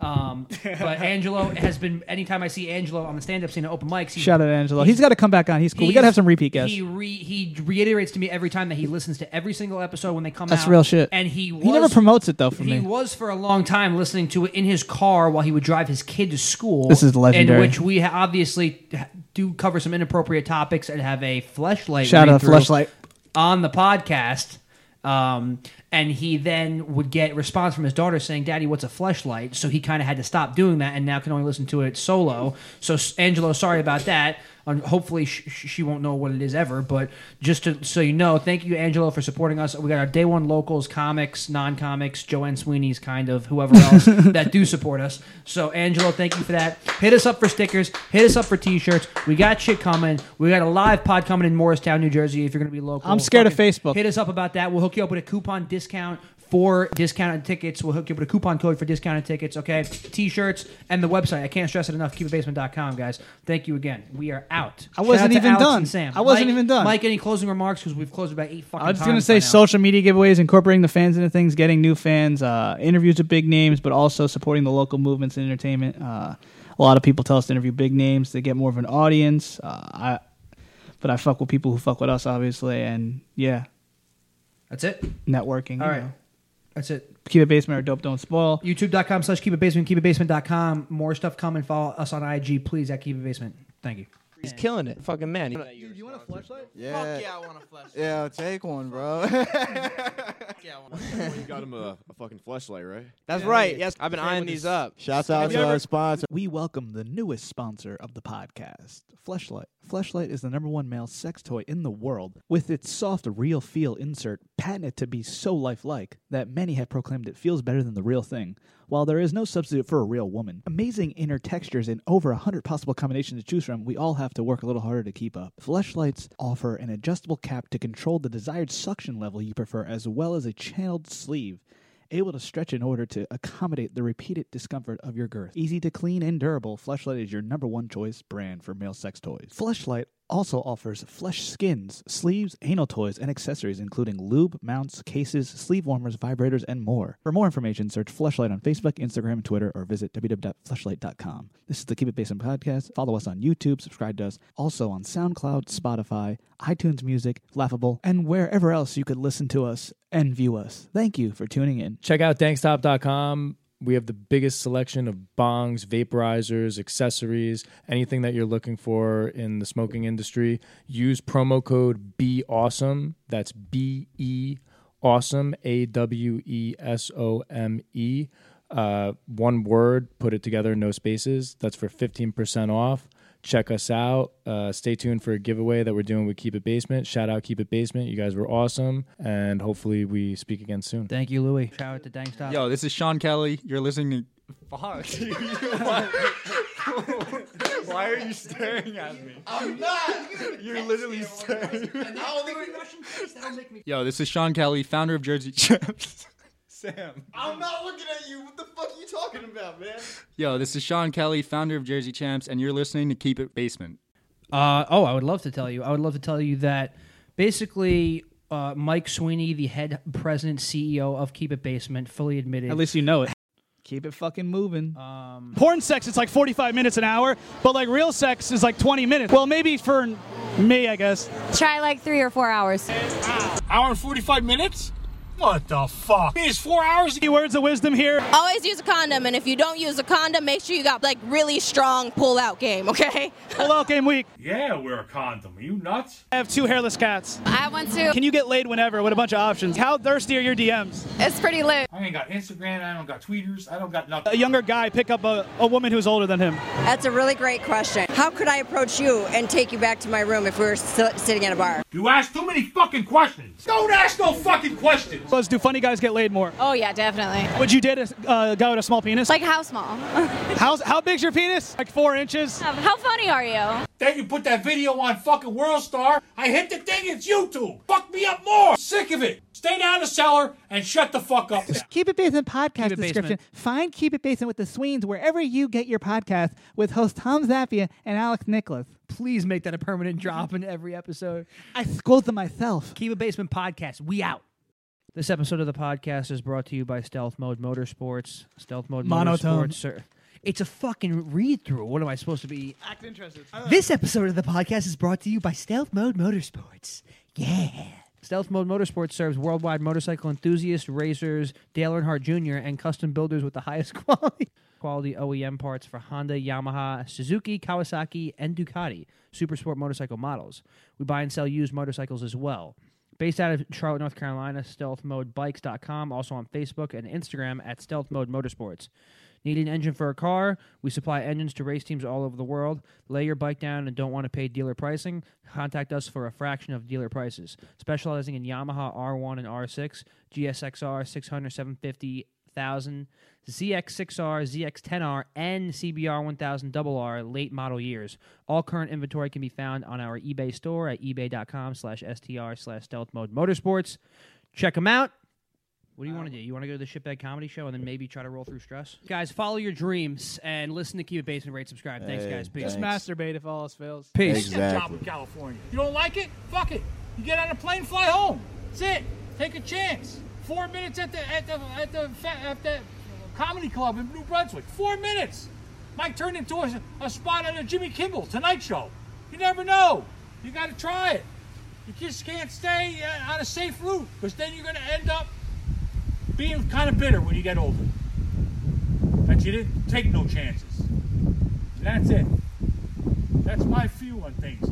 Speaker 12: um, but Angelo has been. Anytime I see Angelo on the stand-up scene at open mics, he,
Speaker 4: Shout out to Angelo. he's got to come back on. He's cool. we
Speaker 12: oh, he's-
Speaker 4: got to have some repeat guests.
Speaker 12: He re, he reiterates to me every time that he listens to every single episode when they come out.
Speaker 4: That's real shit.
Speaker 12: And he was,
Speaker 4: he never promotes it though for
Speaker 12: he
Speaker 4: me.
Speaker 12: was for a long time listening to it in his car while he would drive his kid to school.
Speaker 4: This is legendary.
Speaker 12: In which we ha- obviously do cover some inappropriate topics and have a fleshlight.
Speaker 4: Shout out to
Speaker 12: read-through
Speaker 4: Fleshlight.
Speaker 12: on the podcast. Um, and he then would get response from his daughter saying, "Daddy, what's a fleshlight?" So he kind of had to stop doing that, and now can only listen to it solo. So S- Angelo, sorry about that. Um, hopefully sh- sh- she won't know what it is ever, but just to, so you know, thank you, Angelo, for supporting us. We got our day one locals, comics, non comics, Joanne Sweeney's, kind of whoever else that do support us. So Angelo, thank you for that. Hit us up for stickers. Hit us up for t-shirts. We got shit coming. We got a live pod coming in Morristown, New Jersey. If you're gonna be local,
Speaker 4: I'm scared of
Speaker 12: Fucking
Speaker 4: Facebook.
Speaker 12: Hit us up about that. We'll hook you up with a coupon discount for discounted tickets. We'll hook you up with a coupon code for discounted tickets. Okay, t-shirts and the website. I can't stress it enough. KeepItBasement.com, guys. Thank you again. We are out.
Speaker 4: I wasn't
Speaker 12: Shout out to
Speaker 4: even
Speaker 12: Alex
Speaker 4: done.
Speaker 12: and Sam.
Speaker 4: I wasn't
Speaker 12: Mike-
Speaker 4: even done.
Speaker 12: Mike, any closing remarks? Because we've closed about eight fucking.
Speaker 4: I was going to
Speaker 12: times
Speaker 4: say
Speaker 12: by now.
Speaker 4: social media giveaways, incorporating the fans into things, getting new fans, uh, interviews with big names, but also supporting the local movements in entertainment. Uh, a lot of people tell us to interview big names to get more of an audience. Uh, I, but I fuck with people who fuck with us, obviously, and yeah,
Speaker 12: That's it.
Speaker 4: networking.
Speaker 12: All
Speaker 4: you
Speaker 12: right.
Speaker 4: know.
Speaker 12: That's it.
Speaker 4: Keep it basement or dope don't spoil.
Speaker 12: YouTube.com slash keep it basement, keep it basement.com. More stuff coming. Follow us on IG, please, at keep it basement. Thank you.
Speaker 16: He's killing it. Fucking man.
Speaker 10: Yeah. Fuck yeah, I want a flashlight. Yeah, take one, bro.
Speaker 16: Pacquiao.
Speaker 17: you got him a, a fucking fleshlight, right?
Speaker 16: That's right. Yes, I've been eyeing these up.
Speaker 10: Shouts out to our sponsor.
Speaker 4: We welcome the newest sponsor of the podcast, Fleshlight. Fleshlight is the number one male sex toy in the world, with its soft, real feel insert patented to be so lifelike that many have proclaimed it feels better than the real thing. While there is no substitute for a real woman, amazing inner textures and over 100 possible combinations to choose from, we all have to work a little harder to keep up. Fleshlights offer an adjustable cap to control the desired suction level you prefer, as well as a channeled sleeve able to stretch in order to accommodate the repeated discomfort of your girth. Easy to clean and durable, Fleshlight is your number one choice brand for male sex toys. Fleshlight also offers flesh skins, sleeves, anal toys, and accessories, including lube, mounts, cases, sleeve warmers, vibrators, and more. For more information, search Fleshlight on Facebook, Instagram, and Twitter, or visit www.fleshlight.com. This is the Keep It Basin podcast. Follow us on YouTube, subscribe to us, also on SoundCloud, Spotify, iTunes Music, Laughable, and wherever else you could listen to us and view us. Thank you for tuning in.
Speaker 18: Check out dankstop.com. We have the biggest selection of bongs, vaporizers, accessories, anything that you're looking for in the smoking industry. Use promo code E BE awesome. That's B E awesome, A W E S O M E. Uh, one word, put it together, no spaces. That's for 15% off. Check us out. Uh, stay tuned for a giveaway that we're doing with Keep It Basement. Shout out Keep It Basement. You guys were awesome. And hopefully we speak again soon.
Speaker 12: Thank you, Louis. Shout out to Dang Stop.
Speaker 19: Yo, Oh, this is Sean Kelly. You're listening to. Fuck. Why are you staring at me?
Speaker 14: I'm not.
Speaker 19: You're literally staring.
Speaker 14: Now make me wash face. That'll make me.
Speaker 19: Yo, this is Sean Kelly, founder of Jersey Chips.
Speaker 14: Sam. I'm not looking at you. What the fuck are you talking about, man?
Speaker 19: Yo, this is Sean Kelly, founder of Jersey Champs, and you're listening to Keep It Basement.
Speaker 12: Uh, oh, I would love to tell you. I would love to tell you that basically uh, Mike Sweeney, the head president CEO of Keep It Basement, fully admitted.
Speaker 4: At least you know it. Keep it fucking moving.
Speaker 12: Um,
Speaker 2: Porn sex, it's like 45 minutes an hour, but like real sex is like 20 minutes. Well, maybe for me, I guess.
Speaker 20: Try like three or four hours.
Speaker 14: Hour and 45 minutes? What the fuck? It's four hours.
Speaker 2: Any words of wisdom here?
Speaker 21: Always use a condom, and if you don't use a condom, make sure you got like really strong pull out game, okay?
Speaker 2: Pull out game week.
Speaker 14: Yeah, wear a condom. Are you nuts?
Speaker 2: I have two hairless cats.
Speaker 21: I want to.
Speaker 2: Can you get laid whenever with a bunch of options? How thirsty are your DMs?
Speaker 21: It's pretty lit.
Speaker 14: I ain't got Instagram. I don't got tweeters. I don't got nothing.
Speaker 2: A younger guy pick up a, a woman who's older than him.
Speaker 22: That's a really great question. How could I approach you and take you back to my room if we were si- sitting at a bar?
Speaker 14: You ask too many fucking questions. Don't ask no fucking questions.
Speaker 2: Let's do funny guys get laid more.
Speaker 21: Oh, yeah, definitely.
Speaker 2: Would you date a uh, guy with a small penis?
Speaker 21: Like, how small?
Speaker 2: How's, how big's your penis? Like four inches?
Speaker 21: Um, how funny are you?
Speaker 14: Then you put that video on fucking World Star. I hit the thing. It's YouTube. Fuck me up more. Sick of it. Stay down the cellar and shut the fuck up. now.
Speaker 4: Keep It Basement podcast
Speaker 21: Keep It
Speaker 4: description. Find Keep It Basement with the Sweens wherever you get your podcast with host Tom Zappia and Alex Nicholas.
Speaker 12: Please make that a permanent drop in every episode.
Speaker 4: I scold them myself.
Speaker 12: Keep It Basement podcast. We out. This episode of the podcast is brought to you by Stealth Mode Motorsports. Stealth Mode
Speaker 4: Monotone.
Speaker 12: Motorsports. Sir. It's a fucking read through. What am I supposed to be?
Speaker 2: Act interested.
Speaker 12: This episode of the podcast is brought to you by Stealth Mode Motorsports. Yeah. Stealth Mode Motorsports serves worldwide motorcycle enthusiasts, racers, Dale Earnhardt Jr., and custom builders with the highest quality. Quality OEM parts for Honda, Yamaha, Suzuki, Kawasaki, and Ducati supersport motorcycle models. We buy and sell used motorcycles as well. Based out of Charlotte, North Carolina, stealthmodebikes.com, also on Facebook and Instagram at Stealth Mode Motorsports. Need an engine for a car? We supply engines to race teams all over the world. Lay your bike down and don't want to pay dealer pricing? Contact us for a fraction of dealer prices. Specializing in Yamaha R1 and R6, GSXR 600, 750, 1000, ZX6R, ZX10R, and CBR 1000 R late model years. All current inventory can be found on our eBay store at ebay.com slash str slash stealth mode motorsports. Check them out. What do you want to do? You want to go to the Shitbag Comedy Show and then maybe try to roll through stress? Guys, follow your dreams and listen to Keep It Basement Rate. Subscribe. Thanks,
Speaker 10: Hey,
Speaker 12: guys. Peace.
Speaker 10: Just
Speaker 2: masturbate if all else fails.
Speaker 12: Peace.
Speaker 10: Exactly.
Speaker 14: Take that job in California. You don't like it? Fuck it. You get on a plane, fly home. That's it. Take a chance. Four minutes at the at the at the fa- at the comedy club in New Brunswick. Four minutes. Might turn into a, a spot on a Jimmy Kimmel Tonight Show. You never know. You got to try it. You just can't stay uh, on a safe route because then you're going to end up being kind of bitter when you get older that you didn't take no chances. And that's it. That's my view on things.